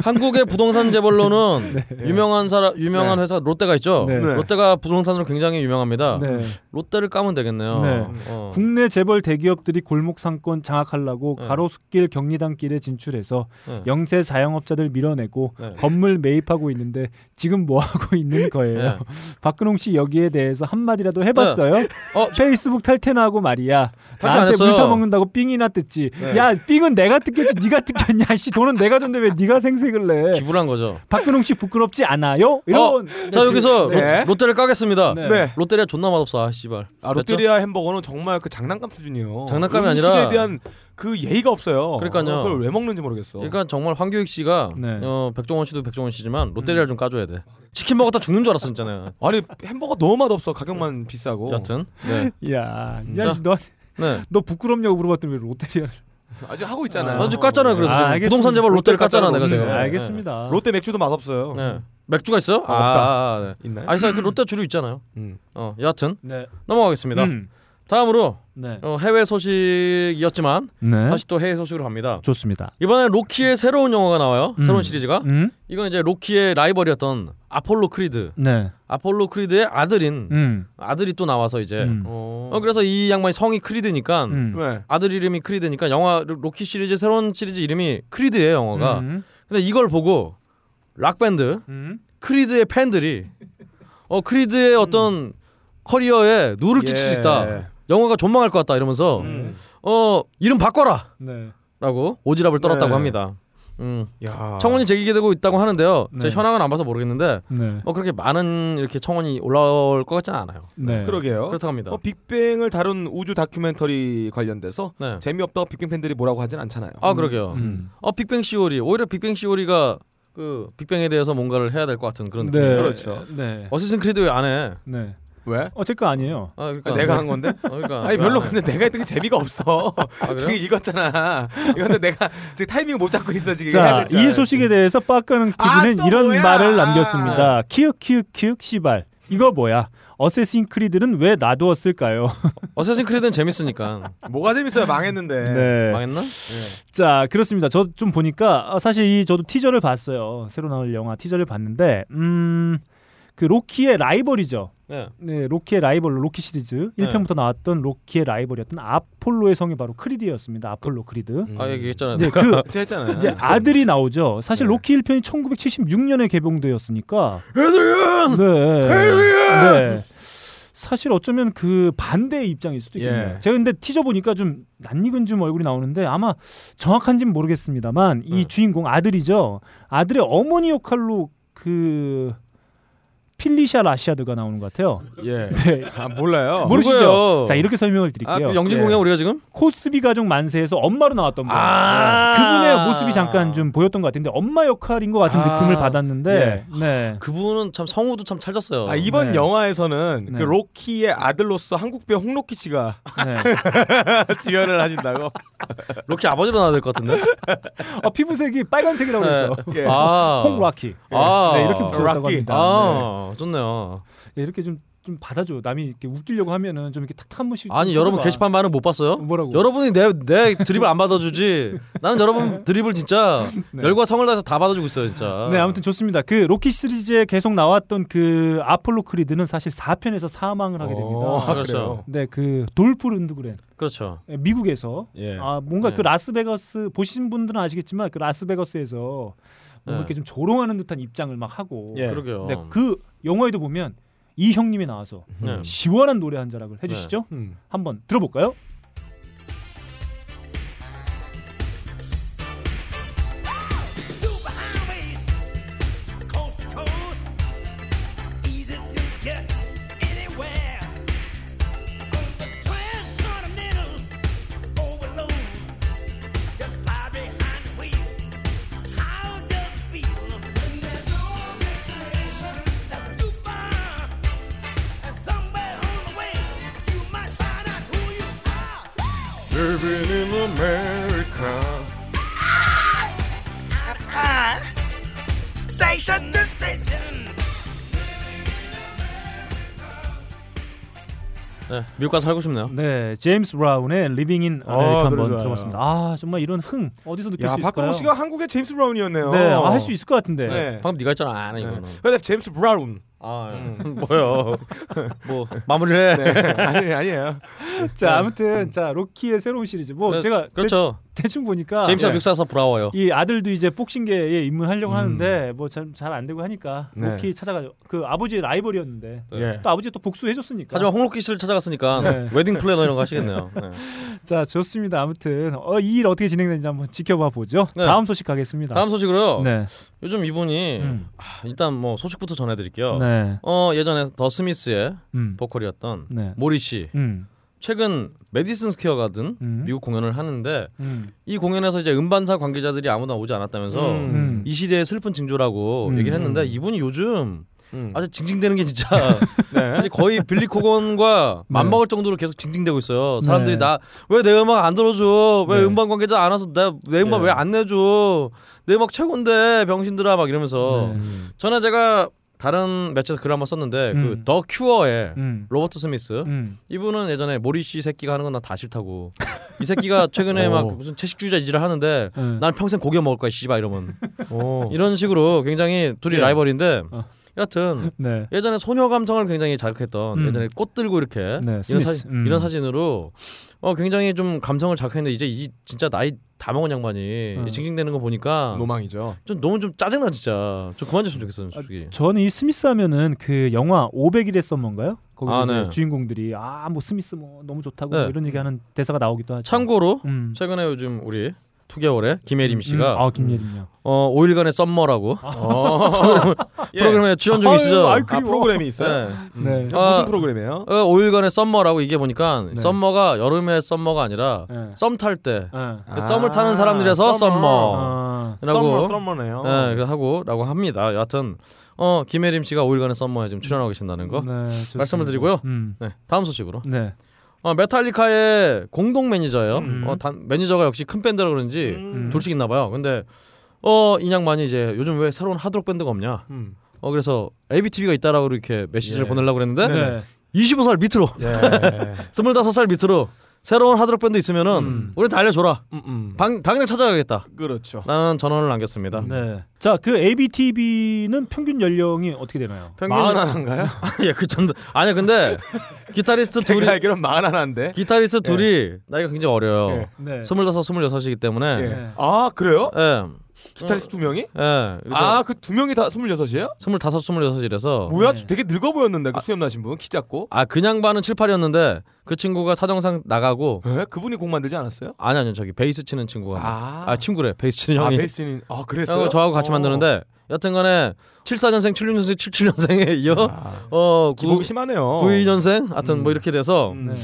Speaker 2: 한국의 부동산 재벌로는 유명한 사람 유명한 회사 롯데가 있죠.
Speaker 1: 네.
Speaker 2: 롯데가 부동산으로 굉장히 유명합니다.
Speaker 1: 네.
Speaker 2: 롯데를 까면 되겠네요.
Speaker 1: 네.
Speaker 2: 아, 어.
Speaker 1: 국내 재벌 대기업들이 골목 상권 장악하려고
Speaker 2: 네.
Speaker 1: 가로수길 경리단길에 진출해서
Speaker 2: 네.
Speaker 1: 영세 자영업자들 밀어내고
Speaker 2: 네.
Speaker 1: 건물 매입하고 있는데 지금 뭐 하고 있는 거예요?
Speaker 2: 네.
Speaker 1: 박근홍 씨 여기에 대해서 한 마디라도 해봤어요?
Speaker 2: 어,
Speaker 1: 페이스북 탈퇴나 하고 말이야.
Speaker 2: 탈퇴 안
Speaker 1: 나한테
Speaker 2: 했어요.
Speaker 1: 물 사 먹는다고 삥이나 뜯지.
Speaker 2: 네.
Speaker 1: 야 삥은 내가 뜯겠지, 네가 뜯겠냐? 씨 돈은 내가 줬는데 왜 네가 생색을 내?
Speaker 2: 기부한 거죠. 어,
Speaker 1: 박근홍 씨 부끄럽지 않아요? 이런.
Speaker 2: 자 여기서
Speaker 3: 네.
Speaker 2: 롯, 데를 까겠습니다.
Speaker 1: 네.
Speaker 3: 네.
Speaker 2: 롯데리아 존나 맛없어. 아 씨발.
Speaker 3: 아 롯데리아 햄버거는 정말 그 장난감 수준이에요.
Speaker 2: 장난감이 아니라-
Speaker 3: 음식에 대한 그 예의가 없어요.
Speaker 2: 그러니까요.
Speaker 3: 어, 그걸 왜 먹는지 모르겠어.
Speaker 2: 그러니까 정말 황교익 씨가
Speaker 1: 네.
Speaker 2: 어, 백종원 씨도 백종원 씨지만 롯데리아 를좀 까줘야 돼. 치킨 먹었다 죽는 줄 알았어 진짜요.
Speaker 3: 아니 햄버거 너무 맛없어. 가격만 비싸고.
Speaker 2: 그 여튼 네.
Speaker 1: 야,
Speaker 2: 자.
Speaker 1: 야, 씨, 너,
Speaker 2: 네.
Speaker 1: 너 부끄럽냐고 물어봤더니 왜 롯데리아를?
Speaker 3: 아직 하고 있잖아요.
Speaker 2: 아, 아주 깠잖아요. 그래서
Speaker 1: 아,
Speaker 2: 지금
Speaker 1: 알겠습니다.
Speaker 2: 부동산 재벌 롯데를
Speaker 3: 롯데를
Speaker 2: 깠잖아 내가
Speaker 3: 깠잖아요.
Speaker 2: 지금.
Speaker 1: 네,
Speaker 3: 네.
Speaker 1: 알겠습니다.
Speaker 3: 롯데 맥주도 맛없어요.
Speaker 2: 네. 네. 맥주가 있어요? 아,
Speaker 3: 없다.
Speaker 2: 아, 아, 네.
Speaker 3: 있나요?
Speaker 2: 아니 사실 그 롯데 주류 있잖아요.
Speaker 3: 음.
Speaker 2: 어, 여하튼
Speaker 1: 네.
Speaker 2: 넘어가겠습니다.
Speaker 1: 음.
Speaker 2: 다음으로
Speaker 1: 네.
Speaker 2: 어, 해외 소식이었지만
Speaker 1: 네.
Speaker 2: 다시 또 해외 소식으로 갑니다.
Speaker 1: 좋습니다.
Speaker 2: 이번에 로키의 새로운 영화가 나와요.
Speaker 1: 음.
Speaker 2: 새로운 시리즈가.
Speaker 1: 음.
Speaker 2: 이건 이제 로키의 라이벌이었던 아폴로 크리드.
Speaker 1: 네.
Speaker 2: 아폴로 크리드의 아들인
Speaker 1: 음.
Speaker 2: 아들이 또 나와서 이제
Speaker 1: 음.
Speaker 3: 어.
Speaker 2: 어 그래서 이 양반이 성이 크리드니까
Speaker 1: 음.
Speaker 3: 네.
Speaker 2: 아들 이름이 크리드니까 영화 로키 시리즈 새로운 시리즈 이름이 크리드예요 영화가.
Speaker 1: 음.
Speaker 2: 근데 이걸 보고 락 밴드
Speaker 1: 음.
Speaker 2: 크리드의 팬들이 어 크리드의 어떤 커리어에 누를 끼칠 수
Speaker 3: 예.
Speaker 2: 있다. 영화가 존망할 것 같다 이러면서
Speaker 3: 음.
Speaker 2: 어 이름 바꿔라라고
Speaker 1: 네.
Speaker 2: 오지랖을 떨었다고
Speaker 3: 네.
Speaker 2: 합니다. 음.
Speaker 3: 야.
Speaker 2: 청원이 제기되고 있다고 하는데요.
Speaker 1: 아. 네.
Speaker 2: 제가 현황은 안 봐서 모르겠는데
Speaker 1: 네.
Speaker 2: 뭐 그렇게 많은 이렇게 청원이 올라올 것 같지는 않아요.
Speaker 1: 네.
Speaker 3: 그러게요.
Speaker 2: 뭐, 그렇다고 합니다.
Speaker 3: 어, 빅뱅을 다룬 우주 다큐멘터리 관련돼서
Speaker 2: 네.
Speaker 3: 재미없다고 빅뱅 팬들이 뭐라고 하진 않잖아요.
Speaker 2: 아 그러게요.
Speaker 1: 음.
Speaker 2: 어 빅뱅 시오리 오히려 빅뱅 시오리가 그 빅뱅에 대해서 뭔가를 해야 될 것 같은 음. 그런
Speaker 1: 네.
Speaker 2: 느낌. 요
Speaker 3: 그렇죠.
Speaker 1: 네.
Speaker 2: 어시슨 크리드 왜 안 해?
Speaker 1: 네.
Speaker 3: 왜?
Speaker 1: 어, 제 거 아니에요.
Speaker 2: 아, 그러니까
Speaker 3: 아, 내가 한 건데?
Speaker 2: 어, 그러니까 왜안
Speaker 3: 아니 별로
Speaker 2: 해?
Speaker 3: 근데 내가 했던 게 재미가 없어.
Speaker 2: 그래요?
Speaker 3: 지금 이겼잖아. 이건데 내가 지금 타이밍 못 잡고 있어 지금.
Speaker 1: 자,
Speaker 3: 해야 될줄
Speaker 1: 이
Speaker 3: 알았지.
Speaker 1: 소식에 대해서 빠까는
Speaker 3: 아,
Speaker 1: PD는
Speaker 3: 또
Speaker 1: 이런
Speaker 3: 뭐야?
Speaker 1: 말을 남겼습니다. 키읔 키읔 키읔 씨발. 이거 뭐야? 어쌔신 크리드는 왜 놔두었을까요?
Speaker 2: 어시슨 크리드는 재밌으니까
Speaker 3: 뭐가 재밌어요? 망했는데.
Speaker 1: 네.
Speaker 2: 망했나?
Speaker 1: 자 그렇습니다. 저 좀 보니까 아, 사실 이 저도 티저를 봤어요. 새로 나올 영화 티저를 봤는데 음그 로키의 라이벌이죠.
Speaker 2: 네.
Speaker 1: 네, 로키의 라이벌로 로키 시리즈
Speaker 2: 네.
Speaker 1: 1편부터 나왔던 로키의 라이벌이었던 아폴로의 성이 바로 크리드였습니다. 아폴로 크리드.
Speaker 3: 음.
Speaker 2: 아 얘기했잖아요.
Speaker 1: 이제 그
Speaker 3: 제가 했잖아요.
Speaker 1: 이제 아들이 나오죠. 사실
Speaker 3: 네.
Speaker 1: 로키 1편이 1976년에 개봉되었으니까
Speaker 2: 헤드리언!
Speaker 1: 네.
Speaker 2: 헤드리언!
Speaker 1: 네. 사실 어쩌면 그 반대의 입장일 수도 있겠네요.
Speaker 3: 예.
Speaker 1: 제가 근데 티저 보니까 좀 낯익은 좀 얼굴이 나오는데 아마 정확한지는 모르겠습니다만 이
Speaker 2: 네.
Speaker 1: 주인공 아들이죠. 아들의 어머니 역할로 그 필리샤 라시아드가 나오는 것 같아요.
Speaker 3: 예.
Speaker 1: 네.
Speaker 3: 아 몰라요.
Speaker 2: 모-
Speaker 1: 모르시죠?
Speaker 2: 누구예요?
Speaker 1: 자 이렇게 설명을
Speaker 2: 아,
Speaker 1: 드릴게요.
Speaker 2: 그 영진공이야
Speaker 3: 네.
Speaker 2: 우리가 지금?
Speaker 1: 코스비 가족 만세에서 엄마로 나왔던 분. 네.
Speaker 2: 아.
Speaker 1: 그분의 모습이 잠깐 좀 보였던 것 같은데 엄마 역할인 것 같은
Speaker 2: 아.
Speaker 1: 느낌을 받았는데 네.
Speaker 2: 그분은 참 성우도 참 찰졌어요.
Speaker 3: 아 이번
Speaker 1: 네.
Speaker 3: 영화에서는 그
Speaker 1: 네.
Speaker 3: 로키의 아들로서 한국 배우 홍로키 씨가
Speaker 1: 네.
Speaker 3: 주연을 하신다고.
Speaker 2: 로키 아버지로 나와야 될 것 같은데.
Speaker 1: 아, 피부색이 빨간색이라고
Speaker 2: 네.
Speaker 1: 그래서
Speaker 3: 예.
Speaker 2: 아.
Speaker 1: 콩 락키.
Speaker 2: 아.
Speaker 1: 네, 이렇게
Speaker 3: 붙여-
Speaker 1: 붙였다고
Speaker 3: 락키.
Speaker 1: 합니다.
Speaker 2: 아, 좋네요.
Speaker 1: 네. 이렇게 좀 좀 받아줘. 남이 이렇게 웃기려고 하면은 좀 이렇게 탁탁 한 번씩. 좀
Speaker 2: 아니 여러분
Speaker 1: 해줘봐.
Speaker 2: 게시판 반응 못 봤어요?
Speaker 1: 뭐라고?
Speaker 2: 여러분이 내 내 드립을 안 받아주지. 나는 여러분 드립을 진짜
Speaker 1: 네.
Speaker 2: 열과 성을 다해서 다 받아주고 있어요 진짜.
Speaker 1: 네, 아무튼 좋습니다. 그 로키 시리즈에 계속 나왔던 그 아폴로 크리드는 사실 4편에서 사망을 하게 됩니다.
Speaker 3: 어, 아,
Speaker 2: 그렇죠.
Speaker 3: 그래요.
Speaker 1: 네, 그 돌프 른드그렌
Speaker 2: 그렇죠.
Speaker 1: 미국에서
Speaker 3: 예.
Speaker 1: 아 뭔가
Speaker 2: 네.
Speaker 1: 그 라스베거스 보신 분들은 아시겠지만 그 라스베거스에서
Speaker 2: 네.
Speaker 1: 뭔가 이렇게 좀 조롱하는 듯한 입장을 막 하고.
Speaker 3: 예.
Speaker 2: 그러게요.
Speaker 1: 네, 그 영화에도 보면 이 형님이 나와서
Speaker 2: 네.
Speaker 1: 시원한 노래 한 자락을 해주시죠.
Speaker 3: 음.
Speaker 1: 한번 들어볼까요?
Speaker 6: Ah!
Speaker 2: 네, 미국 가서 살고 싶네요.
Speaker 1: 네, 제임스 브라운의 Living in
Speaker 3: 아,
Speaker 1: America
Speaker 3: 노래
Speaker 1: 한번
Speaker 3: 좋아요.
Speaker 1: 들어봤습니다. 아 정말 이런 흥 어디서 느낄
Speaker 3: 야
Speaker 1: 수 있을까요?
Speaker 3: 박근호 씨가 한국의 제임스 브라운이었네요.
Speaker 1: 네, 할 수 있을 것 같은데.
Speaker 3: 네.
Speaker 2: 방금 네가 했잖아. 아, 나 이거는.
Speaker 3: 근데 제임스 브라운.
Speaker 2: 아,
Speaker 1: 음.
Speaker 2: 뭐요? 뭐 마무리해.
Speaker 1: 어,
Speaker 3: 네. 아니 아니에요.
Speaker 1: 자, 아무튼 자 로키의 새로운 시리즈. 뭐
Speaker 3: 네,
Speaker 2: 그래,
Speaker 1: 제가
Speaker 2: 그렇죠.
Speaker 1: 대, 충 보니까
Speaker 2: 제임스
Speaker 1: 예.
Speaker 2: 믹사서 부러워요.
Speaker 1: 이 아들도 이제 복싱계에
Speaker 2: 음.
Speaker 1: 입문하려고 하는데 뭐 잘 잘 안 되고 하니까
Speaker 3: 네.
Speaker 1: 로키 찾아가죠. 그 아버지의 라이벌이었는데
Speaker 2: 네.
Speaker 3: 예.
Speaker 1: 또 아버지 또 복수해줬으니까.
Speaker 2: 하지만 홍록기 씨를 찾아갔으니까
Speaker 1: 네.
Speaker 2: 웨딩 플래너 이런 거 하시겠네요. 네.
Speaker 1: 자, 좋습니다. 아무튼 어, 이 일 어떻게 진행되는지 한번 지켜봐 보죠.
Speaker 2: 네.
Speaker 1: 다음 소식 가겠습니다.
Speaker 2: 다음 소식으로요.
Speaker 1: 네,
Speaker 2: 요즘 이분이
Speaker 1: 음.
Speaker 2: 아, 일단 뭐 소식부터 전해드릴게요.
Speaker 1: 네,
Speaker 2: 어 예전에 더 스미스의
Speaker 1: 음,
Speaker 2: 보컬이었던
Speaker 1: 네,
Speaker 2: 모리 씨
Speaker 1: 음,
Speaker 2: 최근 메디슨 스퀘어 가든
Speaker 1: 음.
Speaker 2: 미국 공연을 하는데
Speaker 1: 음,
Speaker 2: 이 공연에서 이제 음반사 관계자들이 아무나 오지 않았다면서
Speaker 3: 음.
Speaker 1: 음.
Speaker 2: 이 시대의 슬픈 징조라고
Speaker 1: 음.
Speaker 2: 얘기를 했는데 이분이 요즘
Speaker 3: 음.
Speaker 2: 아주 징징대는 게 진짜
Speaker 3: 네.
Speaker 2: 거의 빌리 코건과 맞먹을 정도로 계속 징징대고 있어요. 사람들이
Speaker 1: 네.
Speaker 2: 나 왜 내 음악 안 들어줘? 왜
Speaker 1: 네.
Speaker 2: 음반 관계자 안 와서 나, 내 음악
Speaker 3: 네.
Speaker 2: 왜 안 내줘? 내 음악 최고인데 병신들아 막 이러면서
Speaker 1: 네.
Speaker 2: 전에 제가 다른 매체에서 글을 한번 썼는데
Speaker 1: 음.
Speaker 2: 그 더 큐어의
Speaker 1: 음,
Speaker 2: 로버트 스미스
Speaker 1: 음.
Speaker 2: 이분은 예전에 모리 씨 새끼가 하는 건 나 다 싫다고 이 새끼가 최근에
Speaker 1: 어.
Speaker 2: 막
Speaker 3: 오.
Speaker 2: 무슨 채식주의자 이질을 하는데
Speaker 1: 네.
Speaker 2: 난 평생 고개 먹을 거야 씨발 이러면
Speaker 3: 오.
Speaker 2: 이런 식으로 굉장히 둘이
Speaker 3: 예.
Speaker 2: 라이벌인데
Speaker 1: 어.
Speaker 2: 여하튼
Speaker 1: 네.
Speaker 2: 예전에 소녀 감성을 굉장히 자극했던
Speaker 1: 음.
Speaker 2: 예전에 꽃 들고 이렇게
Speaker 1: 네,
Speaker 2: 이런,
Speaker 1: 스미스.
Speaker 2: 사진,
Speaker 1: 음.
Speaker 2: 이런 사진으로 어 굉장히 좀 감성을 자극했는데 이제 이 진짜 나이 다 먹은 양반이
Speaker 1: 어.
Speaker 2: 징징대는 거 보니까
Speaker 3: 노망이죠.
Speaker 2: 좀 너무 좀 짜증나 진짜 좀 그만 줬으면 좋겠어요 솔직히
Speaker 1: 저는 이 스미스 하면은 그 영화 500일의 썸머인가요? 거기서
Speaker 2: 아,
Speaker 1: 이제
Speaker 2: 네.
Speaker 1: 주인공들이 아 뭐 스미스 뭐 너무 좋다고
Speaker 2: 네.
Speaker 1: 뭐 이런 얘기하는 대사가 나오기도 하죠.
Speaker 2: 참고로
Speaker 1: 음.
Speaker 2: 최근에 요즘 우리 2개월에 김혜림 씨가
Speaker 1: 음. 아 김예림요.
Speaker 2: 어 5일간의 썸머라고
Speaker 3: 예.
Speaker 2: 프로그램에 출연 중이시죠?
Speaker 1: 아. 아유, 아유,
Speaker 3: 아 프로그램이 있어요?
Speaker 2: 네.
Speaker 1: 네.
Speaker 3: 무슨
Speaker 2: 아.
Speaker 3: 프로그램이에요?
Speaker 2: 어, 5일간의 썸머라고 이게 보니까
Speaker 1: 네.
Speaker 2: 썸머가 여름의 썸머가 아니라
Speaker 1: 네.
Speaker 2: 썸 탈 때
Speaker 1: 아.
Speaker 3: 아,
Speaker 2: 그 썸을 타는 사람들에서
Speaker 3: 어.
Speaker 2: 썸머.
Speaker 1: 아.
Speaker 3: 썸머
Speaker 2: 라고
Speaker 3: 썸머네요.
Speaker 2: 네, 그래서 하고라고 합니다. 여하튼 어 김혜림 씨가 5일간의 썸머에 지금 출연하고 계신다는 거
Speaker 1: 네, 좋습니다.
Speaker 2: 말씀을 드리고요.
Speaker 1: 음.
Speaker 2: 네, 다음 소식으로
Speaker 1: 네.
Speaker 2: 어, 메탈리카의 공동 매니저예요.
Speaker 1: 음.
Speaker 2: 어, 단, 매니저가 역시 큰 밴드라 그런지
Speaker 1: 음.
Speaker 2: 둘씩 있나 봐요. 근데 어 인양만이 이제 요즘 왜 새로운 하드록 밴드가 없냐?
Speaker 3: 음.
Speaker 2: 어 그래서 ABTV가 있다라고 이렇게 메시지를
Speaker 3: 예.
Speaker 2: 보내려고 그랬는데
Speaker 1: 네.
Speaker 2: 25살 밑으로
Speaker 3: 예.
Speaker 2: 25살 밑으로 새로운 하드록 밴드 있으면은
Speaker 1: 음.
Speaker 2: 우리 달려줘라.
Speaker 3: 음, 음.
Speaker 2: 방, 당장 찾아가겠다.
Speaker 3: 그렇죠.
Speaker 2: 라는 전언을
Speaker 3: 음.
Speaker 2: 남겼습니다.
Speaker 1: 네. 자, 그 ABTV는 평균 연령이 어떻게 되나요?
Speaker 2: 평균
Speaker 3: 마흔 하나인가요?
Speaker 2: 예, 그 정도. 아니야, 근데 기타리스트 둘이
Speaker 3: 제가 알기로는 마흔 하나인데.
Speaker 2: 기타리스트 둘이 나이가 굉장히 어려요.
Speaker 3: 예.
Speaker 1: 네.
Speaker 2: 스물다섯, 스물여섯이기 때문에
Speaker 3: 예.
Speaker 1: 네.
Speaker 3: 아 그래요?
Speaker 2: 예.
Speaker 3: 기타리스트 두 명이?
Speaker 2: 예. 그리고
Speaker 3: 아 그 두 명이 다 스물여섯이에요?
Speaker 2: 스물다섯, 스물여섯이라서
Speaker 3: 뭐야
Speaker 1: 네.
Speaker 3: 되게 늙어 보였는데 그 수염 나신 분 키 작고.
Speaker 2: 아, 그냥 반은 칠팔이었는데그 친구가 사정상 나가고
Speaker 3: 에? 그분이 곡 만들지 않았어요?
Speaker 2: 아니 아니 저기 베이스 치는 친구가 아,
Speaker 3: 아,
Speaker 2: 친구래. 베이스 치는
Speaker 3: 아
Speaker 2: 네, 형이.
Speaker 3: 베이스는 아 그랬어요?
Speaker 2: 형하고 저하고 같이
Speaker 3: 어.
Speaker 2: 만드는데 여튼간에 74년생, 76년생, 77년생에 이어
Speaker 3: 아,
Speaker 2: 어,
Speaker 3: 기복이
Speaker 2: 구-
Speaker 3: 심하네요.
Speaker 2: 92년생 하여튼 뭐
Speaker 3: 음.
Speaker 2: 이렇게 돼서
Speaker 3: 음.
Speaker 1: 네.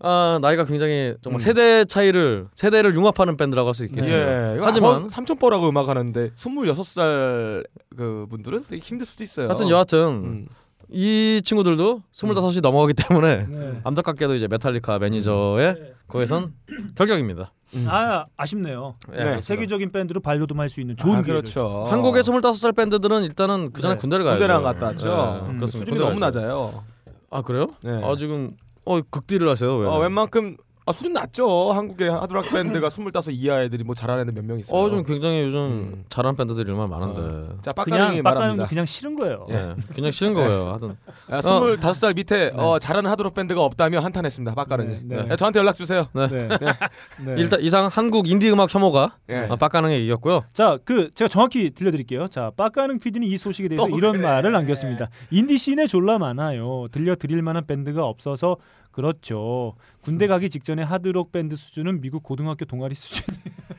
Speaker 2: 아 나이가 굉장히 정말
Speaker 3: 음.
Speaker 2: 세대 차이를 세대를 융합하는 밴드라고 할 수 있겠습니다.
Speaker 3: 예.
Speaker 2: 하지만-
Speaker 3: 하지만 삼촌뽀라고 음악하는데 26살 그 분들은 되게 힘들 수도 있어요.
Speaker 2: 하여튼 여하튼
Speaker 3: 음.
Speaker 2: 이 친구들도 25이 넘어가기 때문에
Speaker 1: 네.
Speaker 2: 안타깝게도 이제 메탈리카 매니저의 거기선 결격입니다.
Speaker 1: 아, 아쉽네요.
Speaker 2: 예,
Speaker 3: 네,
Speaker 2: 그렇습니다.
Speaker 1: 세계적인 밴드로 반려dom할 수 있는 좋은
Speaker 3: 아,
Speaker 1: 기회를.
Speaker 3: 그렇죠.
Speaker 2: 한국의 25살 밴드들은 일단은 그 전에
Speaker 1: 네,
Speaker 2: 군대를 가요.
Speaker 3: 군대랑 갔다 왔죠.
Speaker 2: 예,
Speaker 1: 음,
Speaker 2: 그렇습니다.
Speaker 3: 수준이
Speaker 2: 군대
Speaker 3: 너무
Speaker 2: 가야죠.
Speaker 3: 낮아요.
Speaker 2: 아 그래요?
Speaker 3: 네.
Speaker 2: 아 지금 어 극딜을 하세요 왜?
Speaker 3: 어, 웬만큼 아, 수준 낮죠. 한국의 하드락 밴드가 25 이하 애들이 뭐 잘하는 애들 몇 명 있어요.
Speaker 2: 어좀 그 굉장히 요즘
Speaker 3: 음. 어.
Speaker 2: 잘하는 밴드들이 정말 많은데.
Speaker 3: 자,
Speaker 1: 그냥 빡가는
Speaker 3: 빡가능이 말합니다.
Speaker 1: 건 그냥 싫은 거예요.
Speaker 2: 네. 그냥 싫은 거예요. 하여튼
Speaker 3: 아, 25살 밑에 어, 잘하는 하드락 밴드가 없다며 한탄했습니다. 빡가능이.
Speaker 1: 네, 네.
Speaker 3: 네, 저한테 연락 주세요.
Speaker 1: 네. 네.
Speaker 2: 일단 이상 한국 인디 음악 혐오가
Speaker 3: 예.
Speaker 2: 아, 빡가능에 이겼고요.
Speaker 1: 자, 그 제가 정확히 들려드릴게요. 자, 빡가는 PD는 이 소식에
Speaker 2: 어,
Speaker 1: 대해서
Speaker 3: 또
Speaker 1: 이런
Speaker 3: 그래.
Speaker 1: 말을 남겼습니다. 인디 씬에 졸라 많아요. 들려드릴 만한 밴드가 없어서 그렇죠. 군대 가기 직전에 하드록 밴드 수준은 미국 고등학교 동아리 수준.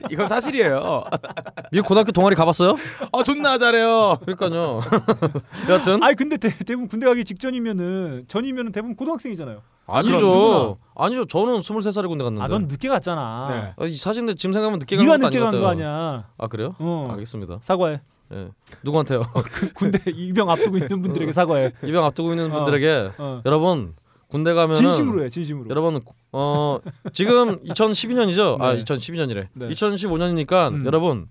Speaker 3: 이건 사실이에요.
Speaker 2: 미국 고등학교 동아리 가봤어요?
Speaker 3: 어 존나 잘해요.
Speaker 2: 그러니까요. 여튼
Speaker 1: 아니 근데 대, 부분 군대 가기 직전이면은 전이면은 대부분 고등학생이잖아요.
Speaker 2: 아니죠. 아니죠. 저는 23살에 군대 갔는데.
Speaker 1: 아, 넌 늦게 갔잖아.
Speaker 3: 네.
Speaker 2: 아, 이 사진들 지금 생각하면 늦게 간
Speaker 1: 네가
Speaker 2: 것도
Speaker 1: 늦게
Speaker 2: 아닌
Speaker 1: 간
Speaker 2: 것
Speaker 1: 거
Speaker 2: 같아요.
Speaker 1: 아니야.
Speaker 2: 아 그래요?
Speaker 1: 어.
Speaker 2: 알겠습니다.
Speaker 1: 사과해. 그
Speaker 2: 예. 누구한테요?
Speaker 1: 군대 입영 앞두고 있는 분들에게 사과해.
Speaker 2: 입양 앞두고 있는
Speaker 1: 어.
Speaker 2: 분들에게
Speaker 1: 어.
Speaker 2: 여러분 군대 가면
Speaker 1: 진심으로 해. 진심으로.
Speaker 2: 여러분 어 지금 2012년이죠. 아
Speaker 1: 네.
Speaker 2: 2012년이래.
Speaker 1: 네.
Speaker 2: 2015년이니까
Speaker 1: 음.
Speaker 2: 여러분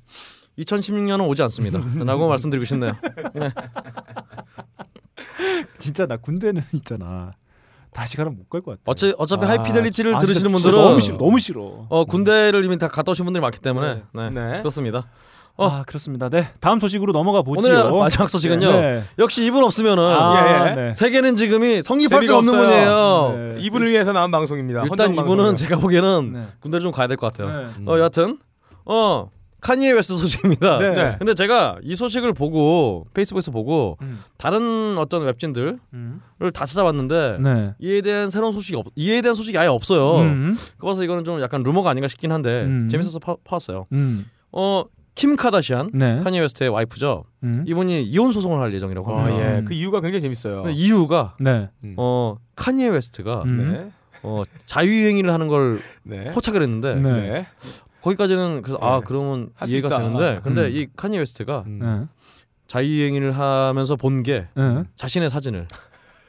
Speaker 2: 2016년은 오지 않습니다.라고 말씀드리고 싶네요.
Speaker 1: 진짜 나 군대는 있잖아. 다시 가면 못 갈 것 같아.
Speaker 2: 어차 어차피
Speaker 3: 아,
Speaker 2: 하이피델리티를
Speaker 1: 아,
Speaker 2: 들으시는
Speaker 1: 진짜
Speaker 2: 분들은
Speaker 1: 너무 싫어. 너무 싫어.
Speaker 2: 어 군대를 이미 다 갔다 오신 분들이 많기 때문에 네.
Speaker 3: 네.
Speaker 2: 그렇습니다. 어.
Speaker 1: 아 그렇습니다. 네 다음 소식으로 넘어가 보지요.
Speaker 2: 오늘 마지막 소식은요.
Speaker 1: 네.
Speaker 2: 역시 이분 없으면은
Speaker 1: 아,
Speaker 3: 예, 예.
Speaker 1: 네.
Speaker 2: 세계는 지금이 성립할 수
Speaker 3: 재미가
Speaker 2: 없는
Speaker 3: 없어요.
Speaker 2: 분이에요.
Speaker 1: 네.
Speaker 3: 이분을 위해서 나온 방송입니다.
Speaker 2: 일단
Speaker 3: 그러니까 헌정
Speaker 2: 이분은
Speaker 3: 방송이에요.
Speaker 2: 제가 보기에는
Speaker 1: 네.
Speaker 2: 군대를 좀 가야 될 것 같아요.
Speaker 1: 네.
Speaker 2: 어 여하튼 어 카니에 웨스트 소식입니다.
Speaker 1: 네.
Speaker 3: 네.
Speaker 2: 근데 제가 이 소식을 보고 페이스북에서 보고
Speaker 1: 음.
Speaker 2: 다른 어떤 웹진들을
Speaker 1: 음.
Speaker 2: 다 찾아봤는데
Speaker 1: 네.
Speaker 2: 이에 대한 새로운 소식이 없 이에 대한 소식이 아예 없어요.
Speaker 1: 음.
Speaker 2: 그래서 이거는 좀 약간 루머가 아닌가 싶긴 한데
Speaker 1: 음.
Speaker 2: 재밌어서 파, 파왔어요.
Speaker 1: 음.
Speaker 2: 어 킴 카다시안
Speaker 1: 네.
Speaker 2: 카니에 웨스트의 와이프죠.
Speaker 1: 음.
Speaker 2: 이분이 이혼 소송을 할 예정이라고
Speaker 3: 어,
Speaker 2: 합니다.
Speaker 3: 예.
Speaker 1: 음.
Speaker 3: 그 이유가 굉장히 재밌어요.
Speaker 2: 근데 이유가
Speaker 1: 네.
Speaker 2: 어 카니에 웨스트가
Speaker 1: 음.
Speaker 3: 네.
Speaker 2: 어 자유행위를 하는 걸
Speaker 3: 네.
Speaker 2: 포착을 했는데
Speaker 1: 네.
Speaker 3: 네.
Speaker 2: 거기까지는 그래서 아
Speaker 3: 네.
Speaker 2: 그러면
Speaker 3: 할수
Speaker 2: 이해가
Speaker 3: 있다.
Speaker 2: 되는데 근데
Speaker 1: 음.
Speaker 2: 이 카니 웨스트가
Speaker 3: 음.
Speaker 1: 네.
Speaker 2: 자유행위를 하면서 본 게
Speaker 1: 네.
Speaker 2: 자신의 사진을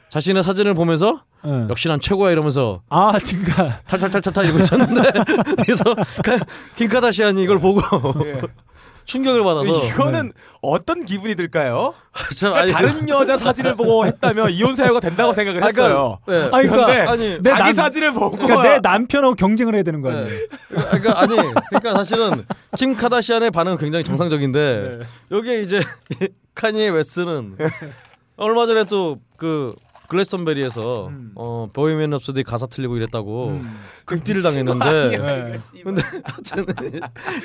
Speaker 2: 자신의 사진을 보면서
Speaker 1: 네.
Speaker 2: 역시 난 최고야 이러면서
Speaker 1: 아 지금가
Speaker 2: 탈탈탈탈탈 이러고 있었는데 그래서 카- 킴 카다시안이 이걸 보고
Speaker 3: 예.
Speaker 2: 충격을 받아서
Speaker 3: 네. 이거는 어떤 기분이 들까요?
Speaker 2: 참 네. 아니 네.
Speaker 3: 그러니까 다른 여자 사진을 보고 했다면 이혼 사유가 된다고 생각을
Speaker 2: 아니,
Speaker 3: 했어요.
Speaker 2: 그러니까, 예.
Speaker 1: 아니, 그러니까-
Speaker 3: 그런데
Speaker 2: 아니
Speaker 1: 내
Speaker 3: 자기
Speaker 1: 남-
Speaker 3: 사진을 보고
Speaker 1: 그러니까 내 남편하고 경쟁을 해야 되는 거 아니에요?
Speaker 2: 네. 그러니까 아니 그러니까 사실은 킴 카다시안의 반응은 굉장히 정상적인데
Speaker 3: 네.
Speaker 2: 여기에 이제 카니에 웨스는 얼마 전에 또 그 글래스턴베리에서
Speaker 1: 음.
Speaker 2: 어 보헤미안 랩소디 가사 틀리고 이랬다고
Speaker 1: 음.
Speaker 3: 그
Speaker 2: 극딜을 당했는데
Speaker 1: 네.
Speaker 2: 근데 저는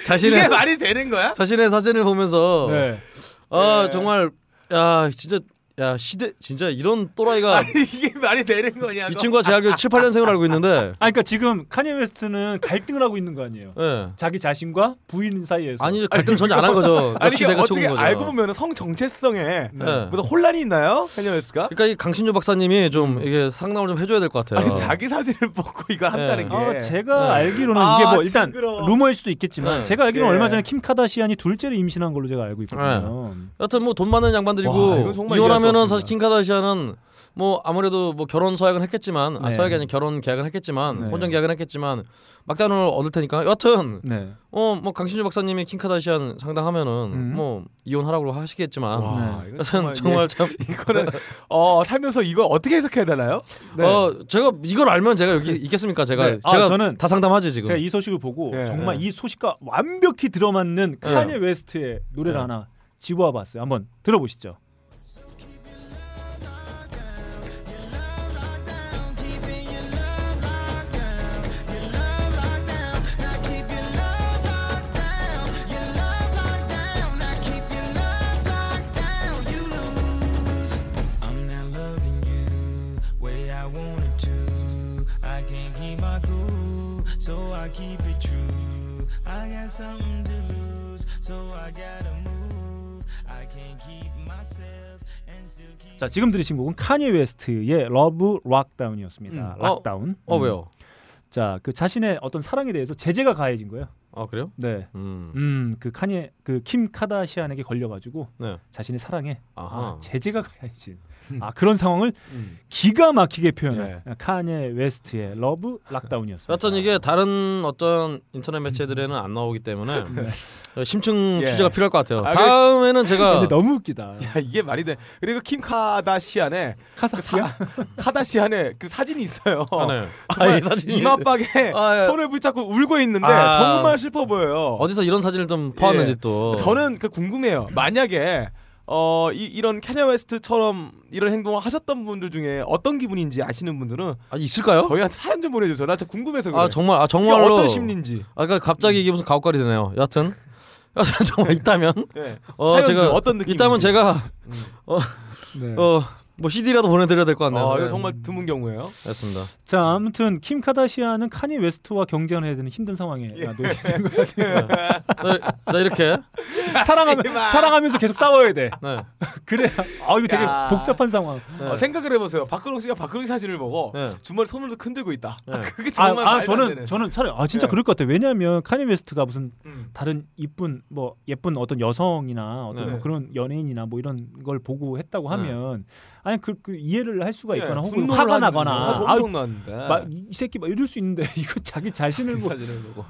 Speaker 2: 자신의
Speaker 3: 이게 말이 되는 거야?
Speaker 2: 자신의 사진을 보면서
Speaker 1: 네.
Speaker 2: 아
Speaker 3: 네.
Speaker 2: 정말 야 진짜 야 시대 진짜 이런 또라이가
Speaker 3: 아니 이게 말이 되는 거냐고.
Speaker 2: 이 친구가 제 알기로 7, 8년생을 알고 있는데
Speaker 1: 아 그러니까 지금 카니 웨스트는 갈등을 하고 있는 거 아니에요?
Speaker 2: 예.
Speaker 1: 자기 자신과 부인 사이에서.
Speaker 2: 아니죠 갈등 전혀 안 한 거죠
Speaker 3: 아니
Speaker 2: 역시
Speaker 3: 이게
Speaker 2: 내가
Speaker 3: 어떻게
Speaker 2: 죽은 거죠
Speaker 3: 알고 보면 성 정체성에
Speaker 2: 네.
Speaker 3: 무슨 혼란이 있나요? 헤녀 웨스가?
Speaker 2: 그러니까 이 강신주 박사님이 좀 이게 상담을 좀 해줘야 될 것 같아요.
Speaker 3: 아니 자기 사진을 보고 이거 한다는
Speaker 1: 어,
Speaker 3: 게.
Speaker 1: 제가
Speaker 2: 네.
Speaker 1: 알기로는
Speaker 3: 예. 아,
Speaker 1: 이게 뭐 일단
Speaker 3: 징그러워.
Speaker 1: 루머일 수도 있겠지만
Speaker 2: 네.
Speaker 1: 제가 알기로는
Speaker 3: 예.
Speaker 1: 얼마 전에 킴 카다시안이 둘째를 임신한 걸로 제가 알고 있거든요.
Speaker 2: 여튼 뭐 돈 많은
Speaker 3: 와, 이건
Speaker 2: 양반들이고
Speaker 3: 정말
Speaker 2: 이혼하면은
Speaker 3: 이해할 수
Speaker 2: 사실 킹 카다시아는 뭐 아무래도 뭐 결혼 서약은 했겠지만 아,
Speaker 1: 네.
Speaker 2: 서약이 아닌 결혼 계약은 했겠지만
Speaker 1: 네.
Speaker 2: 혼전 계약은 했겠지만 막단을 얻을 테니까 여튼
Speaker 1: 네.
Speaker 2: 어 뭐 강신주 박사님이 킹 카다시안 상담하면은
Speaker 1: 음.
Speaker 2: 뭐 이혼하라고 하시겠지만
Speaker 3: 와, 이건
Speaker 2: 여튼
Speaker 3: 정말,
Speaker 2: 네. 정말 참
Speaker 3: 예, 이거는 어 살면서 이걸 어떻게 해석해야 되나요? 네.
Speaker 2: 어, 제가 이걸 알면 제가 여기 있겠습니까? 제가
Speaker 1: 네. 아,
Speaker 2: 제가
Speaker 1: 저는
Speaker 2: 다 상담하지 지금.
Speaker 1: 제가 이 소식을 보고
Speaker 3: 예.
Speaker 1: 정말 이 소식과 완벽히 들어맞는 카니 웨스트의 노래를
Speaker 2: 예.
Speaker 1: 하나 집어와 봤어요. 한번 들어보시죠.
Speaker 6: I'm not loving you way I wanted to. I can't keep my cool, so I keep it true. I got something to lose, so I gotta move. I can't keep myself and still keep.
Speaker 1: 자, 지금 들으신 곡은 카니 웨스트의 러브 락다운이었습니다.
Speaker 2: 음. 어,
Speaker 1: 락다운.
Speaker 2: 어
Speaker 1: 음.
Speaker 2: 왜요?
Speaker 1: 자, 그 자신의 어떤 사랑에 대해서 제재가 가해진 거예요.
Speaker 2: 아 그래요?
Speaker 1: 네.
Speaker 2: 음.
Speaker 1: 음, 그 카니에 그 킴 카다시안에게 걸려 가지고
Speaker 2: 네.
Speaker 1: 자신의 사랑에
Speaker 2: 아하.
Speaker 1: 아, 제재가 가야지. 아, 그런 상황을 기가 막히게 표현한 카니에 웨스트의 러브 락다운이었습니다.
Speaker 2: 여튼 이게 다른 어떤 인터넷 매체들에는 안 나오기 때문에 심층
Speaker 3: 예.
Speaker 2: 취재가 필요할 것 같아요.
Speaker 3: 아, 그-
Speaker 2: 다음에는 제가
Speaker 1: 근데 너무 웃기다.
Speaker 3: 야, 이게 말이 돼. 그리고 킴 카다시안의 아,
Speaker 1: 카사키야?
Speaker 3: 카다시안의 그 사진이 있어요.
Speaker 2: 아, 네.
Speaker 3: 정말
Speaker 2: 아, 이 사진이
Speaker 3: 이마박에
Speaker 2: 아, 예.
Speaker 3: 손을 붙잡고 울고 있는데
Speaker 2: 아.
Speaker 3: 정말 슬퍼 보여요. 예.
Speaker 2: 어디서 이런 사진을 좀 퍼왔는지 또
Speaker 3: 저는 그 궁금해요. 만약에 어 이, 이런 캐냐 웨스트처럼 이런 행동을 하셨던 분들 중에 어떤 기분인지 아시는 분들은
Speaker 2: 아, 있을까요?
Speaker 3: 저희한테 사연 좀 보내주세요. 나 진짜 궁금해서 그래.
Speaker 2: 아 정말 아
Speaker 3: 이게
Speaker 2: 정말로
Speaker 3: 어떤 심리인지.
Speaker 2: 아 그러니까 갑자기 이게 무슨 가옥갈이 되네요. 여하튼 여하튼 정말 있다면
Speaker 3: 예.
Speaker 2: 어
Speaker 3: 사연
Speaker 2: 제가
Speaker 3: 좀 어떤 느낌?
Speaker 2: 있다면 제가
Speaker 1: 네.
Speaker 2: 어뭐 CD라도 보내드려야 될 것 같네요.
Speaker 3: 아, 이거
Speaker 2: 네.
Speaker 3: 정말 드문 경우예요.
Speaker 2: 됐습니다.
Speaker 1: 자, 아무튼 킴 카다시안은 카니 웨스트와 경쟁을 해야 되는 힘든 상황에 놓이게 된 거예요.
Speaker 2: 자, 자 이렇게 아,
Speaker 1: 사랑하면 사랑하면서 계속 싸워야 돼.
Speaker 2: 네.
Speaker 1: 그래야 아 이거 되게
Speaker 3: 야.
Speaker 1: 복잡한 상황. 아,
Speaker 2: 네.
Speaker 3: 어, 생각을 해보세요. 박근홍 씨가 박근홍 씨 사진을 보고
Speaker 2: 네.
Speaker 3: 주말 손으로 흔들고 있다.
Speaker 2: 네.
Speaker 3: 그게
Speaker 1: 아,
Speaker 3: 정말
Speaker 1: 아
Speaker 3: 말도 안
Speaker 1: 저는
Speaker 3: 되는.
Speaker 1: 저는 차라리 아 진짜
Speaker 3: 네.
Speaker 1: 그럴 것 같아요. 왜냐하면 카니 웨스트가 무슨
Speaker 3: 음.
Speaker 1: 다른 이쁜 뭐 예쁜 어떤 여성이나 어떤
Speaker 2: 네.
Speaker 1: 뭐 그런 연예인이나 뭐 이런 걸 보고 했다고 하면 아니 그, 그 이해를 할 수가
Speaker 3: 예,
Speaker 1: 있거나 혹은
Speaker 3: 분노를
Speaker 1: 화가
Speaker 3: 하는
Speaker 1: 나거나
Speaker 3: 순간 화가
Speaker 1: 아,
Speaker 3: 엄청났는데.
Speaker 1: 마- 이 새끼 막 이럴 수 있는데 이거 자기 자신을
Speaker 3: 그
Speaker 1: 뭐
Speaker 3: 사진을 보고.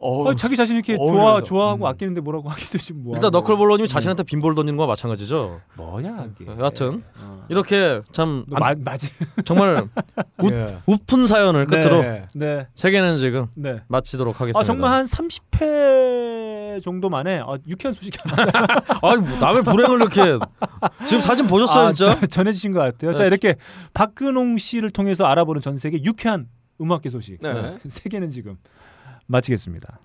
Speaker 1: 아,
Speaker 3: 어우,
Speaker 1: 자기 자신 이렇게 좋아
Speaker 3: 어울려서.
Speaker 1: 좋아하고 아끼는데 뭐라고 하기도 지금 뭐
Speaker 2: 일단 너클볼러님이
Speaker 3: 음.
Speaker 2: 자신한테 빈볼 던지는 거와 마찬가지죠. 네,
Speaker 1: 뭐야 이게
Speaker 2: 여하튼
Speaker 1: 어.
Speaker 2: 이렇게 참
Speaker 1: 음. 너
Speaker 2: 안-
Speaker 1: 마, 맞이
Speaker 2: 정말
Speaker 3: 예.
Speaker 2: 우픈 사연을 끝으로
Speaker 3: 네.
Speaker 1: 네
Speaker 2: 세계는 지금
Speaker 1: 네.
Speaker 2: 마치도록 하겠습니다.
Speaker 1: 아 정말 한 30회 정도 만에 아, 유쾌한 소식이 하나
Speaker 2: 아니 뭐 남의 불행을 이렇게 지금 사진 보셨어요
Speaker 1: 아,
Speaker 2: 진짜?
Speaker 1: 저- 전해주신 것 같아요. 자
Speaker 2: 네.
Speaker 1: 이렇게 박근홍 씨를 통해서 알아보는 전 세계 유쾌한 음악계 소식
Speaker 3: 네.
Speaker 1: 세계는 지금 마치겠습니다.